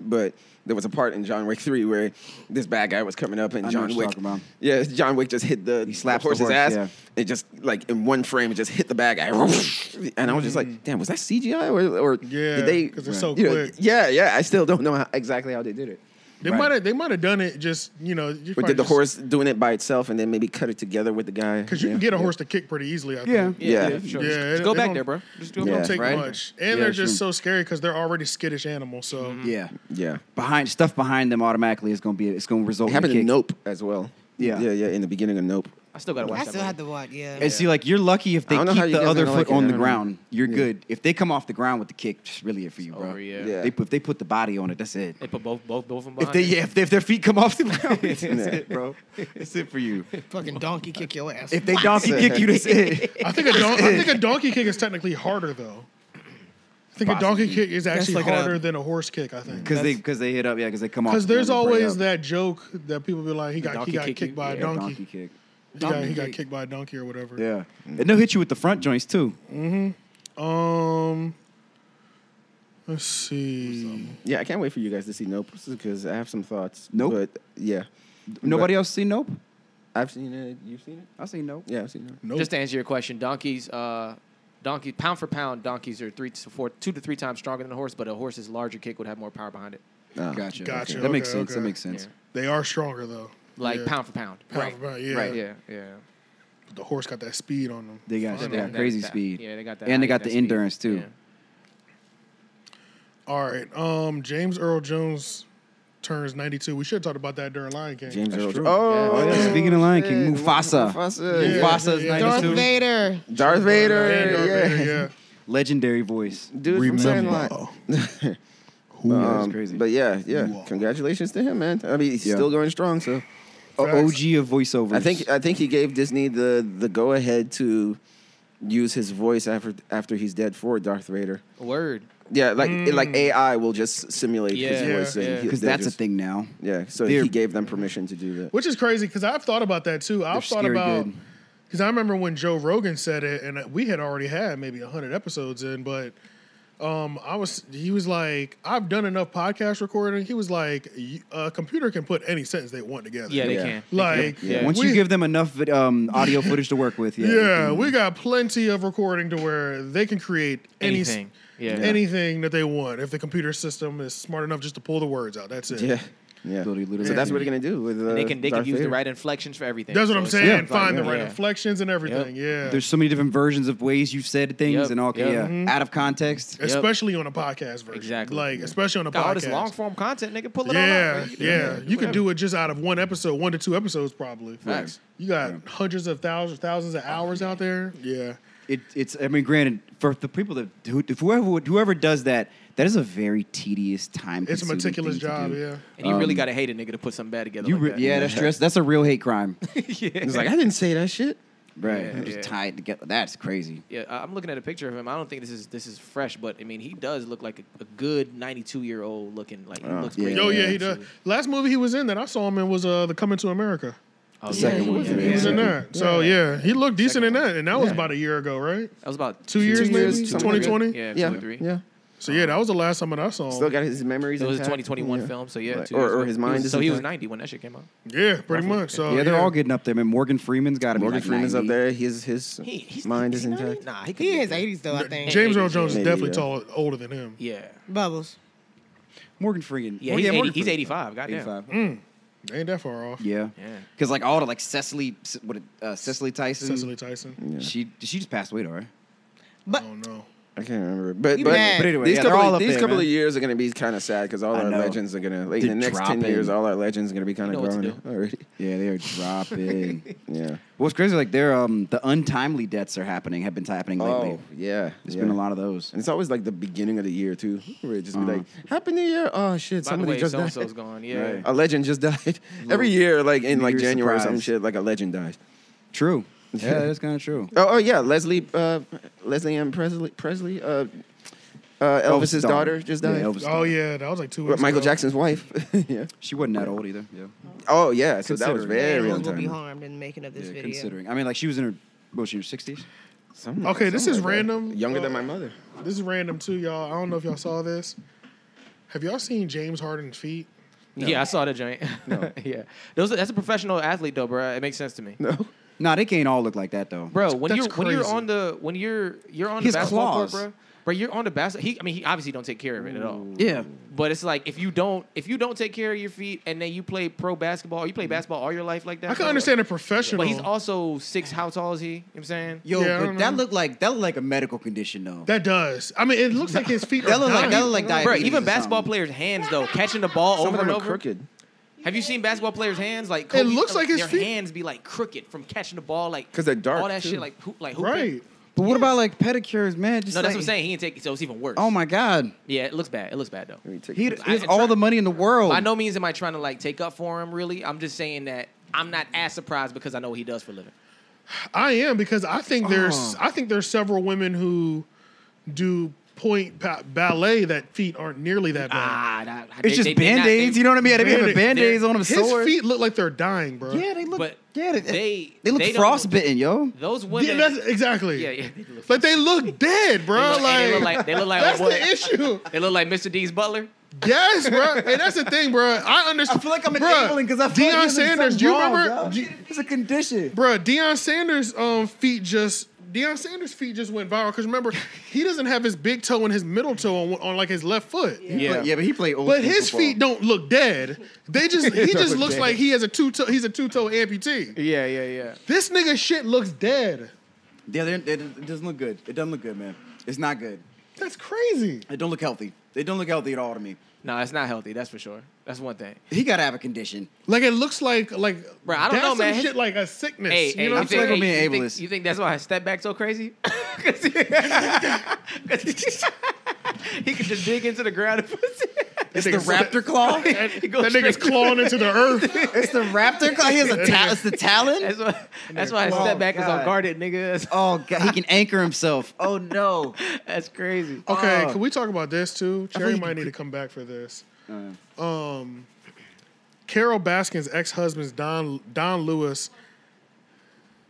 S3: but there was a part in John Wick three where this bad guy was coming up and
S5: I know what
S3: John
S5: you're
S3: Wick,
S5: talking about.
S3: yeah, John Wick just hit the,
S5: slaps the
S3: horse's
S5: horse,
S3: ass.
S5: yeah.
S3: It just like in one frame, it just hit the bad guy, and I was just
S5: Mm-hmm.
S3: like, damn, was that CGI or or
S2: Yeah,
S3: did they?
S2: 'cause they're so
S3: you know,
S2: quick.
S3: yeah, yeah, I still don't know how, exactly how they did it.
S2: They
S5: Right.
S2: might have. They might have done it. Just you know.
S3: Or did the horse doing it by itself and then maybe cut it together with the guy?
S2: Because you
S3: Yeah.
S2: can get a horse to kick pretty easily. I
S5: Yeah.
S2: think.
S3: Yeah.
S6: sure.
S2: Yeah,
S6: Just
S2: it-
S6: go
S2: it
S6: back
S2: don't-
S6: there, bro. Just go
S2: It
S6: back
S2: don't
S3: Yeah.
S2: take
S5: Right.
S2: much, and
S5: Yeah,
S2: they're just
S5: true.
S2: so scary because they're already skittish animals. So
S5: Yeah.
S3: Yeah.
S5: Behind stuff behind them automatically is gonna be it's gonna result.
S3: It
S5: in a
S3: happened in
S5: kick.
S3: Nope as well.
S5: Yeah.
S3: Yeah, yeah, in the beginning of Nope.
S6: I still gotta watch
S4: I
S6: that.
S4: still
S6: movie.
S4: had to watch, yeah.
S5: And see, like you're lucky if they
S3: I don't know how
S5: keep
S3: you
S5: the
S3: guys
S5: other
S3: don't
S5: foot
S3: like it.
S5: on
S3: I
S5: the
S3: don't know.
S5: ground, you're
S3: Yeah.
S5: good. If they come off the ground with the kick, it's really it for you, bro.
S6: over, yeah.
S3: Yeah.
S5: They put, if they put the body on it, that's it.
S6: They put both both both of them.
S5: If they
S6: behind it.
S5: yeah, if, they, if their feet come off the ground, that's it, bro. That's it for you.
S4: Fucking donkey kick your ass.
S5: If they donkey kick you, that's it.
S2: I think a don- I think a donkey kick is technically harder though. I think a donkey kick is actually
S6: like a-
S2: harder than a horse kick. I think.
S5: Because they because they hit up, yeah, because they come off.
S2: Because
S5: the
S2: there's
S5: ground and break
S2: always
S5: up.
S2: that joke that people be like, he got
S6: donkey
S2: he got
S6: kick
S2: kicked
S6: you-
S2: by a
S6: yeah,
S2: donkey.
S5: donkey kick.
S2: He, got, he got
S4: kick.
S2: kicked by a donkey or whatever.
S5: Yeah, and they'll hit you with the front joints too.
S2: Um. Let's see.
S3: Yeah, I can't wait for you guys to see Nope because I have some thoughts.
S5: Nope.
S3: But yeah.
S5: Nobody else seen Nope?
S3: I've seen it. You've seen it?
S5: I seen Nope.
S3: Yeah, I've seen it.
S2: Nope.
S6: Just to answer your question, donkeys, uh, donkey pound for pound, donkeys are three to four, two to three times stronger than a horse, but a horse's larger kick would have more power behind it,
S3: Oh.
S5: Gotcha.
S2: Gotcha,
S5: okay. That makes
S2: okay,
S5: sense. That
S2: okay.
S5: makes sense.
S2: they are stronger though.
S6: like
S2: Yeah.
S6: pound for pound.
S2: Pound for pound, yeah.
S6: Yeah, yeah.
S2: The horse got that speed on them.
S5: They got, they
S2: Finally.
S5: got crazy speed.
S6: Yeah, they got that.
S5: And they
S6: height,
S5: got
S6: that
S5: the
S6: speed.
S5: endurance too.
S6: Yeah.
S2: All right. Um. James Earl Jones turns 92. We should have talked about that during Lion King.
S3: James Earl.
S5: true.
S3: Oh,
S5: Yeah. Oh, yeah. Speaking of Lion King,
S3: shit.
S5: Mufasa.
S3: Mufasa.
S2: Yeah.
S5: Mufasa is
S2: yeah.
S4: Darth
S5: 92.
S4: Vader.
S3: Darth Vader.
S2: Darth
S3: yeah.
S2: Vader, yeah.
S5: Legendary voice.
S3: Dude, from Sandlot.
S5: Yeah,
S3: Um,
S5: that's crazy.
S3: But yeah, yeah.
S2: Wow.
S3: Congratulations to him, man. I mean, he's
S5: Yeah.
S3: still going strong. So
S5: A
S2: Facts.
S5: OG of voiceovers.
S3: I think uh, I think he gave Disney the the go ahead to use his voice after after he's dead for Darth Vader.
S6: Word.
S3: Yeah, like like AI will just simulate his
S6: Mm. Yeah,
S3: voice
S6: yeah.
S3: and
S5: because
S3: they'll
S5: that's a
S3: just-
S5: thing now.
S3: Yeah, so
S5: They're-
S3: he gave them permission to do that.
S2: Which is crazy because I've thought about that too. I've thought
S5: scary
S2: about
S5: good.
S2: because I remember when Joe Rogan said it, and we had already had maybe hundred episodes in, but um, I was he was like, I've done enough podcast recording. He was like, "You- a computer can put any sentence they want together.
S6: Yeah, they
S3: Yeah.
S6: can.
S2: like
S6: Yeah.
S5: Once
S2: we-
S5: you give them enough vid- um, audio footage to work with, yeah,
S2: Yeah,
S5: you can-
S2: we got plenty of recording to where they can create any,
S6: Anything. Yeah.
S2: anything that they want if the computer system is smart enough just to pull the words out. That's it.
S3: Yeah, yeah.
S5: Ability to
S3: So that's what they're gonna do with uh,
S6: And they can they
S3: Darth
S6: can use
S3: Vader.
S6: the right inflections for everything.
S2: That's what
S6: So
S2: I'm
S6: it's-
S2: saying.
S5: Yeah.
S2: Find the right
S6: Yeah.
S2: inflections and everything. Yeah.
S5: There's so many different versions of ways you've said things
S6: Yep,
S5: and all.
S6: yep.
S5: Yeah,
S2: Mm-hmm.
S5: out of context.
S6: Yep.
S2: especially on a podcast version.
S6: Exactly.
S2: Like especially on a
S6: Got
S2: podcast.
S6: all this long form content, nigga. Pull it all
S2: yeah,
S6: out.
S2: yeah. You can do it just out of one episode, one to two episodes probably.
S6: Facts.
S2: You got hundreds of thousands, thousands of hours out there. Yeah.
S5: It, it's. I mean, granted, for the people that who, whoever would- whoever does that, that is a very tedious time.
S2: It's a meticulous job. Yeah.
S6: And you really gotta hate a nigga to put something bad together.
S5: Um, You
S6: like
S5: re-
S6: that.
S5: yeah, that's stress. That's a real hate crime,
S3: He's like, I didn't say that shit.
S5: right?
S6: Yeah,
S5: just
S6: yeah.
S5: tie it together. That's crazy.
S6: Yeah, I- I'm looking at a picture of him. I don't think this is this is fresh, but I mean, he does look like a, a good 92 year old looking. Like he looks
S5: Oh, yeah.
S6: great.
S2: Yo, Oh, yeah, he does.
S6: actually.
S2: Last movie he was in that I saw him in was uh, the Coming to America.
S6: Oh,
S3: The
S6: yeah,
S3: second
S6: he
S3: one,
S6: was.
S3: yeah.
S2: He was in
S3: Yeah.
S2: that. So yeah, he looked decent in
S6: Second
S2: that, and that was about a year ago, right?
S6: That was about
S2: Two years,
S3: years,
S2: maybe.
S3: something like
S2: Twenty
S3: that.
S2: twenty.
S6: Yeah,
S3: Yeah,
S6: two or three.
S3: yeah.
S2: So yeah, that was the last time that I saw him.
S5: Oh.
S3: Still got his memories.
S6: It was a
S3: intact.
S6: 2021
S3: Yeah.
S6: film, so yeah,
S3: Right.
S6: two
S3: Or-
S6: years
S3: or
S6: ago.
S3: his
S6: He
S3: mind
S6: was-
S3: is
S6: So he was
S3: intact.
S6: 90 when that shit came out.
S2: Oh, yeah, pretty much. So
S5: yeah, they're all getting up there, man. Morgan Freeman's got to be
S3: Morgan
S5: like
S3: Freeman's
S5: 90.
S3: up there. His his
S6: He, he's
S3: mind is
S6: is he 90?
S3: intact.
S6: Nah, he, could
S4: He
S6: be-
S4: is 80s though, I think.
S2: James Earl
S6: Maybe,
S2: Jones is
S3: yeah.
S2: definitely tall, older than him.
S6: Yeah,
S4: Bubbles.
S5: Morgan Freeman.
S6: yeah,
S5: Well,
S6: he's, 80,
S5: Morgan
S6: he's
S5: Freeman.
S6: 85. Goddamn.
S5: 85.
S2: They ain't that far off.
S5: Yeah.
S6: Yeah.
S5: Because like all the like Cecily, Ce- what uh, Cecily Tyson.
S2: Cecily Tyson.
S5: She she just passed away, though, right?
S2: Mm. I don't know.
S3: I can't remember, but
S4: You
S3: but,
S4: mad. But
S5: anyway,
S3: these
S5: yeah, they're
S3: couple
S5: all
S3: of,
S5: up
S3: these
S5: there,
S3: couple
S5: man.
S3: of years are gonna be kind of sad because all
S5: I
S3: our
S5: know.
S3: legends are gonna like in
S5: They're
S3: the next ten
S5: dropping.
S3: years, all our legends are gonna be kind
S6: You
S3: of
S6: know what to
S3: gone
S6: do.
S3: already.
S5: Yeah, they are dropping.
S3: Yeah.
S5: What's crazy, like they're um the untimely deaths are happening, have been happening lately.
S3: Oh yeah,
S5: There's
S3: yeah.
S5: been a lot of those.
S3: And it's always like the beginning of the year too. Where it just be
S5: Uh-huh.
S3: like, Happy New Year! Oh shit,
S6: By
S3: somebody
S6: the way,
S3: just
S6: so and so's
S3: died.
S6: gone. Yeah.
S5: Right.
S3: A legend just died. Every year, like in
S5: New
S3: like
S5: Year's
S3: January or some
S5: surprise.
S3: shit, like a legend dies.
S5: True. Yeah, that's kind of true.
S3: Oh, oh yeah, Leslie, uh, Leslie M. Presley, Presley, uh, uh, Elvis's
S5: daughter.
S3: daughter just
S5: Yeah,
S3: died.
S5: Elvis.
S2: Oh yeah, that was like two.
S3: But
S2: Weeks
S3: Michael
S2: ago.
S3: Jackson's wife. yeah.
S5: She wasn't that old either. Yeah.
S3: Oh yeah, so that was
S5: Considering.
S3: very
S4: Everyone
S3: on
S4: will be
S3: time.
S4: harmed in the making of this
S5: yeah
S4: video.
S5: considering, I mean, like she was in her, was she in her sixties?
S3: Something-
S2: Okay, this
S3: something
S2: is
S3: like that.
S2: random.
S3: Younger than
S2: Uh,
S3: my mother.
S2: This is random too, y'all. I don't know if y'all saw this. Have y'all seen James Harden's feet?
S6: Yeah, I saw that joint. yeah, those that's a professional athlete though, bro. It makes sense to me,
S3: No.
S5: Nah, they can't all look like that though.
S6: bro. When
S2: That's
S6: you're when you're
S2: crazy.
S6: on the when you're you're on
S5: His
S6: the basketball
S5: claws.
S6: court, bro. Bro, you're on the basketball. He, I mean, he obviously don't take care of it at all.
S5: Yeah.
S6: But it's like if you don't if you don't take care of your feet and then you play pro basketball or you play basketball all your life like that.
S2: I can
S6: bro,
S2: understand a professional.
S6: But he's also six. How tall is he? You know what I'm saying.
S5: Yo,
S2: Yeah, I
S5: but
S2: don't
S5: that
S2: know.
S5: looked like that looked like a medical condition though.
S2: that does. I mean, it looks like his feet.
S5: That
S2: are
S5: look like-
S2: dying.
S5: that look like diabetes.
S6: Bro,
S5: think
S6: even
S5: it's
S6: basketball
S5: something.
S6: players' hands though, catching the ball
S3: Some
S6: over
S3: of them are
S6: and over.
S3: crooked.
S6: Have you seen basketball players' hands? Like
S2: It
S6: Kobe,
S2: looks like his
S6: their
S2: feet-
S6: hands be like crooked from catching the ball, like
S3: 'Cause they're dark,
S6: All that
S3: too.
S6: shit, like hoop, like hooping.
S2: right.
S5: But what about like pedicures, man? Just
S6: No, that's
S5: like-
S6: what I'm saying. He didn't take it, so it's even worse.
S5: Oh my god,
S6: Yeah, it looks bad. It looks bad though.
S3: Let me take
S5: he,
S3: this.
S5: he has
S6: I-
S5: all the money in the world.
S6: By no means am I trying to like take up for him. Really, I'm just saying that I'm not as surprised because I know what he does for a living.
S2: I am because I think there's I think there's several women who do point ba- ballet that feet aren't nearly that bad.
S6: Ah, that,
S5: It's just band aids. You know what I mean? They be having band aids on them
S2: His
S5: sore.
S2: feet look like they're dying, bro.
S5: Yeah, they look.
S6: But
S5: yeah, they,
S6: they-
S5: they look
S6: they don't-
S5: frostbitten, yo.
S6: Those
S2: Yeah,
S6: women.
S2: that's exactly.
S6: yeah, yeah, they look-
S2: Like they look dead, bro.
S6: and
S2: like,
S6: they look like they look like
S2: that's
S6: oh, boy,
S2: the issue.
S6: They look like Mr. D's butler.
S2: Yes, bro. And that's the thing, bro. I understand.
S5: I feel like I'm
S2: bruh,
S5: enabling because I feel
S2: Deion
S5: like
S2: Sanders. Do you remember?
S5: It's a condition.
S2: bro? Deion Sanders' um feet just. Deion Sanders' feet just went viral because remember he doesn't have his big toe and his middle toe on, on like his left foot.
S5: Yeah, yeah, but he played old.
S2: But
S5: school
S2: his
S5: football.
S2: feet don't look dead. They just he just looks like he has a two toe. He's a two toe amputee.
S6: Yeah, yeah, yeah.
S2: This nigga shit looks dead.
S5: Yeah, they're, they're, it doesn't look good. It doesn't look good, man. It's not good.
S2: That's crazy.
S5: It don't look healthy. They don't look healthy at all to me.
S6: No, it's not healthy. That's for sure. That's one thing.
S5: He gotta have a condition.
S2: Like it looks like like
S6: Bruh, I
S2: that's
S6: don't know,
S2: some
S6: man.
S2: Shit like a sickness.
S6: Hey,
S2: you
S6: hey,
S2: know
S6: you
S2: what I'm
S6: think-
S5: saying? I'm
S6: hey,
S5: being
S6: you
S5: ableist.
S6: Think, you think that's why I step back so crazy? 'Cause he, 'cause he- he could just dig into the ground. And
S2: It's
S5: The raptor claw.
S2: That,
S6: He goes
S2: that nigga's
S6: straight-
S2: clawing into the earth.
S5: It's the raptor claw. He has a ta- it's the talon.
S6: That's why. That's why I
S5: claw.
S6: step back is
S5: God.
S6: unguarded, nigga.
S5: Oh god, he can anchor himself. Oh no.
S6: That's crazy.
S2: Okay,
S5: Oh.
S2: can we talk about this too?
S5: thought
S2: Cherry
S5: you
S2: might
S5: could-
S2: need to come back for this. Um, Carol Baskin's ex-husband's Don Don Lewis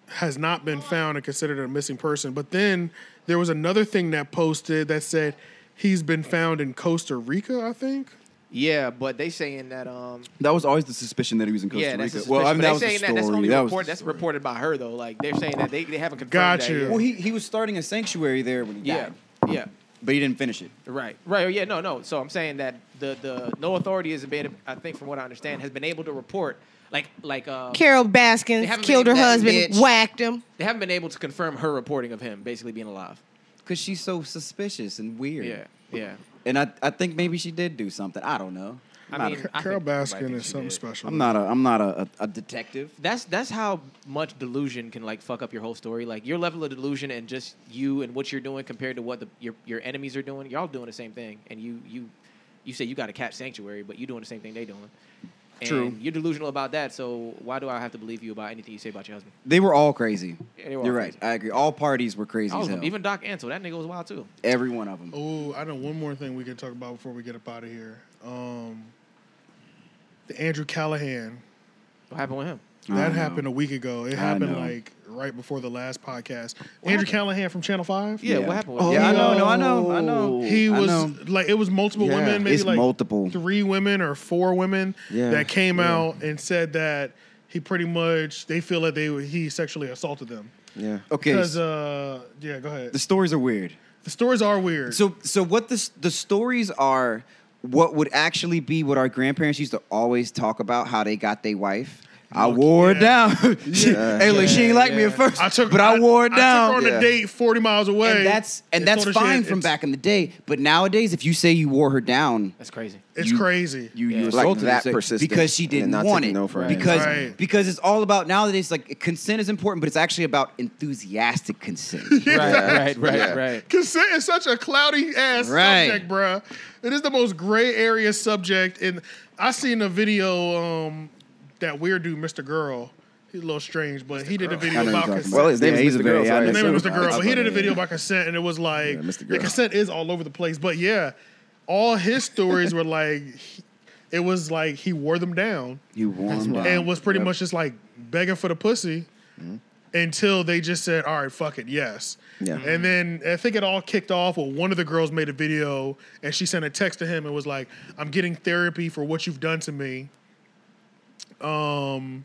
S2: has not been found and considered a missing person. But then there was another thing that posted that said he's been found in Costa Rica. I think.
S6: Yeah, but they saying that um
S5: That was always the suspicion that he was in Costa
S6: yeah that's
S5: Rica.
S6: suspicious.
S5: Well, I mean,
S6: But
S5: that
S6: they
S5: was the
S6: saying
S5: story.
S6: that that's only
S5: That was the
S6: report, that's
S5: story.
S6: reported by her though. Like they're saying that they, they haven't confirmed.
S2: Got
S6: that
S2: you.
S6: yet.
S5: Well, he, he was starting a sanctuary there when he
S6: Yeah,
S5: died,
S6: yeah.
S5: but he didn't finish it.
S6: Right, right. oh, Yeah, no, no. So I'm saying that the the no authority has been, I think, from what I understand, has been able to report like like uh,
S4: Carol
S6: They
S4: Baskins
S6: haven't
S4: killed her
S6: named that
S4: husband,
S6: bitch.
S4: whacked him.
S6: they haven't been able to confirm her reporting of him basically being alive.
S5: Because she's so suspicious and weird.
S6: Yeah, yeah.
S5: And I, I think maybe she did do something. I don't know.
S6: I
S5: I'm not
S6: mean,
S5: a-
S6: I
S2: Carol
S6: think everybody
S2: Baskin
S6: thinks
S2: is
S6: she
S2: something
S6: did.
S2: special.
S5: I'm not a I'm not a, a, a detective.
S6: That's that's how much delusion can like fuck up your whole story. Like your level of delusion and just you and what you're doing compared to what the, your your enemies are doing. Y'all doing the same thing, and you you you say you got a cat sanctuary, but you doing the same thing they doing. And
S5: True.
S6: You're delusional about that. So why do I have to believe you about anything you say about your husband?
S5: They were all crazy.
S6: Yeah, they were all
S5: You're right.
S6: crazy.
S5: I agree. All parties were crazy.
S6: All
S5: as
S6: of them,
S5: hell.
S6: even Doc Ansel, that nigga was wild too.
S5: every one of them.
S2: Oh, I know one more thing we can talk about before we get up out of here. Um, the Andrew Callahan.
S6: What happened with him?
S5: I
S2: That
S5: know.
S2: happened a week ago. It happened
S5: know.
S2: like right before the last podcast. Andrew Callahan from Channel Five.
S6: Yeah, what happened with
S2: Oh,
S6: him?
S5: yeah, I know.
S2: yo.
S5: No, I know. I know.
S2: He
S5: I
S2: was
S5: know.
S2: like it was multiple
S3: Yeah.
S2: women, maybe
S5: It's
S2: like
S5: multiple.
S2: three women or four women
S3: Yeah,
S2: that came
S3: yeah.
S2: out and said that he pretty much they feel that they he sexually assaulted them.
S3: Yeah.
S5: Okay.
S2: Because uh, yeah, go ahead.
S5: The
S2: The,
S5: stories are weird.
S2: stories are weird.
S5: So so what the s- the stories are what would actually be what our grandparents used to always talk about how they got their wife. I wore her
S2: yeah.
S5: down. She- hey, look, she ain't like me at first,
S2: I took,
S5: but I, wore her down.
S2: I took her on
S3: Yeah.
S2: a date forty miles away.
S5: and that's and that's
S2: told her she
S5: fine
S2: had-
S5: from
S2: it's-
S5: back in the day. But nowadays, if you say you wore her down,
S6: That's crazy.
S2: It's
S5: you-
S2: crazy.
S5: you you
S6: Yeah.
S5: assaulted
S3: Like
S5: her,
S3: that
S5: so-
S3: persistent
S5: because she
S3: and
S5: didn't
S3: not
S5: want it.
S3: taking no for an answer.
S5: because
S2: Right.
S5: because it's all about nowadays. Like consent is important, but it's actually about enthusiastic consent.
S6: right, right, right, right.
S2: Consent is such a cloudy ass
S5: Right.
S2: subject, bruh. It is the most gray area subject. And I seen a video um, that weird dude, Mr. Girl. He's a little strange, but he did a video
S5: I
S2: about
S5: know who you're talking
S2: consent.
S5: about.
S3: Well, his name
S5: Yeah,
S3: is
S5: he's a
S3: Mr.
S5: very
S3: Girl. so I
S5: out
S3: guess
S2: His name
S3: that
S2: was Mr. Girl,
S3: that's
S2: but he did a
S3: funny,
S2: video
S3: yeah.
S2: about consent, and it was like
S3: Mr.
S2: the
S3: Girl.
S2: consent is all over the place. But yeah, all his stories were like he- it was like he wore them down
S5: You warmed up.
S2: and was pretty
S3: Yep.
S2: much just like begging for the pussy until they just said, "All right, fuck it, yes."
S3: Yeah.
S2: And then I think it all kicked off when one of the girls made a video and she sent a text to him and was like, "I'm getting therapy for what you've done to me." Um,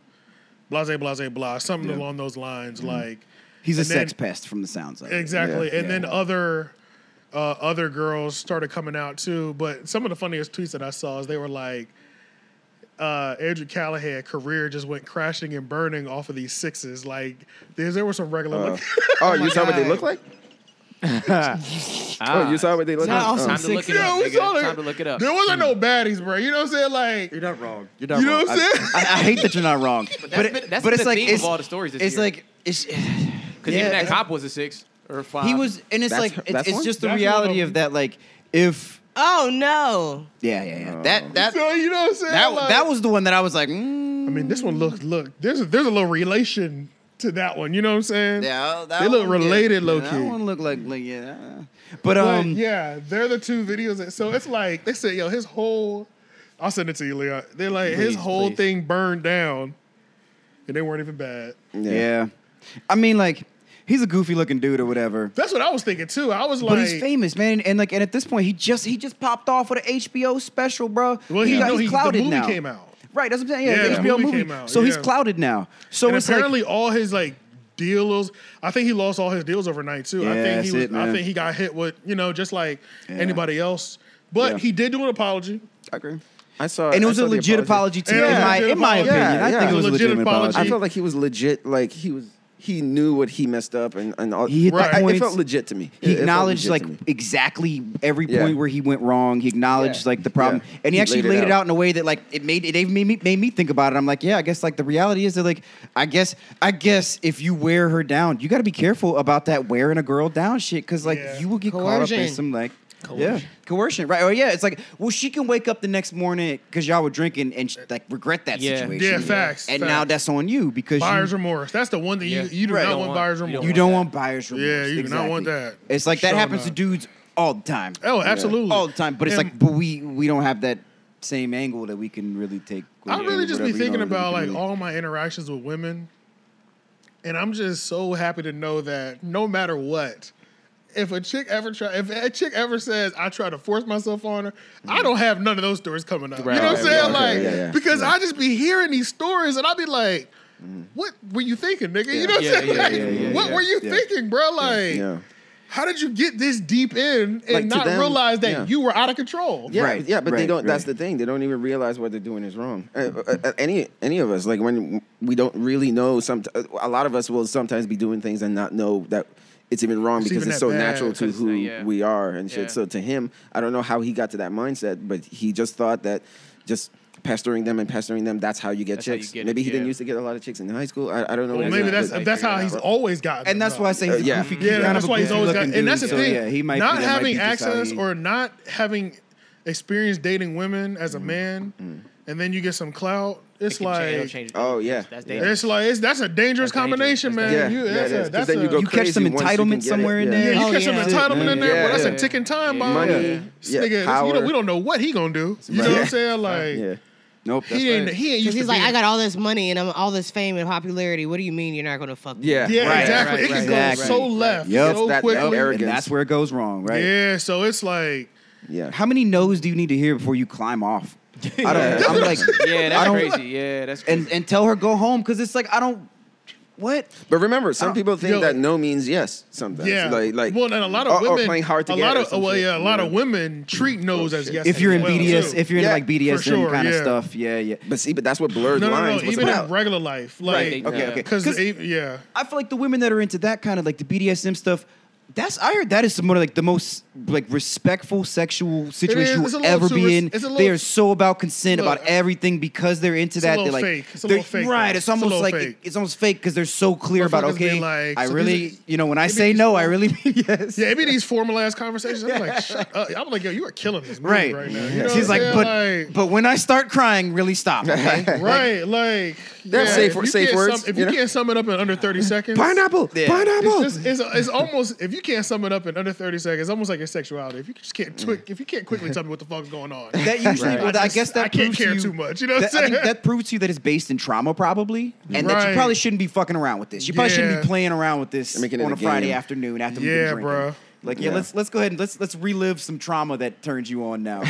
S2: blase, blase, blah, something along those lines, like.
S5: Mm-hmm. He's a
S2: and
S5: sex
S2: then-
S5: pest from the sounds of it.
S2: Exactly.
S3: Yeah.
S2: and then other uh, other girls started coming out too. But some of the funniest tweets that I saw is they were like, uh, Andrew Callahan career just went crashing and burning off of these sixes. Like there, there were some regular. look-
S3: Oh, you saw what they look like? Oh, you saw what they look
S4: Not
S3: like?
S4: awesome.
S3: Oh.
S6: Time to look it
S2: Yeah,
S6: up.
S2: we saw
S6: Nigga.
S2: that.
S6: Time to look it up.
S2: There wasn't no baddies, bro. You know what I'm saying? Like
S5: You're not wrong. You're
S2: You know what I'm saying?
S5: I, I hate that you're not wrong. But,
S6: that's
S5: it-
S6: been- that's
S5: but
S6: been
S5: it's
S6: the
S5: like
S6: theme of
S5: it's,
S6: all the stories this
S5: it's
S6: year.
S5: like it's
S6: Because
S5: yeah,
S6: even that
S5: it's-
S6: cop was a six or a five.
S5: He was, and it's
S3: That's
S5: like
S3: her-
S5: it's,
S3: that's
S5: it's
S3: one?
S5: just the
S2: That's one
S5: reality
S2: of
S5: of that. Like if
S4: Oh no.
S5: yeah, yeah, yeah. That that
S2: so, you know what I'm saying?
S5: that
S2: Like-
S5: that was the one that I was like, mm,
S2: I mean, this one looks look. There's a, there's a little relation to that one. You know what I'm saying?
S5: yeah, that
S2: they look
S5: one, yeah,
S2: related, low
S5: That
S2: key.
S5: one looked like, like yeah, but
S2: But,
S5: um,
S2: yeah, they're the two videos. That, so it's like they said, yo, his whole. I'll send it to you, Leon. They're like his
S6: Please,
S2: whole
S6: please.
S2: thing burned down, and they weren't even bad.
S5: yeah, I mean, like he's a goofy looking dude or whatever.
S2: That's what I was thinking too. I was like,
S5: But he's famous, man, and like, and at this point, he just he just popped off with an HBO special, bro.
S2: well, he,
S5: got-
S2: no,
S5: he's
S2: he, the
S5: clouded
S2: movie
S5: now.
S2: came out,
S5: Right, that's what I'm saying.
S2: Yeah, the
S5: Yeah, HBO
S2: movie
S5: movie.
S2: came out,
S5: So he's
S2: yeah.
S5: clouded now. So
S2: and
S5: it's
S2: apparently all his like deals. I think he lost all his deals overnight too. I
S5: Yeah,
S2: think he
S5: that's
S2: was.
S5: it,
S2: I
S5: man.
S2: think he got hit with you know just like
S5: Yeah.
S2: anybody else. But
S5: Yeah.
S2: he did do an apology.
S5: like, okay.
S3: I saw.
S5: and it
S3: I
S5: was
S3: saw
S5: a
S3: the
S5: legit apology, to
S2: Yeah,
S5: in my
S2: legit
S5: in my
S2: apology.
S5: opinion.
S3: Yeah,
S5: I
S3: yeah.
S5: think it was a
S2: Legit
S5: legitimate
S2: apology.
S5: apology.
S3: I felt like he was legit. Like he was he knew what he messed up and and all.
S5: He hit the
S3: I- I- It
S5: points.
S3: felt legit to me. It-
S5: He
S3: it felt
S5: acknowledged
S3: legit
S5: like
S3: to me.
S5: exactly every
S3: Yeah.
S5: point where he went wrong. He acknowledged
S3: Yeah.
S5: like the problem,
S3: Yeah.
S5: and he,
S3: He
S5: actually
S3: laid it
S5: laid
S3: out.
S5: it out in a way that like it made it made me made me think about it. I'm like, yeah, I guess like the reality is that like I guess I guess if you wear her down, you got to be careful about that wearing a girl down shit because like
S2: Yeah.
S5: you will get caught up in
S4: Coercion.
S5: some like. Yeah,
S4: Coercion.
S5: coercion, right? Oh, yeah. It's like, well, she can wake up the next morning because y'all were drinking and like regret that
S6: Yeah.
S5: situation.
S2: Yeah, facts,
S5: And now
S2: facts.
S5: that's on you because
S2: Buyer's
S5: you,
S2: remorse. That's the one that you
S6: Yeah.
S2: you do
S5: Right.
S2: not
S5: Don't
S2: want,
S6: want-
S2: buyer's
S6: you don't
S2: remorse.
S5: you don't want buyer's remorse.
S2: Yeah, you do not want
S5: exactly.
S2: that.
S5: It's like that
S2: Sure
S5: happens to
S2: not.
S5: dudes all the time.
S2: Oh, absolutely.
S5: All the time, but it's
S2: And
S5: like, but we we don't have that same angle that we can really take.
S2: I really just be
S5: whatever, you
S2: thinking
S5: know, that we
S2: about
S5: can
S2: like
S5: really-
S2: all my interactions with women, and I'm just so happy to know that no matter what, if a chick ever try, if a chick ever says I try to force myself on her, I don't have none of those stories coming up.
S6: Right,
S2: you know what I'm
S6: right,
S2: saying?
S3: right,
S2: like
S3: okay, yeah, yeah,
S2: because I just be hearing these stories, and I be like, "What were you thinking, nigga? You know what
S6: Yeah,
S2: I'm saying?
S6: yeah,
S2: Like,
S6: yeah, yeah,
S2: what
S5: yeah,
S2: were you
S5: yeah.
S2: thinking, bro? Like."
S3: Yeah.
S2: How did you get this deep in and
S3: Like, to
S2: not
S3: them,
S2: realize that
S3: yeah.
S2: you were out of control?
S3: Yeah,
S5: Right,
S3: yeah, but they
S5: right,
S3: don't. That's the
S5: right.
S3: thing. They don't even realize what they're doing is wrong. Uh, uh, uh, any any of us, like when we don't really know. Some a lot of us will sometimes be doing things and not know that it's even wrong
S2: It's
S3: because
S2: even
S3: it's
S2: that
S3: so
S2: bad,
S3: natural to
S6: because,
S3: who
S6: uh, yeah.
S3: we are and shit.
S6: Yeah.
S3: So to him, I don't know how he got to that mindset, but he just thought that just pestering them and pestering them that's how you get
S6: That's how you
S3: chicks.
S6: get it,
S3: Maybe he didn't
S6: yeah.
S3: used to get a lot of chicks in high school. I, I don't know.
S2: Well,
S3: what it
S2: maybe
S3: is,
S2: that's
S3: but-
S2: that's how he's always gotten.
S5: and
S2: them,
S5: that's why I say
S3: Uh,
S5: he's
S3: yeah.
S5: a goofy.
S2: Yeah,
S5: kind
S2: that's
S5: of a
S2: why he's
S5: goofy
S2: always got.
S5: looking
S2: And that's the
S5: dude, so
S2: thing.
S5: Yeah, he might
S2: not
S5: that might
S2: having
S5: be just how
S2: access
S5: he-
S2: or not having experience dating women as a man, and then you get some clout. It's like
S3: Oh, yeah.
S6: that's
S3: Yeah.
S6: dangerous.
S2: it's like it's, that's a dangerous
S6: That's dangerous.
S2: combination,
S6: That's
S2: man.
S3: yeah,
S2: you,
S3: yeah,
S2: that's
S3: it is.
S2: a,
S3: 'Cause
S2: that's
S3: then
S2: a,
S3: you go
S5: You catch
S3: crazy
S5: some
S3: once you can
S5: entitlement
S3: get it.
S5: somewhere
S3: Yeah.
S5: in there.
S2: yeah, you
S4: Oh,
S2: catch some
S4: yeah.
S2: entitlement in there.
S3: Yeah,
S2: Well, that's
S3: yeah.
S2: a ticking time bomb.
S3: money,
S2: Yeah.
S3: yeah,
S2: Nigga, this- you
S3: power.
S2: don't, we don't know what he gonna do. You know what I'm
S3: Yeah.
S2: saying? Like
S3: Yeah.
S5: Nope. That's
S2: he ain't
S5: right.
S2: he ain't used
S4: Because
S2: to
S4: he's like, I
S2: being-
S4: got all this money and I'm all this fame and popularity. What do you mean you're not going to fuck? me?
S3: Yeah.
S2: Yeah,
S5: Right,
S2: exactly.
S6: right,
S2: it can
S6: right,
S2: go
S5: exactly.
S2: so left,
S5: Yep.
S2: so
S3: It's that- that
S2: quickly.
S3: arrogance.
S5: And that's where it goes wrong, right?
S2: Yeah, so it's like
S3: Yeah.
S5: How many no's do you need to hear before you climb off? I don't. I'm like,
S6: yeah,
S5: I
S6: that's
S5: don't-
S6: crazy. Yeah, that's crazy.
S5: and and tell her go home because it's like I don't. What?
S3: But remember, some
S5: Oh,
S3: people think
S2: yo.
S3: that no means yes. Sometimes,
S2: Yeah,
S3: like like
S2: well, and a lot of
S3: or- or
S2: women,
S3: playing hard to
S2: a
S3: get
S2: lot
S3: or
S2: of
S3: some
S2: well,
S3: shit,
S2: yeah, a
S3: you
S2: lot
S3: know?
S2: of women
S5: Mm-hmm.
S2: treat no's
S5: Oh,
S2: as yes.
S5: If you're in
S2: as well,
S5: BDS,
S2: too.
S5: if you're in
S3: Yeah,
S5: like BDSM
S2: sure,
S5: kind of
S2: yeah.
S5: stuff, yeah, yeah.
S3: But see, but that's what blurred
S2: no, no,
S3: lines.
S2: no,
S3: was
S2: even
S3: about.
S2: in regular life, like
S6: Right,
S5: Okay,
S6: Yeah.
S5: okay.
S2: because
S5: 'Cause
S2: yeah,
S5: I feel like the women that are into that kind of like the BDSM stuff. That's I heard that is some of like the most like respectful sexual situation
S2: It's a
S5: you'll
S2: little
S5: ever
S2: too
S5: be
S2: res-
S5: in.
S2: it's a little-
S5: they are so about consent
S2: Look,
S5: about everything because they're
S2: it's
S5: into
S2: a
S5: that.
S2: little
S5: they're like
S2: fake. It's a
S5: they're-
S2: little fake,
S5: right.
S2: though.
S5: It's
S2: It's a
S5: almost
S2: little
S5: like
S2: fake.
S5: it's almost fake because they're so clear about
S2: Motherfuckers be
S5: okay.
S2: like,
S5: I
S2: so
S5: really
S2: these are-
S5: you know when I
S2: Maybe
S5: say
S2: these
S5: no, I
S2: four-
S5: really mean yes.
S2: yeah. Even these formalized conversations, I'm like, shut up. I'm like, yo, you are killing this movie right,
S5: Right.
S2: now. You know
S5: She's
S2: what
S5: like,
S2: I'm
S5: but
S2: saying? Like,
S5: but when I start crying, really stop. Okay?
S2: right, like
S3: They're
S2: yeah,
S3: safe-
S2: if you
S3: safe
S2: can't
S3: words,
S2: Sum, if
S3: you
S2: you
S3: know?
S2: can't sum it up in under 30 seconds,
S3: pineapple,
S5: Yeah.
S3: pineapple.
S2: It's, just, it's, it's almost if you can't sum it up in under thirty seconds, it's almost like your sexuality. If you just can't twi- if you can't quickly tell me what the fuck's going on,
S5: That usually, well, I guess that
S2: I can't
S5: proves to
S2: care
S5: you,
S2: too much, you know what
S5: that-
S2: I'm
S5: I think
S2: saying?
S5: that proves to you that it's based in trauma, probably, and that
S2: Right.
S5: you probably shouldn't be fucking around with this. You probably shouldn't
S2: Yeah.
S5: be playing around with this
S3: And making it
S5: on
S3: a
S5: a Friday
S3: game.
S5: afternoon after we've been
S2: yeah,
S5: drinking.
S2: bro.
S5: Like, yeah,
S3: Yeah.
S5: let's let's go ahead and let's let's relive some trauma that turns you on now.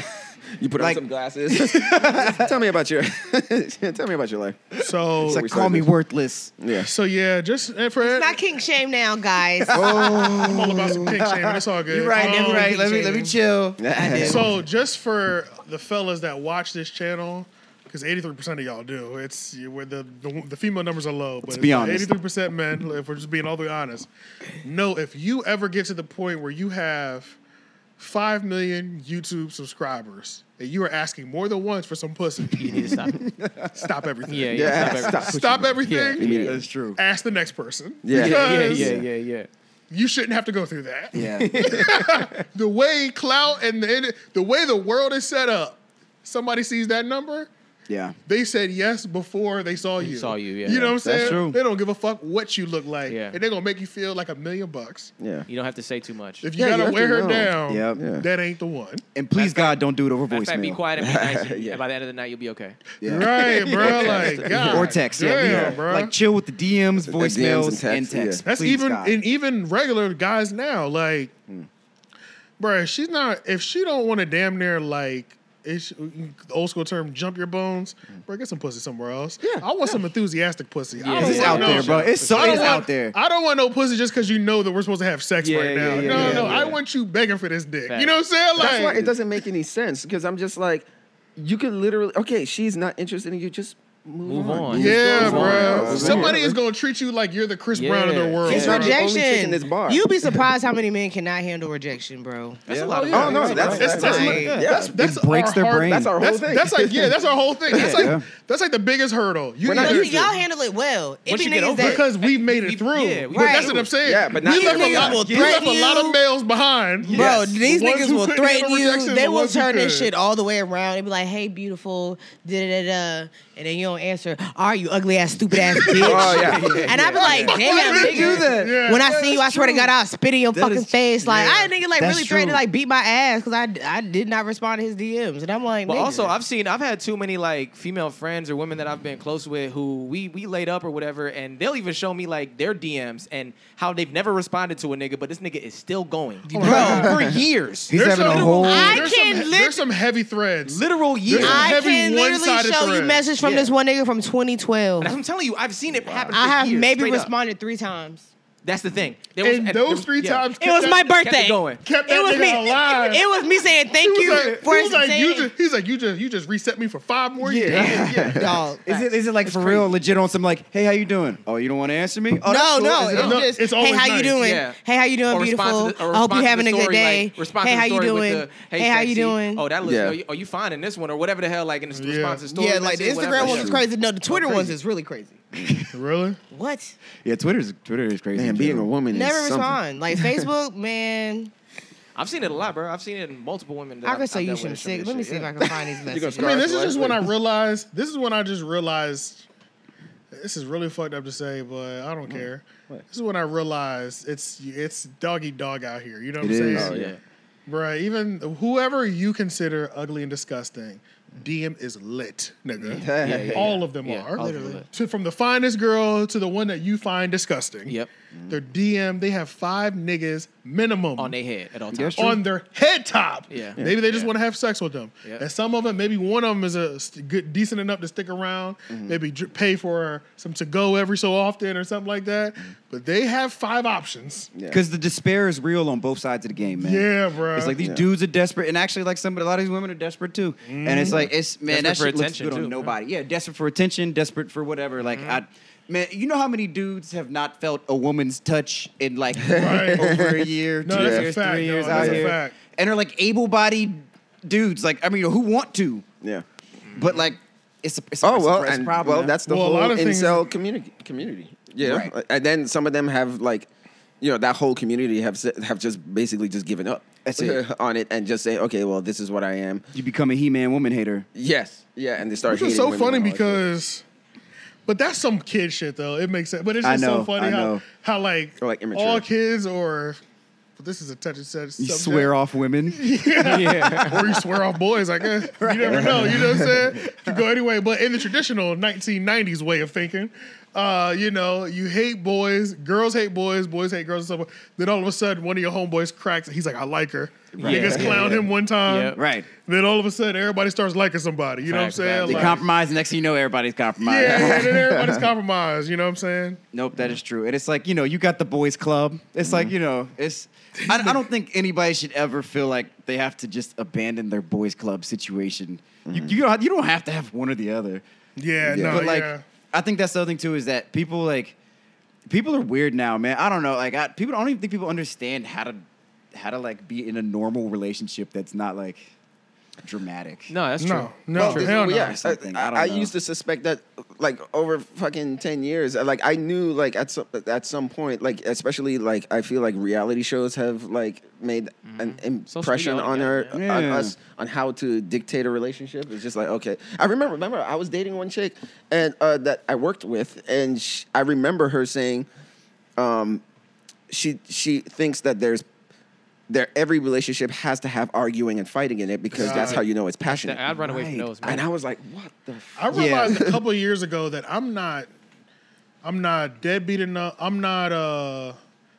S3: you put
S5: like-
S3: on some glasses. tell me about your, tell me about your life.
S2: So
S5: It's like
S3: we
S5: call me
S3: started-
S5: worthless.
S3: Yeah,
S2: So yeah, just and for
S4: It's not kink shame now, guys.
S2: I'm all about some kink shaming. It's all good.
S5: You're right,
S2: Um,
S5: that's right. Let me let me chill. I did.
S2: So just for the fellas that watch this channel, because 83 percent of y'all do, it's you- where the, the the female numbers are low. But
S5: be honest.
S2: 83 percent men. If we're just being all the way honest, no. If you ever get to the point where you have five million YouTube subscribers and you are asking more than once for some pussy,
S6: you need to stop. it.
S2: stop everything.
S6: Yeah, yeah,
S3: Yeah,
S6: stop. everything.
S2: Stop everything.
S6: Yeah,
S5: that's true.
S2: Ask the next person.
S3: Yeah.
S6: Yeah,
S2: Because
S6: yeah, yeah, yeah.
S2: You shouldn't have to go through that.
S5: Yeah,
S2: the way clout and the, and the way the world is set up, somebody sees that number,
S5: yeah.
S2: they said yes before they saw you.
S6: saw you, yeah.
S2: You know what I'm saying?
S5: That's true.
S2: They don't give a fuck what you look like.
S6: Yeah.
S2: And they're going to make you feel like a million bucks.
S3: yeah,
S6: You don't have to say too much.
S2: If you
S3: Yeah, you
S2: got
S3: have
S2: to
S3: to
S2: wear her
S3: know.
S2: down,
S5: Yep.
S3: Yeah.
S2: that ain't the one.
S5: And please God, don't do it over
S6: Matter of fact, be
S5: voicemail.
S6: quiet and be nice. and-
S3: Yeah.
S6: And by the end of the night, you'll be okay.
S5: Yeah.
S2: Right, bro. Like, God.
S5: or text. Yeah,
S2: Damn,
S5: we are.
S2: bro.
S5: Like chill with the DMs,
S3: DMs and
S5: voicemails,
S3: texts,
S5: and
S3: yeah.
S5: text.
S2: That's
S5: Please,
S2: even
S5: God.
S2: and even regular guys now. Like, bruh, she's not. If she don't want to damn near like. It's the old school term, jump your bones. Bro, get some pussy somewhere else. Yeah, I want some enthusiastic pussy. I
S6: Yeah.
S2: don't
S5: It's
S6: This is
S2: want
S5: out
S2: no-
S5: there, bro. It's so
S2: I don't
S5: it's
S2: want-
S5: out there.
S2: I don't want no pussy just because you know that we're supposed to have sex
S6: Yeah,
S2: right
S6: yeah,
S2: now.
S6: yeah,
S2: no,
S6: yeah,
S2: no,
S6: yeah.
S2: I want you begging for this dick.
S6: Facts.
S2: You know what I'm saying? Like,
S3: That's why it doesn't make any sense because I'm just like, you could literally okay, she's not interested in you. Just
S6: move on.
S2: Yeah, bro.
S3: Yeah.
S2: Somebody is gonna treat you like you're the Chris Brown of the
S6: Yeah.
S2: world.
S4: It's
S2: bro.
S3: Yeah. not the only chick in
S4: rejection.
S3: this bar.
S4: You'd be surprised how many men cannot handle rejection, bro.
S6: That's a lot of
S3: Oh no, that's
S2: It's-
S3: that's,
S2: that's
S3: like-
S2: like-
S3: yeah.
S2: That's that's
S5: It breaks
S2: our
S5: their
S2: hard-
S5: brain.
S3: that's our whole
S2: That's,
S3: thing.
S2: that's like yeah, that's our whole thing. That's like
S5: Yeah.
S2: that's like the biggest hurdle. You
S3: We're not
S2: either-
S4: But you- y'all handle it well. It
S6: Once
S4: be
S6: you get
S4: niggas
S6: over it,
S4: that
S2: because we made it
S6: we-
S2: through.
S6: yeah, we
S2: But
S4: made
S2: that's
S4: it
S2: what I'm saying.
S3: Yeah, but not-
S2: we left,
S4: These
S2: a
S4: niggas
S2: lot,
S4: will
S2: we left a
S4: threaten
S2: lot of
S4: you.
S2: males behind.
S4: Bro, these
S2: The ones
S4: niggas
S2: who
S4: will
S2: couldn't
S4: threaten
S2: handle rejection
S4: you.
S2: are
S4: They
S2: the
S4: will
S2: ones who
S4: turn this
S2: could.
S4: shit all the way around. They be like, "Hey, beautiful," da da da, da," and then you don't answer. Are you ugly ass, stupid ass bitch?
S3: Oh, yeah,
S4: and I be like, "Damn,
S2: Why would
S4: nigga."
S2: you do that? Yeah.
S4: When I see you, I swear to God, I'll spit in your
S5: That
S4: fucking
S5: is-
S4: face. Like I had a nigga like
S5: That's
S4: really threatened to
S5: true.
S4: like beat my ass because I I did not respond to his DMs, and I'm like,
S6: But
S4: nigga.
S6: also, I've seen I've had too many like female friends or women that I've been close with who we we laid up or whatever, and they'll even show me like their DMs and how they've never responded to a nigga, but this nigga is still going, bro, for years,
S5: He's having a
S2: some-
S5: whole.
S4: I
S2: there's
S4: can
S2: some,
S4: lit-
S2: there's some heavy threads.
S6: literal years.
S2: There's
S4: I
S2: heavy
S4: can literally
S2: one-sided
S4: show you
S2: thread.
S4: messages from
S6: Yeah.
S4: this one nigga from
S6: That's what
S4: 2012.
S6: I'm telling you. I've seen it happen.
S4: I
S6: for
S4: have
S6: years,
S4: maybe
S6: straight up.
S4: responded three times.
S6: That's the thing. There
S2: And
S6: and
S2: those
S6: there-
S2: three
S6: yeah.
S2: times,
S4: It was
S2: kept
S4: my
S2: that-
S6: it
S4: birthday.
S6: going.
S2: Kept that
S4: it was
S2: nigga
S4: me.
S2: alive.
S4: It was me saying thank
S2: He
S4: you
S2: was like,
S4: for
S2: he was like, you
S4: saying,
S2: just, he's like, you just, you just reset me for five more years.
S5: Yeah.
S2: Yeah.
S4: dog.
S5: Is it, is it like for real, legit on some like, hey, how you doing? Oh, you don't want to answer me? Oh,
S4: no,
S5: that's cool.
S4: no,
S5: Is it-
S4: it's
S2: No,
S4: just,
S2: it's
S4: hey,
S2: always
S4: how
S2: nice.
S4: you doing?
S6: Yeah.
S4: Hey, how you doing,
S6: Or respond
S4: beautiful?
S6: to the- or
S4: I hope
S6: respond
S4: you
S6: to
S4: having
S6: the
S4: a good
S6: story,
S4: day.
S6: like, respond to
S4: hey,
S6: the
S4: how you
S6: story with
S4: doing?
S6: the,
S4: hey, how you
S6: sexy.
S4: doing?
S6: Oh, that looks.
S3: Yeah.
S6: Oh, you, oh, you fine in this one or whatever the hell. Like in the
S2: Yeah.
S6: response to story.
S4: yeah, like the
S6: message,
S4: Instagram
S6: whatever.
S4: ones is crazy.
S2: Oh,
S4: No, the Twitter ones is really crazy.
S2: Really?
S4: What?
S5: Yeah, Twitter's Twitter is crazy.
S3: man, being a woman
S4: Never
S3: is something.
S4: respond. Like Facebook, man.
S6: I've seen it a lot, bro. I've seen it in multiple women. That
S4: I
S6: I've-
S4: can
S6: I've
S4: show you
S6: dealt with
S4: some
S6: and shit,
S4: sick. Let me see
S6: yeah.
S4: if I can find these messages.
S2: I mean,
S3: Alright,
S2: this is
S3: so
S2: just
S3: I-
S2: when I realized. This is when I just realized. This is really fucked up to say, but I don't care. This is when I realized it's it's doggy dog out here. You know what
S5: It
S2: I'm
S5: is.
S2: saying,
S3: Oh,
S5: yeah.
S2: Bruh, Even whoever you consider ugly and disgusting, DM is lit, nigga.
S5: yeah,
S2: All of them
S6: Yeah,
S2: are.
S6: all of them are lit.
S2: To, from the finest girl to the one that you find disgusting.
S6: Yep.
S2: Their DM, they have five niggas minimum
S6: on their head at all
S5: That's
S6: times.
S5: true.
S2: on their head top.
S6: Yeah.
S2: Maybe they just
S6: Yeah.
S2: want to have sex with them.
S6: Yeah.
S2: And some of them, maybe one of them is a st- good, decent enough to stick around.
S5: Mm-hmm.
S2: Maybe dr- pay for some to go every so often or something like that.
S5: Mm-hmm.
S2: But they have five options.
S3: Yeah.
S5: Because the despair is real on both sides of the game, man.
S2: Yeah, bro.
S5: It's like these
S3: Yeah.
S5: dudes are desperate, and actually, like some, a lot of these women are desperate too. And
S2: Mm-hmm.
S5: it's like, it's man,
S6: Desperate for
S5: that shit looks
S6: attention,
S5: good
S6: too,
S5: on
S6: yeah.
S5: nobody. Yeah. desperate for attention, desperate for whatever. Like,
S2: Mm-hmm.
S5: I, man, you know how many dudes have not felt a woman's touch in like
S2: Right.
S5: over a year, two
S2: No, that's a
S5: years,
S2: fact,
S5: three years
S2: dog.
S5: out
S2: That's a
S5: here,
S2: fact.
S5: and are like able-bodied dudes. Like, I mean, who want to,
S3: Yeah.
S5: but like, it's a, it's a-
S3: Oh
S5: it's a
S3: well,
S5: press
S3: and
S5: problem.
S3: well,
S5: man.
S3: that's the
S2: Well, a
S3: whole
S2: lot of things-
S3: incel community. Community, yeah.
S5: Right.
S3: And then some of them have like, you know, that whole community have s- have just basically just given up
S5: That's it.
S3: on it and just say, okay, well, this is what I am.
S5: you become a he-man woman hater.
S3: Yes, yeah, and they start.
S2: Which is
S3: hating
S2: so
S3: women and
S2: funny
S3: all that shit.
S2: because, but that's some kid shit though. It makes sense, but it's
S5: I
S2: just
S5: know,
S2: so funny
S5: I
S2: how
S5: know.
S2: how like,
S3: Or, like, immature.
S2: all kids or. But this is a touchy subject.
S5: You swear off women.
S2: or you swear off boys, I guess. You never know. You know what I'm saying? Could go anyway. But in the traditional 1990s way of thinking, uh, you know, you hate boys, girls hate boys, boys hate girls, and so forth. Then all of a sudden, one of your homeboys cracks. and He's like, I like her. Niggas
S6: Yeah.
S2: clown him one time.
S6: Yep.
S5: Right.
S2: Then all of a sudden, everybody starts liking somebody. You know what I'm
S6: Facts,
S2: saying?
S6: facts.
S5: They
S2: Like,
S5: compromise, and next thing you know, everybody's compromised.
S2: yeah, yeah, then everybody's compromised. You know what I'm saying?
S5: Nope, that is true. And it's like, you know, you got the boys' club. It's like, you know, it's. I, I don't think anybody should ever feel like they have to just abandon their boys' club situation. You, you, don't, you don't have to have one or the other.
S2: Yeah, no,
S5: but like,
S2: yeah.
S5: I think that's the other thing, too, is that people, like, people are weird now, man. I don't know. Like, I, people, I don't even think people understand how to, how to, like, be in a normal relationship that's not, like, dramatic.
S6: No, that's true.
S2: No, no,
S3: Well,
S2: hell
S3: this-
S2: no.
S3: well, yeah,
S5: Something,
S3: I,
S5: I don't
S3: I
S5: know.
S3: used to suspect that, like over fucking ten years, I- like I knew, like at some at some point, like especially like I feel like reality shows have like made an
S6: Social
S3: impression
S6: media,
S3: on
S6: yeah,
S3: her,
S5: yeah.
S3: on
S5: Yeah.
S3: us, on how to dictate a relationship. It's just like okay, I remember, remember, I was dating one chick and uh, that I worked with, and sh I remember her saying, um, she she thinks that there's. There, every relationship has to have arguing and fighting in it because that's
S2: God.
S3: how you know it's passionate.
S6: I'd run away from those, man.
S3: And I was like, what the
S2: I realized a couple of years ago that I'm not, I'm not deadbeat enough. I'm not, uh,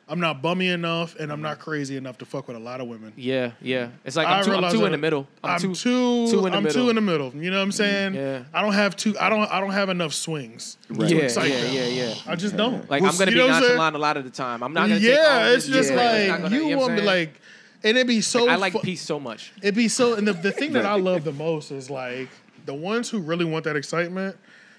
S2: I'm not bummy enough, and I'm not crazy enough to fuck with a lot of women.
S6: Yeah, yeah. It's like
S2: I
S6: I'm too, I'm
S2: realized
S6: too
S2: that
S6: in the middle.
S2: I'm, too,
S6: too in the
S2: I'm
S6: middle. Mm-hmm.
S2: too in the middle. You know what I'm saying?
S6: yeah.
S2: I don't have two. I don't. I don't have enough swings.
S6: Yeah,
S2: It's like
S6: yeah,
S2: that.
S6: yeah, yeah.
S2: I just don't.
S6: Like I'm
S2: You
S6: gonna
S2: know
S6: be
S2: what I'm saying?
S6: nonchalant a lot of the time. I'm not gonna. take all
S2: Yeah,
S6: this
S2: it's just
S6: shit. It's not
S2: like
S6: gonna-
S2: you,
S6: know what
S2: want
S6: I'm
S2: to be
S6: saying?
S2: like, and it'd be so.
S6: I like
S2: fu-
S6: peace so much.
S2: It'd be so, and the, the thing that I love the most is like the ones who really want that excitement.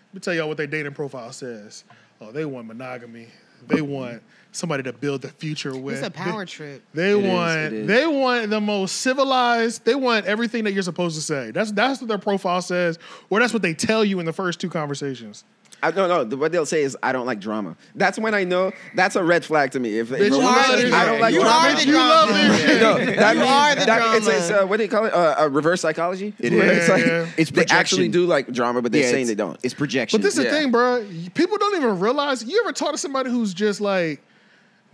S2: Let me tell y'all what their dating profile says. Oh, they want monogamy. They want somebody to build the future with.
S4: It's a power trip.
S2: They
S5: is,
S2: want
S5: it is.
S2: they want the most civilized. They want everything that you're supposed to say. That's that's what their profile says, or that's what they tell you in the first two conversations.
S3: I don't know. What they'll say is, "I don't like drama." That's when I know that's a red flag to me. If, if a
S2: Bitch, you
S3: woman
S2: are
S3: says,
S2: the
S3: "I
S2: drama.
S3: don't like
S2: You
S3: drama,"
S2: are the You love drama. this shit.
S3: No, that
S4: You
S3: means-
S4: are the
S3: that- It's,
S4: drama.
S3: it's uh, what do you call it? Uh, a reverse psychology. It
S5: is.
S3: It's like
S2: Yeah.
S5: It's
S3: they actually
S5: projection.
S3: do like drama, but they're
S5: Yeah,
S3: saying
S5: it's-
S3: they don't.
S5: It's projection.
S2: But this is
S3: Yeah.
S2: the thing, bro. People don't even realize. You ever talk to somebody who's just like,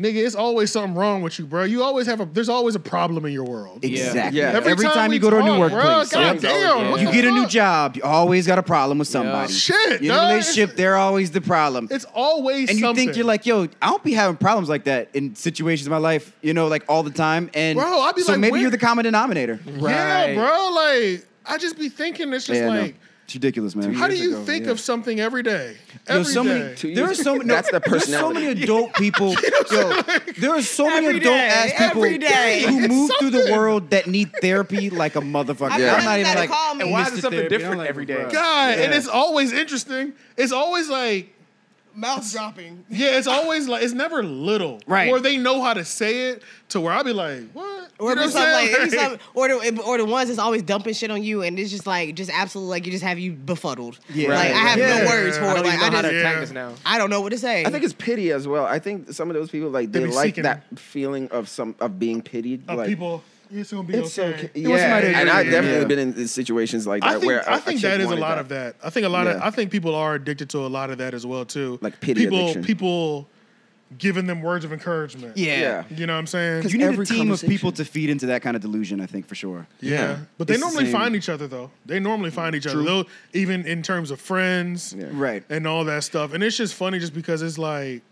S2: nigga, it's always something wrong with you, bro. You always have a. There's always a problem in your world.
S5: Exactly.
S3: Yeah.
S5: Every, time,
S2: we
S5: you go to a new
S2: talk,
S5: workplace,
S2: bro,
S5: yeah.
S2: God damn, what
S5: you
S2: the
S5: get a new
S2: fuck?
S5: job, you always got a problem with somebody.
S2: Shit,
S5: You're in
S2: dog,
S5: a relationship,
S2: it's-
S5: they're always the problem.
S2: It's always
S5: and you
S2: something.
S5: think you're like, yo, I don't be having problems like that in situations in my life, you know, like all the time. And
S2: Bro, I be
S5: so
S2: like,
S5: maybe
S2: where-
S5: you're the common denominator.
S2: yeah,
S6: Right.
S2: bro. Like I just be thinking. It's just
S5: Yeah, no.
S2: like,
S5: it's ridiculous, man.
S2: how do you think of something every day?
S5: Yo,
S2: Every day.
S5: so many,
S3: Two
S5: there are
S3: years ago.
S5: so many. no,
S3: That's the
S5: there's so
S3: personality.
S5: many adult people. yo, there are so many
S4: Every
S5: adult
S4: day,
S5: ass people
S4: every day.
S5: who
S2: It's
S5: move through the
S2: something.
S5: world that need therapy like a motherfucker.
S4: I mean,
S5: I'm not
S4: you
S5: even
S4: gotta
S5: like.
S4: call me.
S5: "Mr.
S4: Why is
S7: it something
S5: Therapy." I'm
S7: different
S5: like,
S7: every day?
S5: "Bruh."
S2: God, and
S5: Yeah.
S2: it's always interesting. It's always like,
S4: Mouth dropping.
S2: yeah, it's always like, it's never little,
S5: Right.
S2: Or they know how to say it to where I'll be like, what?
S4: Or,
S2: You know
S4: if it's
S2: what I'm
S4: like,
S2: saying?
S4: if it's like- or, the, or the ones that's always dumping shit on you and it's just like, just absolutely like you just have you befuddled.
S5: Yeah.
S4: like I have
S2: Yeah.
S4: no words for
S2: I
S6: I
S4: it.
S6: don't
S4: Like
S6: even
S4: I
S6: know how
S4: just,
S6: to
S2: Yeah.
S6: attack this now.
S4: I don't know what to say.
S3: I think it's pity as well. I think some of those people like they
S2: They be
S3: like
S2: seeking-
S3: that feeling of some of being pitied.
S2: Of
S3: like
S2: people, it's gonna be
S3: it's
S2: okay.
S3: okay.
S5: wants
S3: Yeah,
S5: somebody to
S3: and I've
S5: agree.
S3: definitely
S5: Yeah.
S3: been in in situations like that
S2: I think,
S3: where a-
S2: I
S3: a
S2: think
S3: chick
S2: that is a
S3: wanted
S2: lot of that. I think a lot of
S3: Yeah.
S2: I think people are addicted to a lot of that as well too.
S3: Like pity
S2: people,
S3: addiction.
S2: people giving them words of encouragement.
S5: Yeah.
S3: Yeah.
S2: you know what I'm saying.
S5: You need a
S3: Every
S5: team of people
S3: conversation.
S5: to feed into that kind of delusion, I think, for sure.
S2: Yeah.
S3: Yeah.
S2: But they
S5: It's the
S2: normally
S5: same.
S2: find each other though. They normally find each other. They'll- even in terms of friends
S3: Yeah.
S5: Right.
S2: and all that stuff. And it's just funny just because it's like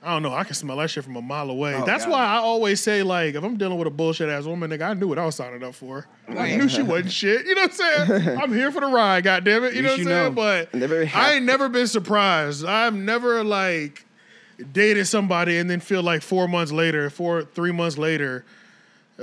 S2: I don't know, I can smell that shit from a mile away. That's
S5: God.
S2: why I always say, like, if I'm dealing with a bullshit ass woman, nigga, I knew what I was signing up for. I knew she wasn't shit. You know what I'm saying? I'm here for the ride, goddammit. You know what I'm
S5: least you
S2: saying?
S5: know.
S2: But
S3: And they're very
S2: I
S3: happy.
S2: ain't never been surprised. I've never like dated somebody and then feel like four months later, four, three months later,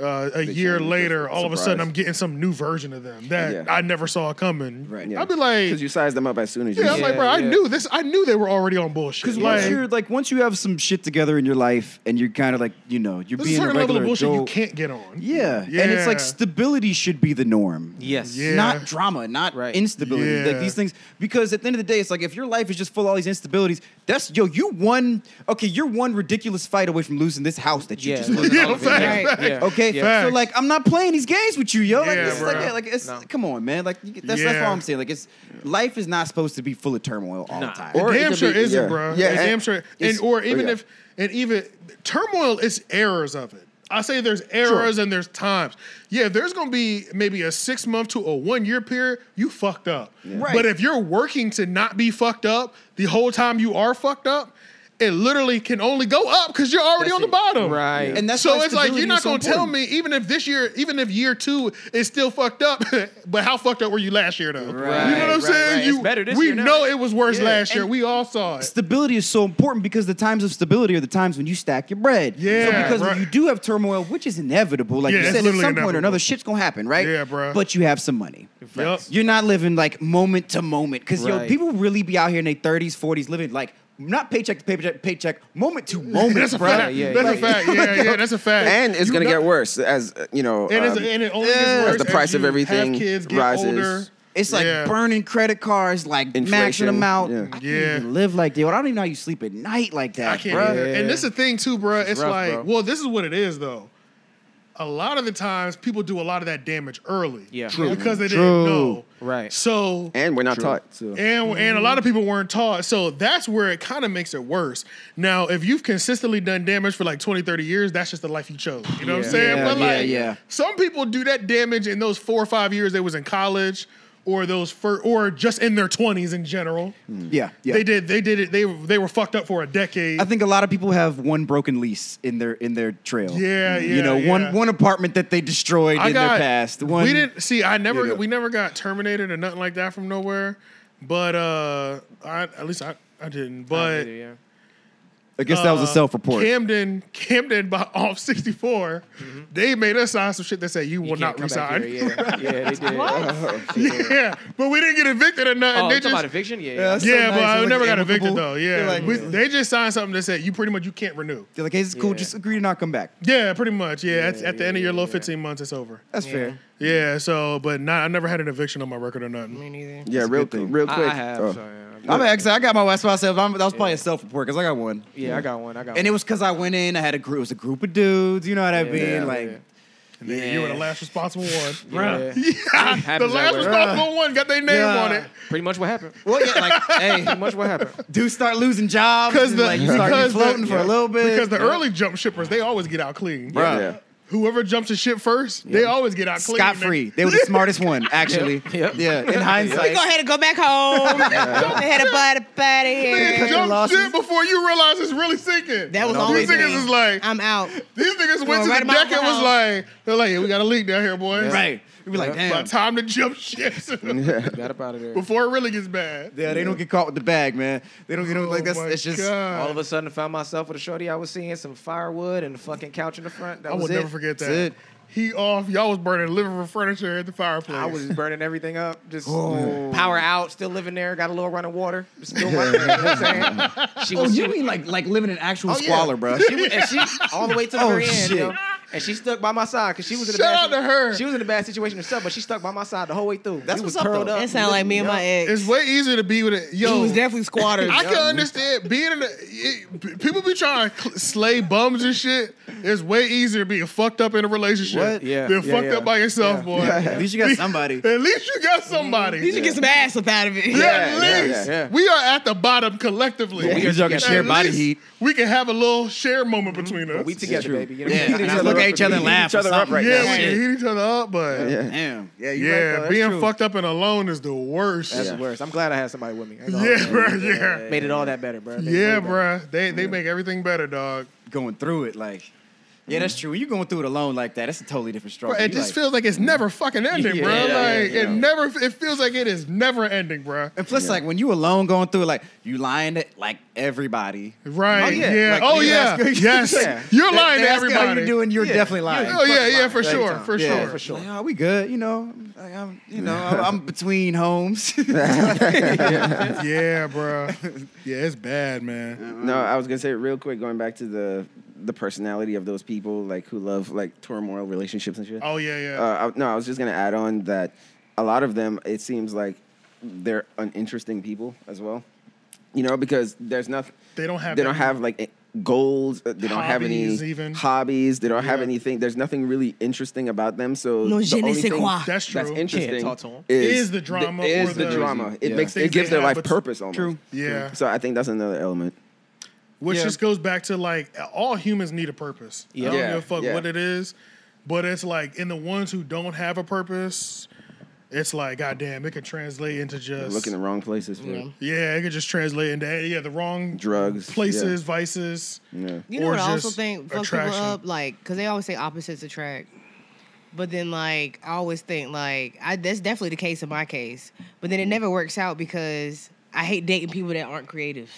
S2: uh, a year
S3: change.
S2: later, all of a sudden
S3: Surprise.
S2: I'm getting some new version of them that
S3: Yeah.
S2: I never saw coming.
S5: Right.
S3: Yeah.
S2: I'd be like,
S3: because you size them up as soon as you.
S2: yeah, I'm like,
S6: Yeah,
S2: bro, I
S6: yeah.
S2: knew this. I knew they were already on bullshit.
S5: Because
S2: like,
S5: once you're like, once you have some shit together in your life, and you're kind of like, you know, you're
S2: there's a
S5: being a
S2: certain level
S5: regular
S2: of bullshit you
S5: adult.
S2: can't get on.
S5: yeah. and it's like
S2: Yeah.
S5: stability should be the norm.
S6: Yes.
S2: Yeah.
S5: Not drama, not
S6: Right.
S5: instability.
S2: Yeah.
S5: Like these things, because at the end of the day, it's like if your life is just full of all these instabilities, that's yo, you one, okay, you're one ridiculous fight away from losing this house that you
S6: Yeah.
S5: just won.
S2: Yeah,
S4: facts,
S6: Yeah.
S5: Okay,
S6: Yeah.
S5: so
S2: Facts.
S5: like I'm not playing these games with you, yo. Like
S2: Yeah,
S5: this is like,
S2: bro.
S5: yeah, like it's
S6: No.
S5: come on, man. Like you- that's that's
S2: Yeah.
S5: what I'm saying. Like it's life is not supposed to be full of turmoil all
S6: Nah.
S5: the time.
S3: Or it
S2: damn
S3: could
S2: sure
S3: be-
S2: isn't,
S3: yeah.
S2: bro.
S3: Yeah,
S2: Yeah,
S3: and-
S2: damn sure. And
S3: it's-
S2: or
S3: oh,
S2: even
S3: yeah.
S2: if and even turmoil is errors of it. I say there's errors and there's times. Yeah, there's gonna be maybe a six month to a one year period. You fucked up.
S5: Right.
S2: But if you're working to not be fucked up the whole time you are fucked up, it literally can only go up because you're already on the bottom.
S6: Right.
S5: And that's
S2: so
S5: why
S2: it's like
S5: stability
S2: you're not
S5: is so
S2: gonna tell
S5: important.
S2: me even if this year, even if year two is still fucked up, but how fucked up were you last year though?
S5: Right,
S2: You know what I'm
S6: right,
S2: saying?
S6: right. It's
S2: You
S6: better this
S2: we
S6: year now.
S2: know it was worse
S5: Yeah,
S2: last year.
S5: and-
S2: We all saw it.
S5: stability is so important because the times of stability are the times when you stack your bread.
S2: Yeah,
S5: So because
S2: right.
S5: when you do have turmoil, which is inevitable, like
S2: Yeah,
S5: you
S2: it's
S5: said, at some
S2: literally
S5: point or
S2: inevitable.
S5: another, shit's gonna happen, right?
S2: Yeah, bruh.
S5: But you have some money.
S2: Yep.
S5: You're not living like moment to moment because yo,
S6: Right.
S5: people really be out here in their 30s, 40s living like not paycheck to paycheck, paycheck, moment to moment,
S2: That's a
S5: bruh.
S2: fact.
S6: yeah,
S2: that's a
S5: yeah.
S2: fact. Yeah, yeah, that's a fact.
S3: And it's
S2: You
S3: gonna
S2: know-
S3: get worse as uh, you know.
S2: And, it's,
S3: um,
S2: and it only gets
S5: yeah.
S2: worse
S3: As the price
S2: you
S3: of everything
S2: have kids, get
S3: rises.
S2: older.
S5: It's like
S2: Yeah.
S5: burning credit cards, like
S3: Inflation,
S5: maxing them out.
S3: yeah.
S5: I can't
S2: Yeah.
S5: even live like that. I don't even know how you sleep at night like that,
S2: I can't.
S5: bruh.
S2: either. And this is the thing too, bruh. It's,
S6: rough,
S2: like,
S6: bro.
S2: well, this is what it is though. A lot of the times, people do a lot of that damage early.
S6: Yeah.
S2: True. Because they
S5: True.
S2: didn't know.
S6: Right.
S2: So
S3: and we're not taught. So.
S2: and and a lot of
S5: Mm-hmm.
S2: people weren't taught so that's where it kind of makes it worse now if you've consistently done damage for like 20 30 years that's just the life you chose you know what i'm saying
S5: Yeah,
S2: but
S5: yeah,
S2: like
S5: yeah.
S2: some people do that damage in those four or five years they was in college or those fir- or just in their 20s in general
S5: Yeah, Mm. yeah.
S2: they did they did it they they were fucked up for a decade
S5: I think a lot of people have one broken lease in their in their trail.
S2: Yeah, yeah,
S5: You know,
S2: yeah.
S5: one one apartment that they destroyed
S2: I
S5: in
S2: got
S5: their past. One
S2: we didn't see. I never
S5: Yeah.
S2: we never got terminated or nothing like that from nowhere. But uh, I at least I I didn't. But
S6: yeah.
S5: I guess that was a
S2: uh,
S5: self-report.
S2: Camden, Camden by off 64, they made us sign some shit that said you, will
S6: Mm-hmm. You
S2: not
S6: can't come back
S2: resign.
S6: here. Yeah, yeah, they did.
S2: yeah, but we didn't get evicted or nothing.
S6: Oh,
S2: they
S6: you talking
S2: just,
S6: about eviction? Yeah.
S5: Yeah,
S6: yeah.
S5: that's so
S2: yeah,
S5: nice.
S2: but I
S5: It's like
S2: never got
S5: amicable.
S2: evicted though.
S5: They're
S2: Yeah,
S5: like,
S2: We- they just signed something that said you pretty much you can't renew.
S5: they're like, hey, this is cool.
S6: Yeah.
S5: Just agree to not come back.
S2: Yeah, pretty much. Yeah, at, at the end of your little
S6: yeah.
S2: 15 months, it's over.
S5: That's fair.
S2: Yeah, so but not, I never had an eviction on my record or nothing.
S4: Me neither.
S3: Yeah, real
S5: good thing.
S3: quick. Real
S6: I,
S3: quick.
S6: I have.
S3: oh.
S6: Sorry. I'm-
S5: I'm actually, I got my West myself. I'm, that was probably a self-report because I got one.
S6: Yeah, I got one. I got
S5: And it
S6: one.
S5: was because I went in. I had a group. It was a group of dudes. You know what I mean?
S6: yeah,
S5: like,
S6: yeah.
S2: And then you were the last responsible one.
S6: Yeah.
S2: Yeah, the
S6: Happens that
S2: last
S6: way.
S2: responsible one got their name
S5: Yeah.
S2: on it.
S6: Pretty much what happened.
S5: well, yeah, like, hey,
S6: Pretty much what happened.
S5: dudes start losing jobs.
S2: Because
S5: and,
S2: the
S5: like, you start
S2: because the-
S5: floating for a little bit.
S2: Because the early jump shippers, they always get out clean.
S5: Bruh.
S3: Yeah.
S2: Whoever jumps a ship first, they always get out clean.
S5: Scot free. They were the smartest one, actually.
S6: Yep.
S5: Yeah, in hindsight.
S4: We go ahead and go back home. go ahead and buy the out
S2: They
S4: here.
S5: Cut your
S2: jump
S5: losses.
S2: ship before you realize it's really sinking.
S4: That
S2: These
S4: was always me.
S2: niggas is like
S4: I'm out.
S2: these niggas
S4: Going
S2: went to
S4: right
S2: the
S4: about
S2: deck and
S4: the
S2: was
S4: house.
S2: like, they're like, yeah, we got a leak down here, boys.
S5: Right. We'd be like,
S6: Yeah.
S2: By
S5: damn.
S2: the time to jump ships
S6: Got up out of there.
S2: before it really gets bad.
S5: Yeah, they don't get caught with the bag, man. They don't get like that's.
S2: Oh my
S5: It's just.
S2: God.
S6: All of a sudden, I found myself with a shorty. I was seeing some firewood and a fucking couch in the front. That
S2: I
S6: was
S2: will
S6: it.
S2: never forget
S5: That's
S2: that.
S5: it.
S2: He off. Y'all was burning living room furniture at the fireplace.
S6: I was just burning everything up. Just
S5: Oh.
S6: power out. Still living there. Got a little running water. Just still running. you know what I'm saying?
S4: Oh,
S6: She was.
S5: mean like like living in actual
S6: yeah.
S5: bro?
S6: she, was- and she all the way to the
S5: Oh,
S6: very end. You
S5: shit.
S6: know? And she stuck by my side because she was in a
S2: Shout
S6: bad
S2: out to her.
S6: She was in a bad situation herself, but she stuck by my side the whole way through.
S5: That's
S6: we was
S5: what's up,
S6: curled
S5: though.
S6: up.
S4: That sound like me and my ex.
S2: It's way easier to be with it. Yo,
S4: He was definitely squatters.
S2: I can understand being in a, it- p- people be trying to cl- slay bums and shit. It's way easier being fucked up in a relationship
S5: What?
S6: Yeah,
S2: than
S6: yeah,
S2: fucked
S6: yeah.
S2: up by yourself, boy.
S5: At least you got somebody.
S2: At least you got somebody.
S4: You should get some ass up out of it.
S2: Yeah,
S5: Yeah, yeah,
S2: at least
S6: yeah.
S2: we are at the bottom collectively.
S5: We just y'all can
S2: At
S5: share body
S2: least
S5: heat.
S2: We can have a little share moment between us.
S6: We together, baby. You know what I'm
S5: Yeah,
S6: saying?
S5: and I look at each other and laugh.
S3: each other up right
S2: yeah,
S3: now.
S2: we can hit each other up, but yeah,
S3: Yeah.
S5: Damn. Yeah,
S2: being fucked up and alone is the worst.
S6: That's
S2: Yeah,
S6: the worst. I'm glad I had somebody with me. That's all
S2: yeah
S6: I'm
S2: bro.
S6: saying.
S2: Yeah,
S6: Made it all that better, bro. Made it
S2: yeah,
S6: way better.
S2: bruh. They they make everything better, dog.
S5: going through it like. Yeah, that's true. When you going through it alone like that, that's a totally different struggle.
S2: Bro, it
S5: You
S2: just
S5: like-
S2: feels like it's never fucking ending,
S6: Yeah,
S2: bro.
S6: yeah, yeah,
S2: like it never. It feels like it is never ending, bro.
S5: and plus, like when you alone going through it, like you lying to like everybody.
S2: Right?
S5: Oh,
S2: yeah.
S5: yeah. Like,
S2: oh
S5: they
S2: yeah.
S5: ask-
S2: yes.
S5: Yeah.
S2: You're
S5: They-
S2: lying
S5: they
S2: to
S5: ask you
S2: everybody.
S5: How you doing? You're definitely lying.
S2: Oh yeah, yeah, for
S6: Big
S2: sure,
S6: time.
S2: for
S5: Yeah,
S2: sure.
S6: for sure.
S5: Like, oh, we good. You know, like, I'm, you know, I'm, I'm between homes.
S2: Yeah, bro. Yeah, it's bad, man.
S3: No, I was gonna say real quick, going back to the the personality of those people, like who love like turmoil relationships and shit.
S2: Oh yeah, yeah.
S3: Uh, I, no, I was just gonna add on that a lot of them, it seems like they're uninteresting people as well. You know, because there's nothing.
S2: They don't have
S3: They don't
S2: that-
S3: have like eh, goals. uh, They don't have any
S2: Hobbies, even.
S3: hobbies. They don't have
S2: Yeah.
S3: anything. There's nothing really interesting about them. So
S4: No
S3: the
S4: je ne
S3: only
S4: sais
S3: thing
S4: quoi.
S2: That's true.
S3: That's interesting.
S6: talk to 'em.
S2: Is the drama
S3: The, is
S2: or
S3: the,
S2: the-
S3: drama? It
S5: Yeah.
S3: makes
S2: Things
S3: it gives
S2: they
S3: their
S2: have,
S3: life
S2: but-
S3: purpose almost.
S5: True.
S2: yeah.
S3: So I think that's another element.
S2: Which
S5: Yeah.
S2: just goes back to like all humans need a purpose. I don't
S3: Yeah.
S2: give a fuck
S3: Yeah.
S2: what it is, but it's like in the ones who don't have a purpose, it's like goddamn, it could translate into just
S3: Look in the wrong places. For it.
S2: Yeah, it could just translate into yeah the wrong
S3: Drugs,
S2: places, vices.
S3: Yeah.
S4: You know
S2: Or
S4: what I also
S2: just
S4: think fucks people
S2: attraction.
S4: up, like, because they always say opposites attract. But then, like, I always think, like, I, that's definitely the case in my case. But then it never works out because I hate dating people that aren't creative.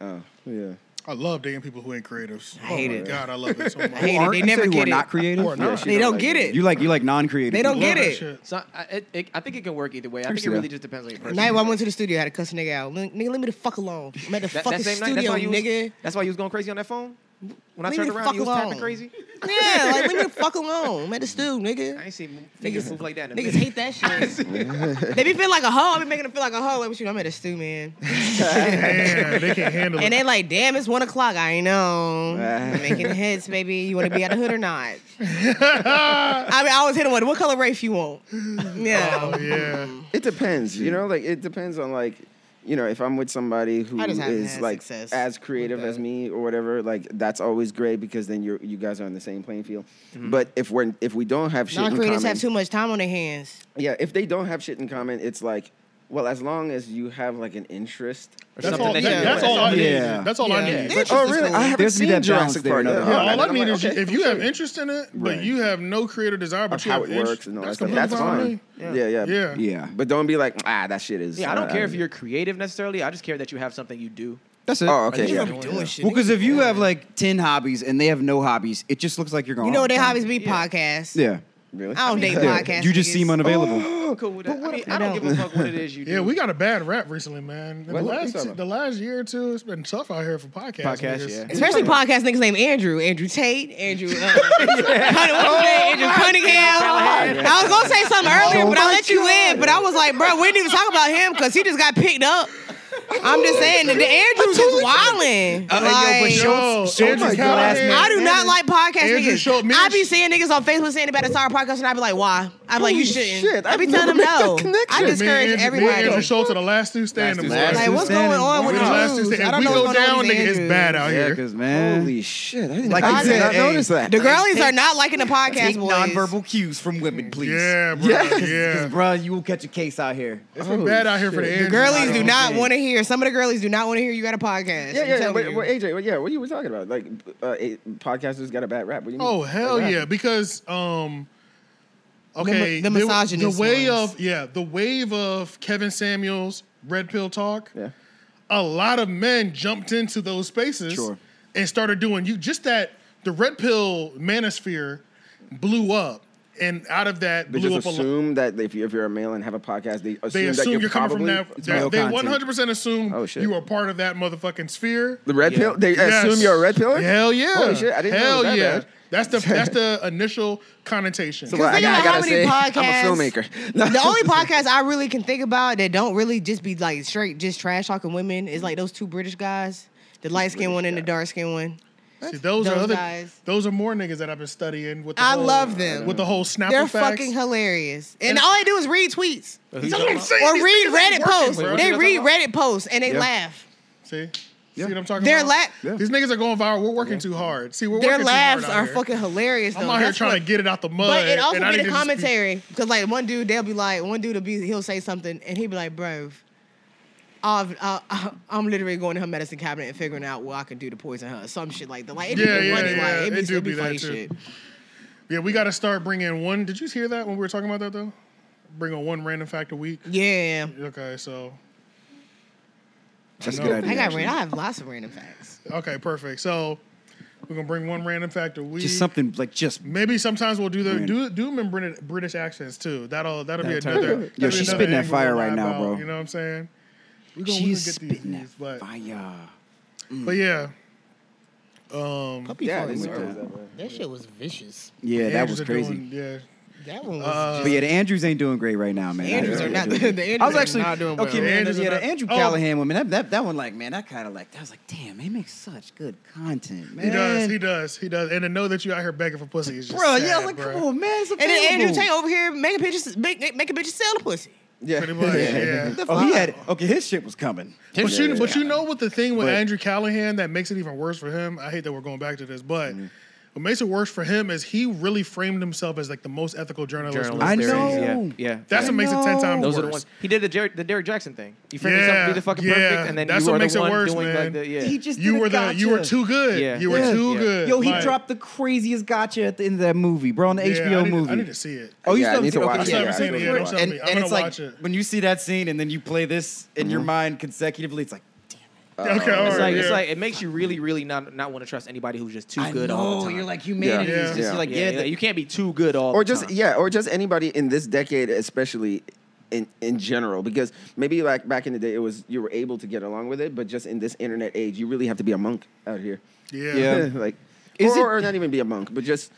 S3: Oh, yeah.
S2: I love dating people who ain't creatives. oh
S4: hate
S2: my
S4: it.
S2: god, I love it so much.
S4: hate it. They never
S5: you
S4: get
S5: are
S4: it.
S5: not creative.
S2: Or not.
S3: she
S4: They don't
S3: like
S4: get it.
S5: You like you like non-creative.
S4: They don't
S5: people.
S2: Love
S4: get
S2: that
S4: it.
S2: shit.
S6: So I, it, it, I think it can work either way. I think it
S5: Understand.
S6: really just depends on your person.
S4: Night when I went to the studio, I had to cuss a nigga out. Nigga, leave me the fuck alone. I'm at the
S6: That,
S4: fucking
S6: that same night, that's
S4: studio,
S6: why you was,
S4: nigga.
S6: That's why you was going crazy on that phone. When I
S4: Leave
S6: turned
S4: me the
S6: around,
S4: fuck
S6: you was tapping
S4: alone.
S6: crazy.
S4: Yeah, like leave me the fuck alone. I'm at the studio, nigga.
S6: I ain't seen niggas move like that. In a
S4: Niggas
S6: minute.
S4: hate that shit. they be feeling like a hoe. I be making them feel like a hoe. Like, what you know, I'm at a stew, man.
S2: Man, they can't handle
S4: And
S2: it.
S4: they like, damn, it's one o'clock. I ain't know. I'm making hits, baby. You want to be out of hood or not? I mean, I always hit them with, what color Rafe you want? Yeah.
S2: Oh yeah.
S3: It depends, you know, like it depends on like, you know, if I'm with somebody who
S4: I just haven't
S3: is
S4: had
S3: like
S4: success
S3: as creative as me or whatever, like that's always great because then you are you guys are on the same playing field. But if we're if we don't have shit in
S4: Non-creators
S3: common,
S4: have too much time on their hands.
S3: yeah, if they don't have shit in common, it's like, well, as long as you have like an interest.
S2: That's
S6: Something
S2: all,
S6: that
S2: that-
S6: you
S2: that's
S6: enjoy.
S2: all I need.
S5: Yeah.
S2: That's all I
S4: Yeah.
S2: need.
S4: They-
S3: oh,
S4: Interest is
S3: really?
S4: cool.
S3: I haven't
S5: There's to be
S3: seen
S5: that balance
S3: Jurassic
S5: there,
S3: Park.
S5: no,
S3: yet.
S5: no,
S2: Yeah,
S5: no,
S3: And
S2: all I
S3: I'm
S2: need
S3: like,
S2: is
S3: okay,
S2: if you
S3: cool.
S2: have interest in it, but
S3: Right.
S2: you have no creative desire, but
S3: of
S2: you
S3: how
S2: have
S3: it
S2: interest,
S3: works and all that stuff.
S2: completely
S3: That's
S2: with
S3: fine.
S2: me.
S3: Yeah, yeah,
S2: Yeah.
S5: Yeah.
S3: But don't be like, ah, that shit is.
S6: Yeah, I don't
S3: uh,
S6: care if you're creative necessarily. I just care that you have something you do.
S5: That's it.
S3: Oh, okay,
S4: You
S3: yeah.
S4: don't be doing shit.
S5: Well, because if you have like ten hobbies and they have no hobbies, it just looks like you're going.
S4: you know what
S5: off.
S4: their hobbies be? Podcasts.
S5: Yeah.
S3: Really?
S4: I don't date
S5: Yeah.
S4: podcasts.
S5: You just seem unavailable.
S6: I'm cool with that. I, mean, I don't
S4: don't?
S6: give a fuck what it is you do.
S2: Yeah, we got a bad rap recently, man. In The
S3: What?
S2: last,
S3: What?
S2: the last year or two, it's been tough out here for podcasts.
S6: Podcast,
S2: niggas.
S6: yeah.
S4: Especially podcast niggas named Andrew, Andrew Tate, Andrew, uh, Cunning-
S2: Oh
S4: what's his name? Andrew Cunningham. I was gonna say something earlier, but I let you in. But I was like, bro, we didn't even talk about him because he just got picked up. I'm just saying that the Andrews is wilding.
S5: but
S4: Like,
S2: Uh,
S5: Schultz-
S2: Yo, oh
S5: Schultz
S3: Oh
S2: Andrew
S5: is the
S2: Callahan-
S5: last man
S4: I do not like podcast
S2: Andrew
S4: niggas.
S2: Schultz, me
S4: I
S2: and
S4: be
S2: Sh-
S4: seeing niggas on Facebook saying about a sorry podcast, and I be like, why? I be like, you shouldn't.
S3: shit,
S4: I be
S3: I've
S4: telling
S3: never
S4: them
S3: made
S4: no.
S3: that
S2: Me and
S3: connection.
S4: I
S2: Andrew-
S4: discourage
S2: me and Andrew
S4: everybody.
S2: Schultz are the last two standing.
S5: two
S2: bro.
S5: standing.
S4: Like, what's going
S5: Standing.
S4: on
S2: We're
S4: with
S2: the
S4: the
S2: last two
S4: news?
S2: standing.
S4: I
S2: If
S4: don't
S2: we
S4: know what's
S2: go
S4: going on
S2: down,
S4: with these
S2: nigga, it's
S4: Andrews.
S2: bad out
S5: Yeah,
S2: here.
S5: because man,
S3: Holy shit! I didn't,
S5: Like
S3: I
S5: you
S3: did
S5: said,
S3: not
S5: hey,
S3: notice that.
S4: The girlies are not liking the
S5: take
S4: podcast boys.
S5: nonverbal cues from women, please.
S2: Yeah, bro.
S3: Yes.
S2: Yeah.
S5: bro, you will catch a case out here.
S2: It's been bad out here for the Andrews.
S4: Girlies do
S2: bro.
S4: not
S5: Okay.
S4: want to hear. Some of the girlies do not want to hear you got a podcast.
S3: Yeah, yeah,
S4: I'm
S3: yeah.
S4: telling
S3: What,
S4: you.
S3: what- AJ? What, yeah, what you were talking about? Like, uh, it- podcasters got a bad rap. What do you mean?
S2: Oh hell
S3: Bad rap?
S2: yeah! Because um, okay,
S4: the
S2: there-
S4: misogynist
S2: the way
S4: ones.
S2: of yeah, the wave of Kevin Samuels red pill talk.
S3: Yeah.
S2: a lot of men jumped into those spaces
S5: Sure.
S2: and started doing you just that the red pill manosphere blew up and out of that
S3: They
S2: blew
S3: just
S2: up a lot.
S3: assume that if you if you're a male and have a podcast, they assume,
S2: They
S3: that
S2: assume
S3: you're,
S2: you're, coming
S3: probably
S2: from that.
S3: it's
S2: They,
S3: male
S2: they
S3: content.
S2: 100% assume
S3: Oh, shit.
S2: you are part of that motherfucking sphere.
S3: The red pill. They
S2: Yes.
S3: assume you're a red pill.
S2: Hell yeah!
S3: Holy shit! I didn't
S2: Hell
S3: know it was that
S2: yeah!
S3: bad.
S2: That's the that's the initial connotation.
S3: Well, I,
S4: think
S3: got- I
S4: about
S3: gotta
S4: how many
S3: say, I'm a
S4: podcasts-
S3: filmmaker. No.
S4: The only podcast I really can think about that don't really just be like straight just trash talking women is like those two British guys, the light skinned one and the dark skinned one.
S2: See, those, are
S4: Those
S2: other
S4: guys.
S2: those are more niggas that I've been studying with. The
S4: I
S2: whole-
S4: love them.
S2: with the whole Snapple
S4: They're
S2: facts.
S4: fucking hilarious, and, all they do is read tweets or
S2: That's what I'm saying. These
S4: read
S2: niggas ain't
S4: Reddit
S2: working,
S4: posts.
S2: bro.
S4: They read Reddit posts and they
S5: Yeah.
S4: laugh.
S2: See, see what I'm talking
S4: They're
S2: about.
S4: la-
S5: Yeah.
S2: These niggas are going viral. We're working too hard. See, we're
S4: Their
S2: working
S4: laughs
S2: too hard out
S4: are
S2: here.
S4: fucking hilarious.
S2: I'm
S4: though.
S2: out here
S4: That's
S2: trying
S4: what-
S2: to get it out the mud.
S4: But it also
S2: and I
S4: be
S2: need
S4: the
S2: to just be-
S4: commentary because like one dude they'll be like one dude will be he'll say something and he'll be like bro, I've, uh, I'm literally going to her medicine cabinet and figuring out what I can do to poison her some shit like that like it
S2: Yeah,
S4: be
S2: yeah,
S4: funny
S2: yeah.
S4: like it be,
S2: It do
S4: it be
S2: be that
S4: funny
S2: too.
S4: shit
S2: yeah, we got to start bringing one. Did you hear that when we were talking about that though? Bring on one random fact a week.
S4: yeah
S2: Okay, so
S5: That's a
S2: know.
S5: good
S4: I
S5: idea.
S4: got ran- I have lots of random facts
S2: okay, perfect. So we're gonna bring one random fact a week.
S5: Just something like just.
S2: Maybe sometimes we'll do the
S5: Random.
S2: do do them in British, British accents too. That'll that'll be
S6: That'll
S2: another.
S6: turn-
S2: that'll
S5: Yo,
S2: be
S5: she's
S2: another
S5: spitting that
S2: angle to
S5: fire right
S2: laugh
S5: now,
S2: out,
S5: bro.
S2: You know what I'm saying? We gonna- we
S5: She's
S2: gonna get these
S5: spitting
S2: views,
S5: that
S2: but-
S5: fire.
S2: But yeah, um,
S4: puppy
S3: Yeah, I
S4: farts
S3: didn't
S4: are-
S3: know it was
S4: that.
S3: that bad.
S4: shit was vicious
S5: Yeah, that
S2: Andrews
S5: was
S2: are
S5: crazy.
S2: doing- yeah,
S4: that one was
S2: Uh,
S5: But yeah, the Andrews ain't doing great right now, man.
S4: the Andrews are
S5: They're
S4: not the
S5: doing
S4: Andrews
S5: I was
S4: are
S5: actually
S4: not doing well.
S5: okay, man.
S2: Andrews
S5: yeah,
S2: are
S5: the
S2: not-
S5: Andrew
S2: Oh.
S5: Callahan woman. That, that that one, like, man, that kind of like, I was like, damn, they make such good content, man.
S2: He does, he does, he does. And to know that you out here begging for pussy is just
S5: bro.
S2: sad,
S5: yeah, I was like,
S2: bro.
S5: come on, man. It's
S4: and then Andrew
S5: available.
S4: Tate over here making bitches make, making bitches sell the pussy
S3: Yeah.
S2: Pretty much, yeah.
S5: Oh, he had okay. His shit was coming.
S2: But you, but you know what the thing with
S5: But-
S2: Andrew Callahan that makes it even worse for him. I hate that we're going back to this, but
S5: Mm-hmm.
S2: what makes it worse for him is he really framed himself as like the most ethical journalist. in the
S6: Journalist
S5: I
S2: world.
S6: theories,
S5: know.
S6: Yeah, yeah.
S2: That's
S5: I
S2: what makes it ten
S5: know.
S2: times
S6: Those
S2: worse.
S6: are the ones. He did the, Jer- the Derek Jackson thing. You frame yourself
S2: Yeah,
S6: to be the fucking
S2: yeah.
S6: perfect, and then
S2: That's
S6: you
S2: what
S6: are
S2: makes
S6: the
S2: it
S6: one
S2: worse,
S6: doing
S2: man.
S6: like the yeah.
S5: He just
S2: You
S5: did a
S2: were the you were
S5: gotcha.
S2: too good.
S6: Yeah.
S2: You were
S5: Yeah.
S2: too
S6: Yeah.
S2: good.
S5: Yo, he
S2: Like,
S5: dropped the craziest gotcha at the end of that movie, bro, on the
S2: yeah,
S5: HBO
S2: I need,
S5: movie.
S2: I need to see it.
S5: Oh, you
S3: Yeah, I
S5: still
S3: need to
S5: haven't
S3: watch
S5: seen-
S2: it. I
S5: okay,
S2: haven't seen
S5: yeah.
S2: it yet. Don't tell
S5: And,
S2: me. I'm
S5: and
S2: gonna
S5: it's like
S2: watch it.
S5: when you see that scene and then you play this in
S3: Mm-hmm.
S5: your mind consecutively, it's like
S3: Oh,
S2: okay, all right.
S6: It's like it's
S2: yeah.
S6: like it makes you really, really not not want to trust anybody who's just too
S5: I
S6: good
S5: know,
S6: all the time.
S5: You're like humanity.
S2: Yeah.
S5: is just
S3: Yeah.
S5: like
S6: yeah,
S5: yeah,
S6: yeah,
S5: the-
S6: you can't be too good all
S3: or
S6: the
S3: just
S6: time.
S3: yeah, or just anybody in this decade, especially in in general, because maybe like back in the day, it was you were able to get along with it, but just in this internet age, you really have to be a monk out here.
S2: yeah.
S5: Yeah.
S3: like,
S5: Is
S3: or,
S5: it-
S3: or not even be a monk, but just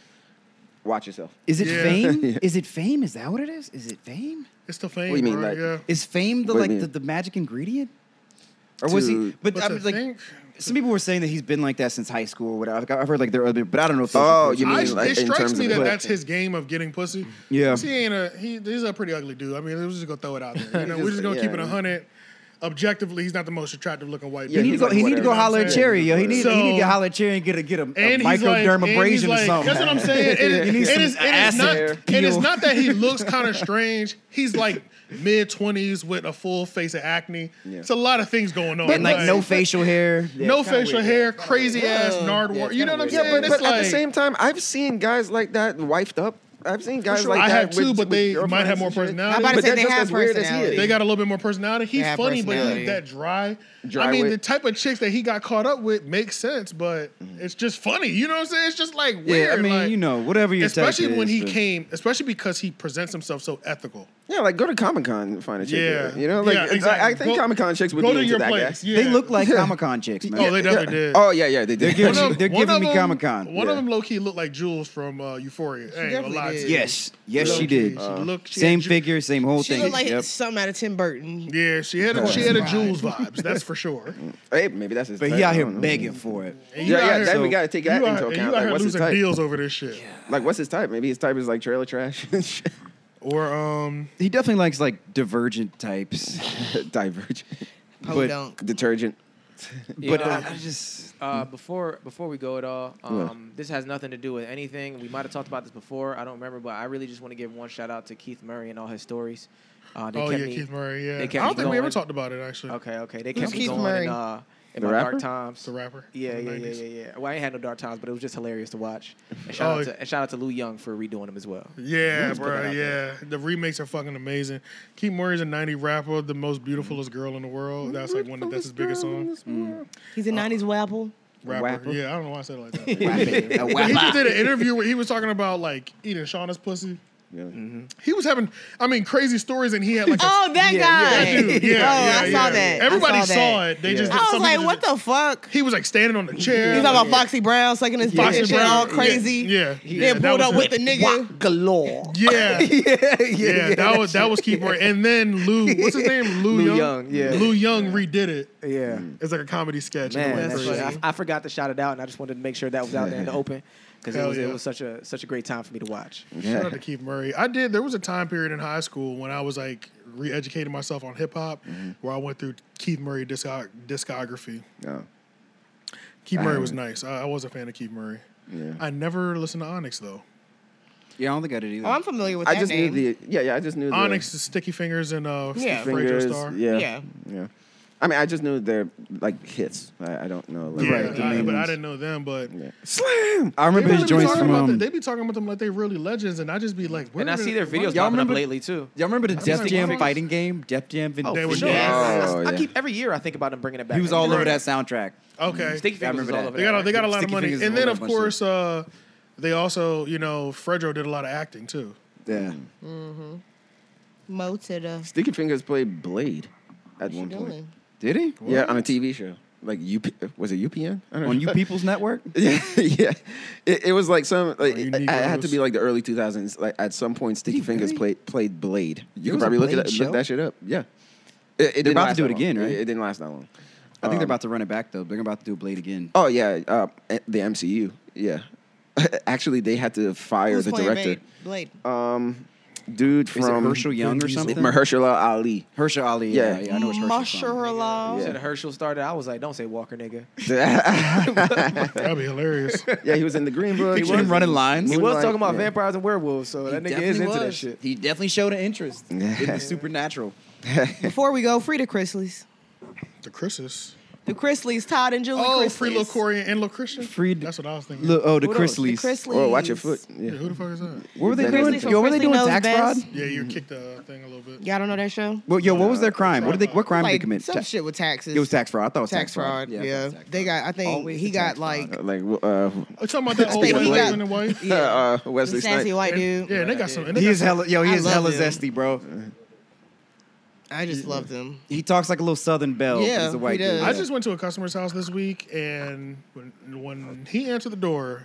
S3: watch yourself.
S5: Is it
S2: Yeah.
S5: fame? Is it fame? Is that what it is? Is it fame?
S2: It's the fame.
S3: What do you mean,
S2: bro,
S3: like-
S2: yeah.
S5: Is fame the
S3: What do you
S5: like the,
S3: mean?
S5: the magic ingredient? Or was he?
S3: Dude.
S5: But
S2: But
S5: I
S2: to
S5: mean, like,
S2: think-
S5: some people were saying that he's been like that since high school or whatever. Like, I've heard like there are other, but I don't know. if those
S3: Oh,
S5: are-
S3: you mean,
S2: I,
S3: like,
S2: it
S3: in
S2: strikes
S3: terms
S2: me
S3: of
S2: that
S3: the-
S2: that's his game of getting pussy.
S5: Yeah.
S2: he ain't a he. He's a pretty ugly dude. I mean, we're just gonna throw it out there. You know,
S3: He
S2: we're
S3: just-
S2: just gonna
S3: yeah,
S2: keep it
S3: yeah.
S2: hundred. Objectively, he's not the most attractive looking white.
S3: Yeah,
S2: dude.
S5: He need to go.
S3: like,
S5: He need to go
S3: whatever.
S5: holler at
S2: Yeah.
S5: Cherry. Yo, he need. he need to
S2: So-
S5: go holler at Cherry and get a get a, a
S2: and he's like, and he's
S5: microdermabrasion
S2: like,
S5: or something.
S2: That's what I'm saying. And,
S5: You
S2: and
S5: need some
S2: it's, and it's
S5: acid
S2: not,
S5: hair.
S2: and it's
S5: Peel.
S2: not that he looks kind of strange. He's like mid twenties with a full face of acne. It's a lot of things going on.
S5: and like no facial hair.
S2: no facial hair, crazy ass nard war. You know what I'm
S3: Yeah,
S2: saying?
S3: but,
S2: It's
S3: but at
S2: like-
S3: the same time, I've seen guys like that wifed up I've seen guys
S2: sure.
S3: like
S2: I
S3: that.
S2: have too,
S3: with-
S2: but
S3: with
S2: they
S3: girlfriends
S2: might have
S3: and
S2: more
S3: shit.
S2: personality.
S4: I'm about to
S3: But
S4: say
S3: they're
S4: they
S3: just
S4: have
S3: as weird as he
S4: personality.
S3: is.
S2: They got a little bit more personality. He's
S4: have
S2: funny, but he
S4: personality.
S2: ain't that dry.
S3: Dry
S2: I mean,
S3: wit.
S2: the type of chicks that he got caught up with makes sense, but it's just funny. You know what I'm saying? It's just like
S5: Mm-hmm. Yeah,
S2: weird.
S5: I mean,
S2: like-
S5: you know, whatever your type
S2: Especially when
S5: is,
S2: he
S5: but-
S2: came, especially because he presents himself so ethical.
S3: Yeah, like go to Comic Con and find a chick.
S2: Yeah.
S3: there. you know, like
S2: Yeah,
S3: it's-
S2: exactly.
S3: I, I think
S2: Go-
S3: Comic Con chicks would
S2: go
S3: be
S2: to
S3: into
S2: your
S3: that
S2: place.
S3: guy.
S2: Yeah.
S5: They look like Comic Con chicks, man.
S2: Oh, they definitely did.
S3: Oh yeah, yeah, they did.
S5: giving
S2: One
S5: you-
S2: of-
S5: they're
S2: one
S5: giving
S2: of
S5: me
S2: them-
S5: Comic-Con,
S2: One
S3: yeah.
S2: of them low key looked like Jules from uh, Euphoria. I ain't gonna
S4: definitely
S2: lie to
S4: did.
S2: you.
S5: yes, yes,
S2: Low
S5: she
S2: key,
S5: did.
S2: She looked she
S5: uh, same
S2: had Ju-
S5: figure, same whole
S4: She
S5: thing.
S4: looked like
S5: Yep.
S4: something out of Tim Burton.
S2: Yeah, she had a, she had a Jules vibes. That's for sure.
S3: Hey, maybe that's his.
S5: But
S3: type,
S5: he out
S3: I
S5: here
S3: don't know.
S5: begging for it.
S2: And you
S3: Yeah,
S2: out
S3: yeah.
S2: here-
S3: Then we
S5: so-
S3: got to take
S2: you
S3: that
S2: out-
S3: into
S2: and you
S3: account.
S2: out
S3: Like,
S2: here
S3: what's his
S2: losing
S3: type?
S2: deals over this shit.
S3: Like, what's his type? Maybe his type is like trailer trash and shit.
S2: Or um,
S5: He definitely likes like divergent types.
S3: Divergent,
S5: But-
S4: Podunk.
S3: detergent.
S6: Yeah,
S5: but
S6: no,
S5: uh,
S6: I-
S5: I just
S6: Uh, before before we go at all,
S3: Yeah.
S6: um, this has nothing to do with anything. We might have talked about this before. I don't remember, but I really just want to give one shout out to Keith Murray and all his stories. Uh, they
S2: oh yeah,
S6: kept me,
S2: Keith Murray. Yeah, I
S6: they
S2: don't
S6: kept
S2: think
S6: me
S2: we ever
S6: going.
S2: talked about it actually.
S6: Okay, okay, they kept me
S4: Keith
S6: going
S4: Murray?
S6: in, uh, in
S3: The
S6: my
S3: rapper?
S6: dark times.
S2: The rapper.
S6: Yeah,
S2: from the
S6: yeah, yeah,
S2: 90s.
S6: yeah, yeah. Well, I ain't had no dark times, but it was just hilarious to watch. And shout,
S2: Oh,
S6: out, to, and shout out to Lou Young for redoing them as well.
S2: Yeah,
S6: put that
S2: bro.
S6: out
S2: Yeah, the remakes are fucking amazing. Keith Murray's a '90 rapper, the most beautifulest girl in the world. That's like one. Of, that's his biggest song.
S4: He's
S5: uh,
S4: a '90s wapple.
S2: Rapper.
S3: Wapper.
S2: Yeah, I don't know why I said it like that.
S5: rapping. A
S2: he just
S5: wapper.
S2: did an interview where he was talking about like eating Shauna's pussy.
S3: Really?
S6: Mm-hmm.
S2: He was having, I mean, crazy stories, and he had like.
S4: Oh, that guy.
S2: a, dude, yeah,
S4: oh,
S2: yeah,
S4: I
S2: yeah.
S4: saw that.
S2: Everybody
S4: I saw, that.
S2: it. They just. did-
S4: I was
S2: somebody
S4: like,
S2: just-
S4: what the fuck?
S2: He was like standing on the chair.
S4: He was talking about
S2: like,
S4: Foxy Brown sucking his dick
S2: Foxy
S4: and shit
S2: Brown.
S4: all
S2: Yeah,
S4: crazy.
S2: yeah, yeah,
S4: Then
S2: that
S4: pulled
S2: was
S4: up with the
S2: it.
S4: nigga.
S5: galore.
S2: Yeah.
S5: yeah,
S2: Yeah, that was that was Keith Murray. And then Lou, what's his name? Lou,
S6: Lou
S2: Young?
S6: Young, yeah.
S2: Lou Young redid it.
S6: Yeah.
S2: It's like a comedy sketch. It
S6: Man, that's
S2: was
S6: funny.
S2: crazy.
S6: I, I forgot to shout it out, and I just wanted to make sure that was out there in the open because it
S2: Hell
S6: was
S2: yeah.
S6: it was such a such a great time for me to watch.
S2: Shout out to Keith Murray. I did. There was a time period in high school when I was like re-educating myself on hip hop, where I went through Keith Murray discog- discography.
S3: No.
S2: Keith
S3: I
S2: Murray
S3: haven't.
S2: was nice. I, I was a fan of Keith Murray.
S3: Yeah.
S2: I never listened to Onyx though.
S5: Yeah, I don't think I did either.
S4: Oh, I'm familiar with
S3: I
S4: that
S3: just
S4: name.
S3: knew the. Yeah, yeah. I just knew the
S2: Onyx, is Sticky Fingers, and uh,
S4: Yeah.
S2: Fringe
S3: fingers.
S2: Star.
S5: uh,
S3: Yeah.
S4: Yeah.
S3: yeah. I mean, I just knew they're like hits. I, I don't know. Like,
S2: Yeah,
S5: Right, the
S2: I-
S5: main
S2: but I
S5: ones.
S2: didn't know them. But
S3: Yeah. Slam.
S5: I remember
S2: They really
S5: his
S2: be
S5: joints
S2: talking
S5: from
S2: about
S5: um,
S2: them- They be talking about them like they really legends, and I just be like, where
S6: And I
S2: did
S6: see
S2: it-
S6: their videos
S5: Y'all
S6: popping up
S5: remember-
S6: lately too.
S5: Y'all remember the Def
S2: like,
S5: Jam
S2: what?
S5: fighting game? Def Jam Vin-
S2: They were
S5: Vendetta.
S2: dope.
S6: Yes.
S3: Oh,
S6: I, I
S3: yeah.
S6: keep every year. I think about them bringing it back.
S5: He was all over
S2: Right.
S5: that soundtrack.
S2: Okay,
S6: Sticky
S5: I
S6: fingers was
S5: remember
S6: all
S5: that.
S6: over
S2: They got a-
S6: that.
S2: they got a lot of
S5: Sticky
S2: money,
S5: fingers
S2: and
S5: and
S2: then
S5: all
S2: of
S5: that bunch of
S2: course uh, they also you know Fredro did a lot of acting too.
S5: Yeah.
S4: Mo to the.
S3: Sticky Fingers played Blade at one
S4: What you
S3: point.
S4: doing?
S5: Did he?
S3: Yeah, on a TV show. Like UP, was it UPN? I don't
S5: On
S3: know.
S5: You People's Network?
S3: yeah, yeah. It, it was like some. Like,
S2: you
S3: it, it had to
S2: Negroes.
S3: be like the early 2000s. Like at some point, Sticky Fingers played played Blade. You
S5: was a
S3: can probably look, it,
S5: Blade
S3: up-
S5: show?
S3: look that shit up. Yeah, it, it didn't
S5: about to
S3: last
S5: do it
S3: that long.
S5: again, right?
S3: It, it didn't last that long.
S5: I think
S3: Um,
S5: they're about to run it back though. They're about to do Blade again.
S3: Oh yeah, uh, the MCU. Yeah, actually, they had to fire
S4: Who's
S3: the
S4: playing
S3: director.
S4: Ba- Blade?
S5: Uh,
S3: Um, dude
S5: Is it
S3: from
S5: Herschel Young or something?
S3: Mahershala Ali.
S5: Herschel Ali.
S3: Yeah.
S5: Yeah, yeah, I know it's Herschel. from.
S4: Mahershala.
S3: Yeah.
S6: Said Herschel started. I was like, don't say Walker, nigga.
S2: That'd be hilarious.
S3: Yeah, he was in the Green Book.
S5: Picture him running lines.
S6: He was
S3: Moonlight,
S6: talking about
S3: yeah.
S6: vampires and werewolves, so that nigga is
S5: definitely
S6: into that
S5: was.
S6: shit.
S5: He definitely showed an interest in the supernatural.
S4: Before we go, free the Chrisleys.
S2: the Chris's.
S4: The Chrisleys, Todd and Julie.
S2: Oh,
S4: Chrisleys.
S2: free Lil Corey and Lil Christian.
S5: Free-
S2: That's what I was thinking.
S5: Look, oh, the
S6: Who knows? The
S4: The
S5: Chrisleys.
S4: Chrisleys.
S3: Oh, watch your foot. Yeah.
S2: Yeah, who the fuck is that?
S5: What were they
S3: Chrisleys
S5: doing?
S3: from
S5: Yo, were they
S4: Chrisley
S5: doing
S4: Knows
S5: tax fraud?
S4: Best.
S2: Yeah, you kicked the uh, thing a little bit.
S4: Y'all don't know that show?
S5: Well, yo, what was their crime? What did they? What crime did they
S4: Like
S5: commit?
S4: some
S5: Ta-
S4: shit with taxes.
S5: It was tax fraud. I thought it was
S4: Tax fraud. Yeah,
S5: I thought it was tax
S4: they got. I think
S5: Always
S4: he
S5: the
S4: got
S5: tax
S4: like
S3: Uh, Like uh,
S2: Are you talking about that old
S4: He
S2: white
S4: got-
S2: husband and wife?
S4: yeah,
S3: uh, Wesley
S4: this nasty
S3: Snipes.
S4: white dude.
S2: Yeah, they got some. and
S5: fraud.
S2: they
S5: He
S2: got
S5: is
S2: some-
S5: hella. Yo, he
S4: I
S5: is
S4: love
S5: hella
S4: him.
S5: zesty, bro.
S4: I just love them.
S5: He talks like a little Southern belle.
S4: Yeah,
S5: he's a
S4: he
S5: white
S4: does.
S5: dude.
S2: I just went to a customer's house this week, and when when he answered the door,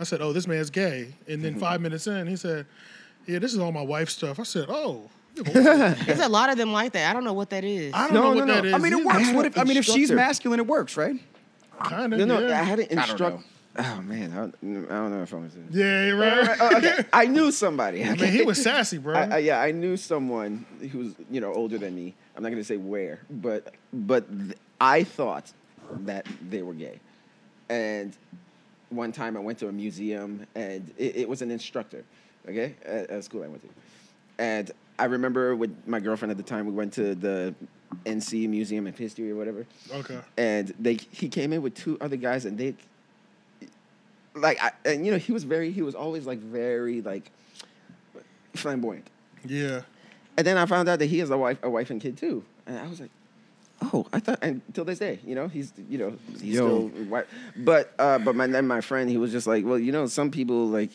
S2: I said, "Oh, this man's gay." And
S5: Mm-hmm.
S2: then five minutes in, he said, "Yeah, this is all my wife's stuff." I said, "Oh."
S4: There's a lot of them like that. I don't know what that is.
S2: I don't know
S3: No,
S2: what
S3: no, no.
S2: that is.
S5: I mean, it
S2: either.
S5: works. What if? I mean, if she's
S3: Instructor.
S5: masculine, it works, right?
S2: Kinda,
S3: No, no,
S2: yeah.
S3: I had an
S5: don't
S3: instruct.
S5: know.
S3: Oh man, I don't, I don't know if I'm.
S2: Yeah, right.
S3: Oh, okay, I knew somebody.
S2: I mean, he was sassy, bro.
S3: I, I, yeah, I knew someone who was you know older than me. I'm not going to say where, but but th- I thought that they were gay, and one time I went to a museum and it, it was an instructor, okay, at, at a school I went to, and I remember with my girlfriend at the time we went to the NC Museum of History or whatever,
S2: okay.
S3: and they he came in with two other guys and they like I, and you know he was very he was always like very like flamboyant.
S2: Yeah.
S3: And then I found out that he has a wife, a wife and kid too. And I was like, oh, I thought until this day, you know, he's you know he's
S5: Yo.
S3: still white. But uh, but my then my friend, he was just like, well, you know, some people like.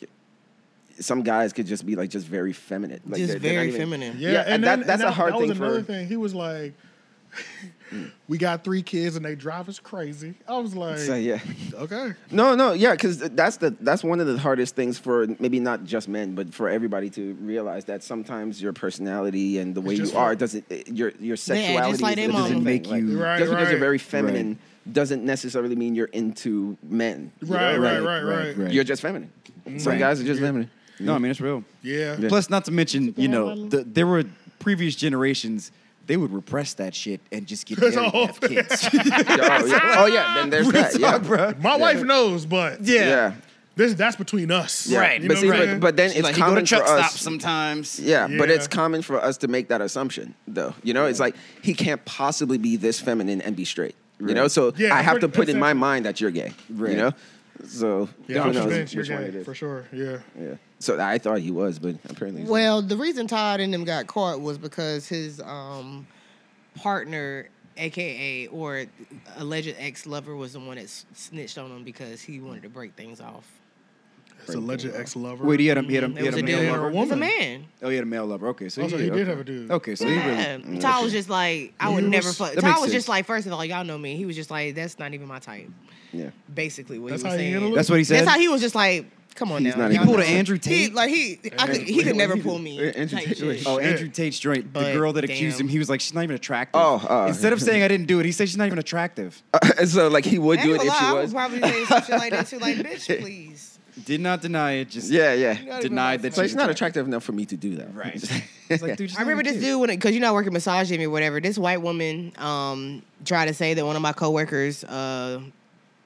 S3: Some guys could just be like just very feminine, like
S4: Just
S3: they're- they're not
S4: very
S3: even-
S4: feminine.
S2: Yeah,
S3: Yeah,
S2: and,
S3: and
S2: then,
S3: that- that's
S2: and
S3: a hard
S2: that was
S3: thing for-
S2: another thing. He was like, "We got three kids and they drive us crazy." I was like,
S3: So yeah,
S2: "Okay,
S3: No, no, yeah, because that's the that's one of the hardest things for maybe not just men, but for everybody to realize that sometimes your personality and the way you
S2: just
S3: are
S2: fun.
S3: doesn't eh, your your sexuality
S4: Yeah, just like
S3: is-
S4: they
S3: doesn't
S4: mama.
S3: make you
S2: Right,
S3: just because
S2: right.
S3: you're very feminine doesn't necessarily mean you're into men. you know,
S2: right,
S3: like,
S2: right, right, right, Mm.
S5: right, right.
S3: You're just feminine. Some
S5: Right.
S3: guys are just feminine.
S5: No, I mean it's real.
S2: yeah,
S3: Yeah.
S5: Plus, not to mention, you know,
S2: Supermodel.
S5: the, there were previous generations. They would repress that shit and just get
S2: That's
S5: married and
S2: all.
S5: have kids.
S3: oh, yeah. oh yeah, then there's that. Yeah,
S5: bro.
S2: My wife knows, but
S3: Yeah.
S2: this that's between us,
S3: Yeah.
S5: Right.
S2: You
S3: But
S2: know
S3: see,
S2: what I'm
S3: but,
S2: saying?
S3: but then
S5: She's
S3: it's
S5: like, you go
S3: common
S5: to truck
S3: for us.
S5: stops sometimes.
S3: Yeah, but it's
S2: Yeah.
S3: common for us to make that assumption, though. You know, it's like he can't possibly be this feminine and be straight. You know, so
S2: Yeah,
S3: I have to
S2: pretty-
S3: put in my
S2: exactly.
S3: mind that you're gay. You know, so
S2: yeah,
S3: who
S2: I'm
S3: knows
S2: convinced you're
S3: which one
S2: gay,
S3: it is?
S2: for sure, yeah,
S3: Yeah. So I thought he was, but apparently, he's
S4: Well, the reason Todd and them got caught was because his um, partner, aka or alleged ex lover, was the one that s- snitched on him because he wanted to break things off.
S2: it's a legend ex lover.
S5: Wait, he had a he had a, he
S4: It
S5: had
S4: was
S5: a
S4: a
S5: male
S4: dude.
S2: or
S5: lover.
S2: a
S4: It was a
S2: woman?
S4: man.
S5: Oh, he had a male lover. Okay, so
S2: Also,
S5: he,
S2: he
S5: okay.
S2: did have a dude.
S5: Okay, so he really.
S4: Yeah. Todd was just like, I would
S2: He
S4: never
S2: was-
S4: fuck.
S5: that
S4: Todd
S5: makes
S4: was
S5: sense.
S4: just like, first of all, y'all know me. He was just like, that's not even my type.
S3: yeah.
S4: Basically, what
S2: That's
S4: he was
S2: how he
S4: saying.
S2: handled it?
S5: That's what he said.
S4: That's how he was just like, come on
S3: He's
S4: now.
S3: not
S4: y'all
S3: even- He pulled
S4: know
S3: an
S4: me.
S5: Andrew Tate?
S4: He, like he, I could, he could never pull me.
S3: Andrew
S4: type
S3: Tate,
S4: shit.
S3: wait.
S5: Oh,
S2: Shit.
S5: Andrew Tate's joint. The
S4: But
S5: girl that accused
S4: damn.
S5: him, he was like, she's not even attractive.
S3: Oh, uh.
S5: instead of saying I didn't do it, he said she's not even attractive.
S3: And so like he would
S4: I
S3: do
S4: ain't
S3: it
S4: gonna
S3: if
S4: lie,
S3: she
S4: I
S3: was.
S4: would probably say some shit like that too. Like, bitch, please.
S5: Did not deny it. Just
S3: Yeah, yeah.
S4: not even
S5: denied that.
S3: So
S5: she's
S3: it's not attractive enough for me to do that.
S5: Right. It's like, dude, she's
S4: I
S5: not
S4: remember
S5: even
S4: this
S5: cute.
S4: dude when because you know I work at massage gym or whatever. This white woman um tried to say that one of my coworkers uh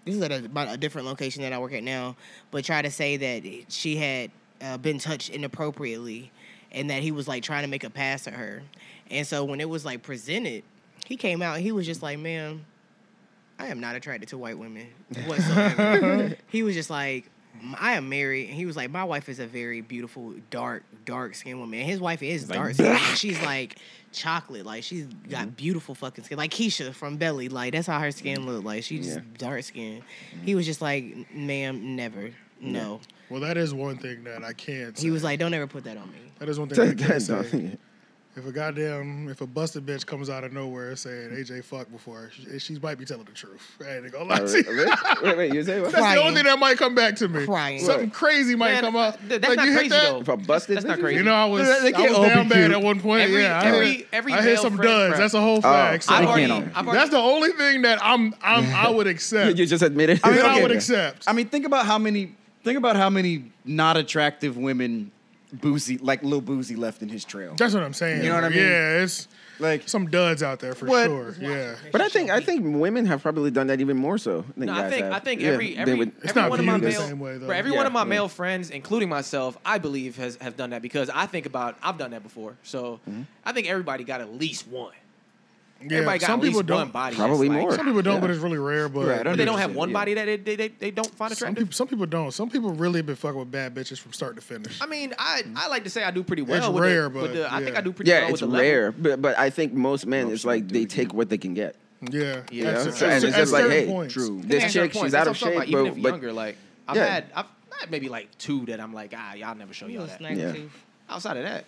S4: this is at a, about a different location that I work at now, but tried to say that she had uh, been touched inappropriately and that he was like trying to make a pass at her. And so when it was like presented, he came out and he was just like, "Ma'am, I am not attracted to white women whatsoever. he was just like, "M- I am married. And he was like, my wife is a very beautiful, dark, dark skinned woman. And his wife is dark skinned. She's like chocolate. Like she's got beautiful fucking skin. Like Keisha from Belly. Like that's how her skin looked. Like she's just
S3: Yeah.
S4: dark skinned. He was just like, ma'am, never. No.
S2: Well, that is one thing that I can't. Say.
S4: He was like, don't ever put that on me.
S2: that is one thing I can't
S3: Don't-
S2: say. If a goddamn, if a busted bitch comes out of nowhere saying AJ fuck before, she, she might be telling the truth. I ain't gonna lie to you.
S3: Wait, wait, wait, you say what?
S2: That's the
S4: Crying.
S2: only thing that might come back to me.
S4: Crying.
S2: Something crazy might
S6: Man,
S2: come up.
S6: th- that's not
S2: you hit
S6: crazy,
S2: that?
S6: though.
S3: If I busted,
S6: That's not
S3: bitches?
S6: crazy.
S2: You know, I was,
S3: They- they
S2: I
S3: can't
S2: was
S3: all be
S2: down bad
S3: cute.
S2: at one point.
S6: Every-
S2: yeah, I
S6: every-
S2: heard,
S6: every
S2: I heard
S6: male
S2: some
S6: friend
S2: duds.
S6: crap.
S2: That's a whole
S5: Oh.
S2: fact. So
S5: I
S6: I've already,
S5: can't
S6: I've already,
S2: that's the only thing that I'm, I'm, I would accept.
S3: You just admitted.
S5: I
S2: that
S5: mean,
S2: I
S5: okay.
S2: would accept.
S5: I mean, think about how many. Think about how many not attractive women, boozy like Lil Boozy left in his trail.
S2: That's what I'm saying.
S5: You know what I mean?
S2: Yeah, it's
S5: Like,
S2: some duds out there for
S5: What?
S2: sure. Yeah.
S3: But I think I think women have probably done that even more so than
S6: No,
S3: guys
S6: I think
S3: have.
S6: I think
S3: Yeah,
S6: every
S3: they
S6: every,
S3: would-
S2: It's
S6: every
S2: not
S6: one of my
S2: viewed the
S6: male
S2: same way, though.
S6: for every
S3: Yeah,
S6: one of my
S3: yeah.
S6: male friends, including myself, I believe has have done that because I think about I've done that before. So
S3: Mm-hmm.
S6: I think everybody got at least one.
S2: yeah.
S6: everybody got
S2: Some
S6: at least
S2: people
S6: one
S2: don't.
S6: body.
S3: Probably
S6: that's like-
S3: more.
S2: Some people don't,
S3: Yeah.
S2: but it's really rare. But
S3: Right, I
S6: but they don't have
S3: 100%,
S6: one
S3: yeah.
S6: body that they, they, they, they don't find
S2: Some
S6: attractive.
S2: people, some people don't. Some people really been fucking with bad bitches from start to finish.
S6: I mean, I I like to say I do pretty well.
S2: It's
S6: with
S2: rare,
S6: the, with
S2: but
S6: the, I think
S2: yeah.
S6: I do pretty
S3: Yeah,
S6: well.
S3: it's
S6: with the level.
S3: rare, but but I think most men, it's
S5: should I
S3: like
S5: do
S3: they
S5: it
S3: take what they can get.
S2: Yeah,
S6: Yeah.
S2: That's-
S3: Yeah,
S2: that's-
S3: so- and it's
S2: at
S3: just like,
S2: certain
S3: hey,
S2: points.
S3: true.
S6: Yeah,
S3: This
S6: certain
S3: chick,
S6: points.
S3: she's
S6: That's
S3: out of
S6: what I'm talking
S3: shape,
S6: about.
S3: but,
S6: even if
S3: but
S6: younger, like I've
S3: Yeah.
S6: had I've had maybe like two that I'm like ah y'all never show
S4: He
S6: y'all
S4: was
S6: that.
S4: snack
S3: Yeah.
S4: too.
S6: Outside of that,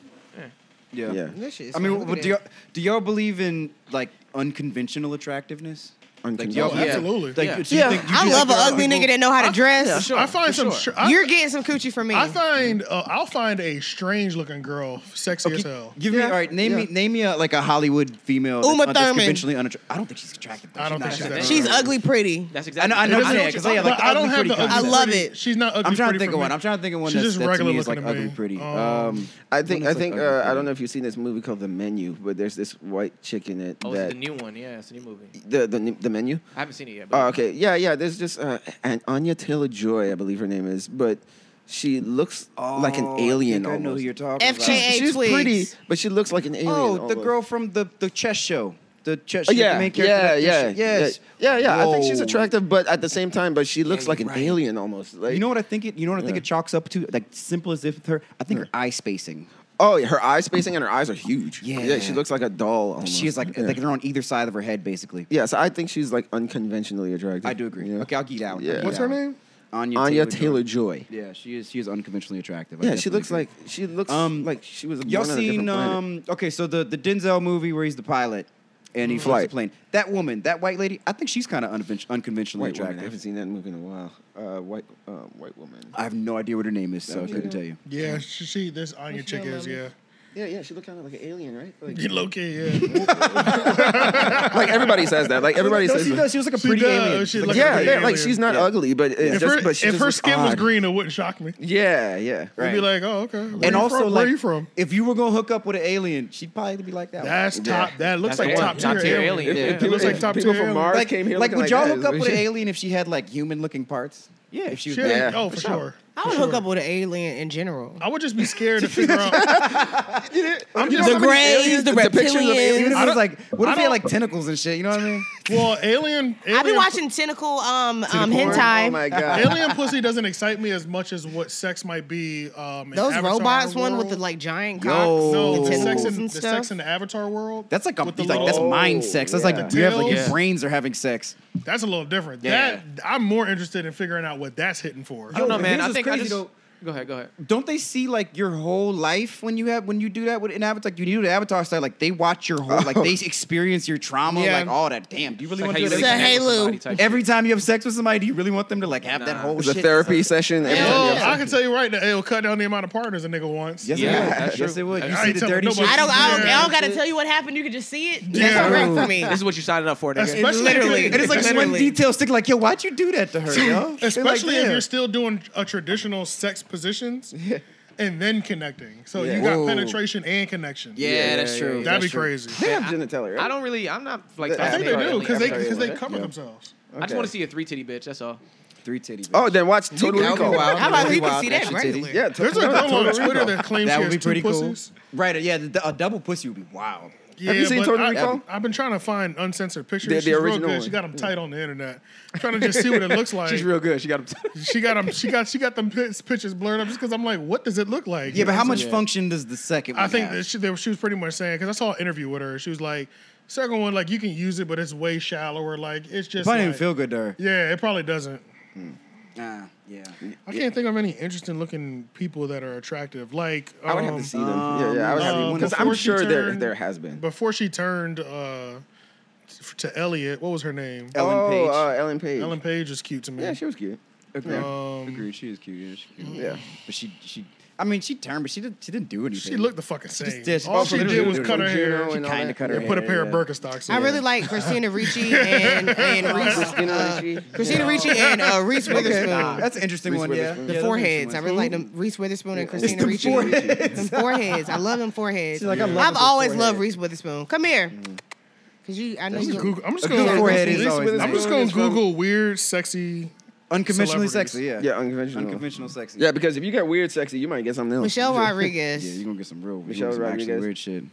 S5: yeah.
S3: yeah,
S4: This shit is
S5: I
S4: fine.
S5: mean,
S4: Look
S5: what-
S4: at
S5: do
S4: that.
S5: y'all, do y'all believe in like unconventional attractiveness? Like,
S3: Unconventional.
S5: y'all,
S2: Oh, absolutely.
S5: Like,
S6: Yeah.
S5: do you
S3: Yeah.
S5: think- do you
S4: I
S5: think
S4: love an
S5: there are
S4: ugly
S5: people-
S4: nigga that know how to dress.
S2: I find some. Sure. I,
S4: You're getting some coochie from me.
S2: I find uh, I'll find a strange looking girl, sexy as hell.
S5: Give me all right. Name me name me a, like a Hollywood female.
S4: Uma
S5: that's un- that's
S4: Thurman.
S5: conventionally unattractive. I don't think she's attractive. though.
S2: I don't think
S6: She's
S2: she's
S6: not
S2: that.
S4: She's
S6: Right.
S4: ugly pretty.
S6: that's
S5: I
S6: exactly.
S5: know. I know.
S6: what
S5: what
S6: you're
S5: you're saying, 'cause, yeah,
S6: talking
S5: like
S2: But
S5: the
S2: I
S5: ugly
S2: don't have
S5: pretty
S2: the.
S5: concept.
S2: Ugly
S4: I love
S2: pretty-
S4: it.
S2: She's not. Ugly
S5: I'm trying to
S2: pretty
S5: think
S2: for
S5: of one.
S2: me.
S5: I'm trying to think of one
S2: She's
S5: that's
S2: just
S5: that to me
S2: regular
S5: is, like
S2: looking to
S5: ugly
S2: me.
S5: pretty.
S2: Um,
S5: Um,
S3: I think
S5: Women's
S3: I
S5: like
S3: think uh,
S5: ugly
S3: I
S5: pretty.
S3: don't know if you've seen this movie called The Menu, but there's this white chick in it
S6: Oh, it's
S3: that
S6: the new one. Yeah, it's a new movie.
S3: the, the the menu.
S6: I haven't seen it yet. But
S3: Oh, okay, yeah, yeah. There's just uh, and Anya Taylor Joy, I believe her name is, but she looks like an
S5: Oh,
S3: alien.
S5: I, think I know who
S3: almost.
S5: you're talking about.
S4: FKA
S3: She's
S4: Twigs.
S3: pretty, but she looks like an alien.
S5: Oh, the
S3: almost.
S5: girl from the the chess show. The chess.
S3: Oh,
S5: she-
S3: yeah,
S5: The main character.
S3: yeah,
S5: that-
S3: yeah,
S5: she- Yes.
S3: yeah, yeah, yeah. I think she's
S5: Whoa.
S3: attractive, but at the same time, but she looks
S5: Yeah,
S3: like an
S5: you're right.
S3: alien almost. Like
S5: You know what I think? It. You know what I think
S3: Yeah.
S5: it chalks up to? Like simplest if with her. I think her eye spacing.
S3: Oh, her eye spacing and her eyes are huge.
S5: Yeah.
S3: yeah, she looks like a doll. Almost.
S5: She is like
S3: yeah.
S5: like they're on either side of her head, basically.
S3: Yeah, so I think she's like unconventionally attractive.
S5: I do agree.
S3: Yeah.
S5: Okay, I'll get out.
S3: Yeah.
S5: I'll geek
S2: What's her
S5: out.
S2: name?
S5: Anya,
S3: Anya
S5: Taylor.
S3: Taylor Joy.
S5: Yeah, she is. She is unconventionally attractive. I
S3: Yeah, she
S5: definitely
S3: looks
S5: agree.
S3: like she looks
S5: Um,
S3: like she was.
S5: Y'all
S3: born on a
S5: seen?
S3: different planet.
S5: Um, okay, so the the Denzel movie where he's the pilot and he flies the
S3: Flight.
S5: plane. That woman, that white lady, I think she's kind of unconven- unconventionally
S3: White woman. I
S5: attractive.
S3: haven't seen that movie in a while. Uh, white, um, white woman.
S5: I have no idea what her name is, so I
S3: Okay.
S5: couldn't tell you.
S2: Yeah, she, she this Anya
S3: she
S2: chick
S3: on,
S2: is,
S3: Mommy?
S2: yeah.
S3: Yeah, yeah, she looked kind of like an alien, right? Like,
S2: Get low key, yeah.
S3: like, everybody says that. Like everybody
S5: No,
S3: says.
S5: she
S3: that.
S5: does. She was like a
S2: She
S5: pretty
S2: does.
S5: alien.
S2: She
S5: She's like
S2: looked
S5: a
S3: Yeah,
S5: pretty
S2: pretty
S3: yeah,
S5: alien.
S3: like she's not
S5: Yeah.
S3: ugly, but it's
S2: If
S3: just
S2: her,
S3: but she
S2: if
S3: just
S2: her
S3: looks
S2: skin was
S3: odd.
S2: green, it wouldn't shock me. I'd
S3: Yeah, yeah.
S5: Right.
S2: be like, oh, okay. Where
S5: and
S2: you
S5: also
S2: from?
S5: like,
S2: where are you from?
S5: if you were gonna hook up with an alien, she'd probably be like that. one.
S2: That's top. That looks
S6: That's
S2: like
S6: the one.
S2: top tier,
S6: Top tier
S2: alien.
S6: alien, yeah.
S2: It looks like
S3: if
S2: top
S3: people
S2: tier
S3: from
S2: alien.
S3: Mars
S5: like,
S3: came here.
S5: like
S3: looking
S5: would y'all
S3: that,
S5: hook up
S3: we
S5: with an
S3: should-
S5: alien if she had like human looking parts?
S6: Yeah,
S5: if she was
S2: Shit.
S5: bad.
S3: Yeah,
S2: oh, for,
S3: for
S2: sure.
S3: sure.
S4: I would hook up with an alien in general.
S2: I would just be scared to figure out.
S3: I'm
S4: The Greys, the
S5: Even
S4: Reptilians.
S5: if it was
S2: don't-
S5: like, what
S2: I
S5: if he
S2: don't-
S5: had like tentacles and shit? You know what I mean?
S2: Well, alien. alien
S4: I be watching tentacle um um
S2: Tentacle porn?
S4: hentai.
S3: Oh my god.
S2: Alien pussy doesn't excite me as much as what sex might be. Um, in
S4: Those
S2: Avatar
S4: robots one with
S2: world.
S4: the like giant
S5: Yo.
S4: cocks
S2: No,
S4: and
S2: the sex
S4: tentacles
S2: in
S4: and
S2: the sex
S4: stuff.
S2: in the Avatar world.
S5: That's like a
S2: with the
S5: he's like that's
S2: little-
S5: mind sex. That's
S3: yeah.
S5: like you have like your
S2: Tails.
S5: brains are having sex.
S2: that's a little different.
S5: Yeah.
S2: That I'm more interested in figuring out what that's hitting for.
S6: I don't know,
S5: Yo,
S6: man.
S5: here's
S6: I
S5: what's
S6: think I
S5: crazy,
S6: just
S5: though.
S6: go ahead, go ahead.
S5: Don't they see like your whole life when you have when you do that with an avatar? Like, you do the avatar style, like they watch your whole like they
S2: Oh.
S5: experience your trauma,
S6: Yeah.
S5: like all that. Damn, do you really
S6: Like how
S5: want to
S6: you
S5: do
S6: really
S4: Say
S5: that?
S6: connect
S4: hey,
S6: with
S4: Lou.
S6: somebody type shit.
S5: Every time you have sex with somebody, do you really want them to like have that
S6: Nah.
S5: whole
S3: It's a
S5: Oh, shit?
S3: therapy session. Every
S4: Yeah.
S3: time you
S2: Oh,
S3: have
S2: I
S3: sex.
S2: can tell you right now, it'll cut down the amount of partners a nigga wants.
S5: Yes,
S3: Yeah,
S5: it would.
S3: that's
S5: yes,
S3: true.
S5: it would. You
S2: I
S5: see
S2: ain't
S5: the
S2: telling
S5: dirty shit.
S2: nobody.
S4: I don't, I don't, I
S2: Yeah.
S4: don't gotta tell you what happened. You can just see it. That's
S2: Yeah.
S4: a wrap for me.
S6: This is what you signed up for, nigga.
S2: That's- Especially if
S4: literally,
S2: you-
S5: And it's like
S4: literally.
S5: one detail stick. Like, yo, why'd you do that to her? Yo? They're like,
S2: especially if
S5: "Damn."
S2: you're still doing a traditional sex positions and then connecting. So you got
S5: Whoa.
S2: penetration and connection.
S5: Yeah, that's true.
S2: that'd be crazy.
S3: They have genitalia, right?
S6: I don't really. I'm not like.
S3: I
S2: I think they
S6: fascinated
S2: do
S6: with
S2: because they
S6: everything.
S2: because they
S3: Yeah.
S2: cover
S3: Yeah.
S2: themselves.
S6: I just want
S3: Okay.
S6: to see a three titty bitch. That's all.
S5: Three titties.
S3: Oh, then watch Total
S5: That would be
S3: Recall.
S5: wild.
S4: How about
S5: That would
S4: we
S5: be
S4: can
S5: wild.
S4: see
S5: That
S4: that
S5: shit titty.
S4: regularly?
S3: Yeah,
S2: There's a girl on Twitter that claims
S5: That
S2: she
S5: would
S2: has
S5: be
S2: two
S5: pretty cool.
S2: pussies.
S5: Right? Yeah, the, a double pussy would be wild.
S2: Yeah,
S3: you seen
S2: but
S3: Total
S2: I,
S3: Recall?
S2: I've been trying to find uncensored pictures.
S3: The- the
S2: She's real
S3: original
S2: good.
S3: one.
S2: She got them tight on the internet. I'm trying to just see what it looks like.
S6: She's real good. She got.
S2: She got them. She got she got them pi- pictures blurred up just because I'm like, what does it look like?
S5: Yeah, but how much
S6: Yeah.
S5: function does the second? One
S2: I think
S5: have?
S2: that she, that she was pretty much saying because I saw an interview with her. She was like, second one, like you can use it, but it's way shallower. Like it's just
S5: probably
S2: like-
S5: didn't feel good to her.
S2: Yeah, it probably doesn't.
S5: Ah, yeah.
S2: I can't think of any interesting looking people that are attractive. Like um,
S3: I would have to see them. Yeah, yeah, I would have to
S2: um,
S3: because I'm
S2: before she
S3: sure there
S2: turned-
S3: there has been.
S2: before she turned uh, to Elliot. What was her name?
S5: Ellen
S3: oh,
S5: Page.
S3: Uh, Ellen Page.
S2: Ellen Page was cute to me.
S3: Yeah, she was cute.
S5: Agreed.
S2: Um,
S5: Agreed. She is cute. Yeah, she's cute.
S3: Yeah.
S5: But she, she. I mean, she turned, but she didn't. She didn't do anything.
S2: She looked the fucking same.
S5: did. She
S2: All
S5: also
S2: she did
S5: literally
S2: was
S5: did
S2: cut
S5: it.
S2: her hair
S5: and all
S3: kinda
S5: that.
S3: cut her
S2: and put a
S3: hair,
S2: pair of
S3: yeah.
S2: Birkenstocks.
S4: I
S2: on.
S4: really like Christina Ricci and, and Reese.
S3: Christina
S4: uh,
S3: Ricci.
S4: Christina Ricci and uh, Reese Witherspoon.
S5: That's an interesting
S3: Reese
S5: one. Yeah.
S3: Witherspoon.
S5: Yeah,
S4: The
S5: that's an
S4: foreheads. I
S5: interesting
S4: really
S5: one.
S4: like them. Reese Witherspoon
S3: It's
S4: and Christina
S5: the
S4: Ricci.
S5: foreheads.
S4: Them foreheads. I love them foreheads.
S5: She's like, I love
S4: I've
S5: the
S4: always
S5: forehead.
S4: loved Reese Witherspoon. Come here. Cause you, I know
S2: I'm
S4: you.
S2: just Google- I'm just
S5: A good
S2: going.
S5: forehead is
S3: Reese
S5: always
S3: Witherspoon
S2: I'm just
S5: nice.
S2: going
S3: is
S2: to
S3: from-
S2: Google weird, sexy.
S5: unconventionally
S2: Celebrities.
S5: sexy. Yeah.
S3: Yeah, unconventional.
S5: Unconventional sexy.
S3: Yeah, because if you get weird sexy, you might get something else.
S4: Michelle
S5: Yeah,
S4: Rodriguez
S5: you're gonna get some real,
S3: Michelle
S5: Michelle some actually
S3: Rodriguez.
S5: weird shit.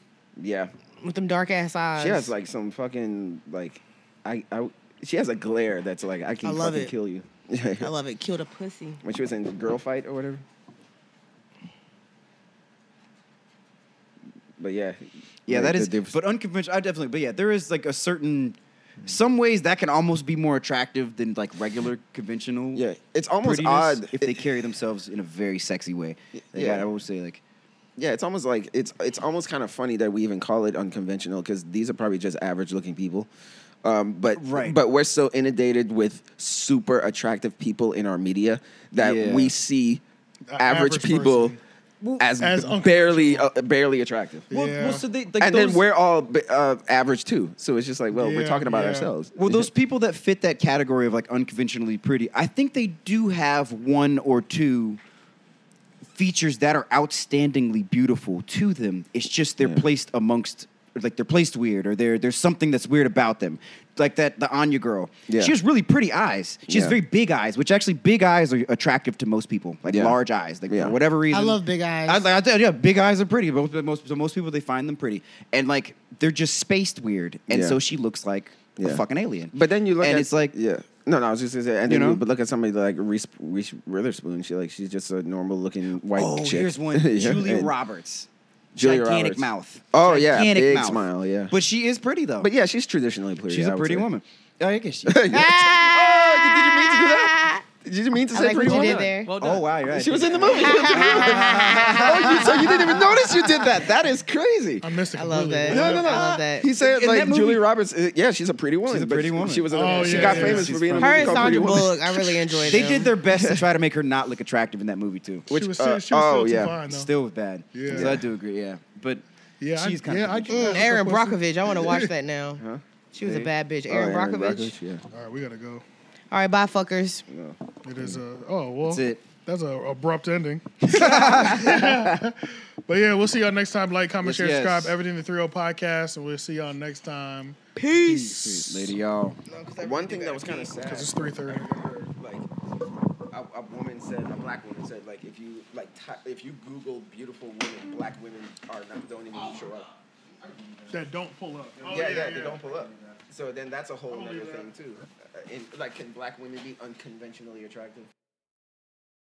S3: Yeah,
S4: with them dark ass eyes.
S3: she has like some fucking like, I, I she has a glare that's like I can
S4: I love
S3: fucking
S4: it.
S3: kill you.
S4: I love it. Killed a pussy.
S3: when she was in Girl Fight or whatever. But yeah,
S5: Yeah,
S3: like,
S5: that
S3: the
S5: is.
S3: difference-
S5: But unconventional, I definitely. But yeah, there is like a certain, some ways that can almost be more attractive than like regular conventional.
S3: yeah, it's almost
S5: prettiness
S3: odd
S5: if they carry themselves in a very sexy way. Like,
S3: Yeah.
S5: I always say like,
S3: Yeah, it's almost like it's it's almost kind of funny that we even call it unconventional because these are probably just average looking people. Um, but
S5: Right.
S3: but we're so inundated with super attractive people in our media that
S5: Yeah.
S3: we see
S2: A
S3: average,
S2: average
S3: people
S2: person.
S3: as,
S2: As
S3: barely uh, barely attractive.
S5: well,
S2: Yeah.
S5: well, so they like
S3: and
S5: those,
S3: then we're all b- uh, average too. So it's just like, well, we're
S2: Yeah,
S3: talking about
S2: yeah.
S3: ourselves.
S5: well those people that fit that category of like unconventionally pretty. I think they do have one or two features that are outstandingly beautiful to them. It's just they're
S3: Yeah.
S5: placed amongst or, like they're placed weird or there there's something that's weird about them. Like that the Anya girl.
S3: Yeah.
S5: She has really pretty eyes. She has
S3: Yeah.
S5: very big eyes, which actually big eyes are attractive to most people. Like
S3: Yeah.
S5: large eyes. Like
S3: Yeah.
S5: for whatever reason.
S4: love big eyes.
S5: I, like, I tell- yeah, big eyes are pretty, but most- most so most people they find them pretty. And like they're just spaced weird. And
S3: Yeah.
S5: so she looks like
S3: Yeah.
S5: a fucking alien.
S3: But then you look
S5: and
S3: at
S5: it's like
S3: yeah. No, no, I was just gonna say, and
S5: You
S3: then you,
S5: know?
S3: but look at somebody like Reese, Reese Witherspoon. She like she's just a normal looking white
S5: Oh,
S3: chick.
S5: here's one.
S3: Yeah,
S5: Julia
S3: and-
S5: Roberts.
S3: Julia
S5: gigantic
S3: Roberts.
S5: mouth.
S3: Oh, yeah,
S5: Gigantic
S3: big
S5: mouth.
S3: smile, yeah.
S5: But she is pretty though.
S3: But yeah, she's traditionally pretty.
S5: she's
S3: I
S5: a
S3: would
S5: pretty
S3: say.
S5: woman. Oh, I guess she.
S3: Oh, did you mean to do that? Did you mean to
S7: I
S3: say
S7: like
S3: pretty
S7: what you
S3: woman?
S7: did there.
S6: Well done.
S5: oh wow, you're right.
S3: She was in the movie. oh, you, so you didn't even notice you did that. That is crazy.
S2: I missed it.
S7: I love that.
S2: completely.
S3: No, no, no.
S7: I love that.
S3: He said
S5: In that
S3: like
S5: movie-
S3: Julia Roberts. uh, yeah, she's a pretty woman.
S5: She's a
S3: but
S5: pretty woman.
S3: She was. in a-
S2: Oh,
S3: she
S2: yeah,
S3: got
S2: yeah,
S3: famous
S5: yeah.
S3: for being. in a
S7: Her
S3: movie
S7: and
S3: called Pretty
S7: Sandra
S3: Woman.
S7: Bullock, I really enjoyed.
S5: They
S7: them.
S5: did their best to try to make her not look attractive in that movie too.
S2: she
S3: Which,
S2: was, still-
S3: uh,
S2: she was
S3: oh,
S2: still too
S3: yeah.
S2: fine though.
S5: Still bad.
S2: Yeah.
S5: So I do agree. Yeah, but
S2: yeah, I-
S5: she's kind
S2: yeah,
S5: of.
S2: I
S7: Mm, Aaron Brockovich. I want to watch that now.
S3: Huh?
S7: She was a
S3: Hey.
S7: bad bitch.
S3: Oh,
S7: Aaron, Brockovich.
S3: Yeah.
S2: All right, we gotta go.
S7: All right, bye, fuckers.
S2: It is a oh well.
S5: That's it.
S2: That's a abrupt ending. but yeah, we'll see y'all next time. Like, comment, share,
S5: Yes, yes.
S2: subscribe. Everything the 30 podcast, and we'll see y'all next time.
S5: Sweet lady, y'all.
S3: One thing that was kind of sad.
S2: Cause it's 3:30.
S3: Like a, a woman said, a black woman said, like if you like ty- if you Google beautiful women, black women are not don't even show up.
S2: That don't pull up. Oh,
S3: yeah, yeah, they don't pull up. So then that's a whole other thing too. Uh, and like, can black women be unconventionally attractive?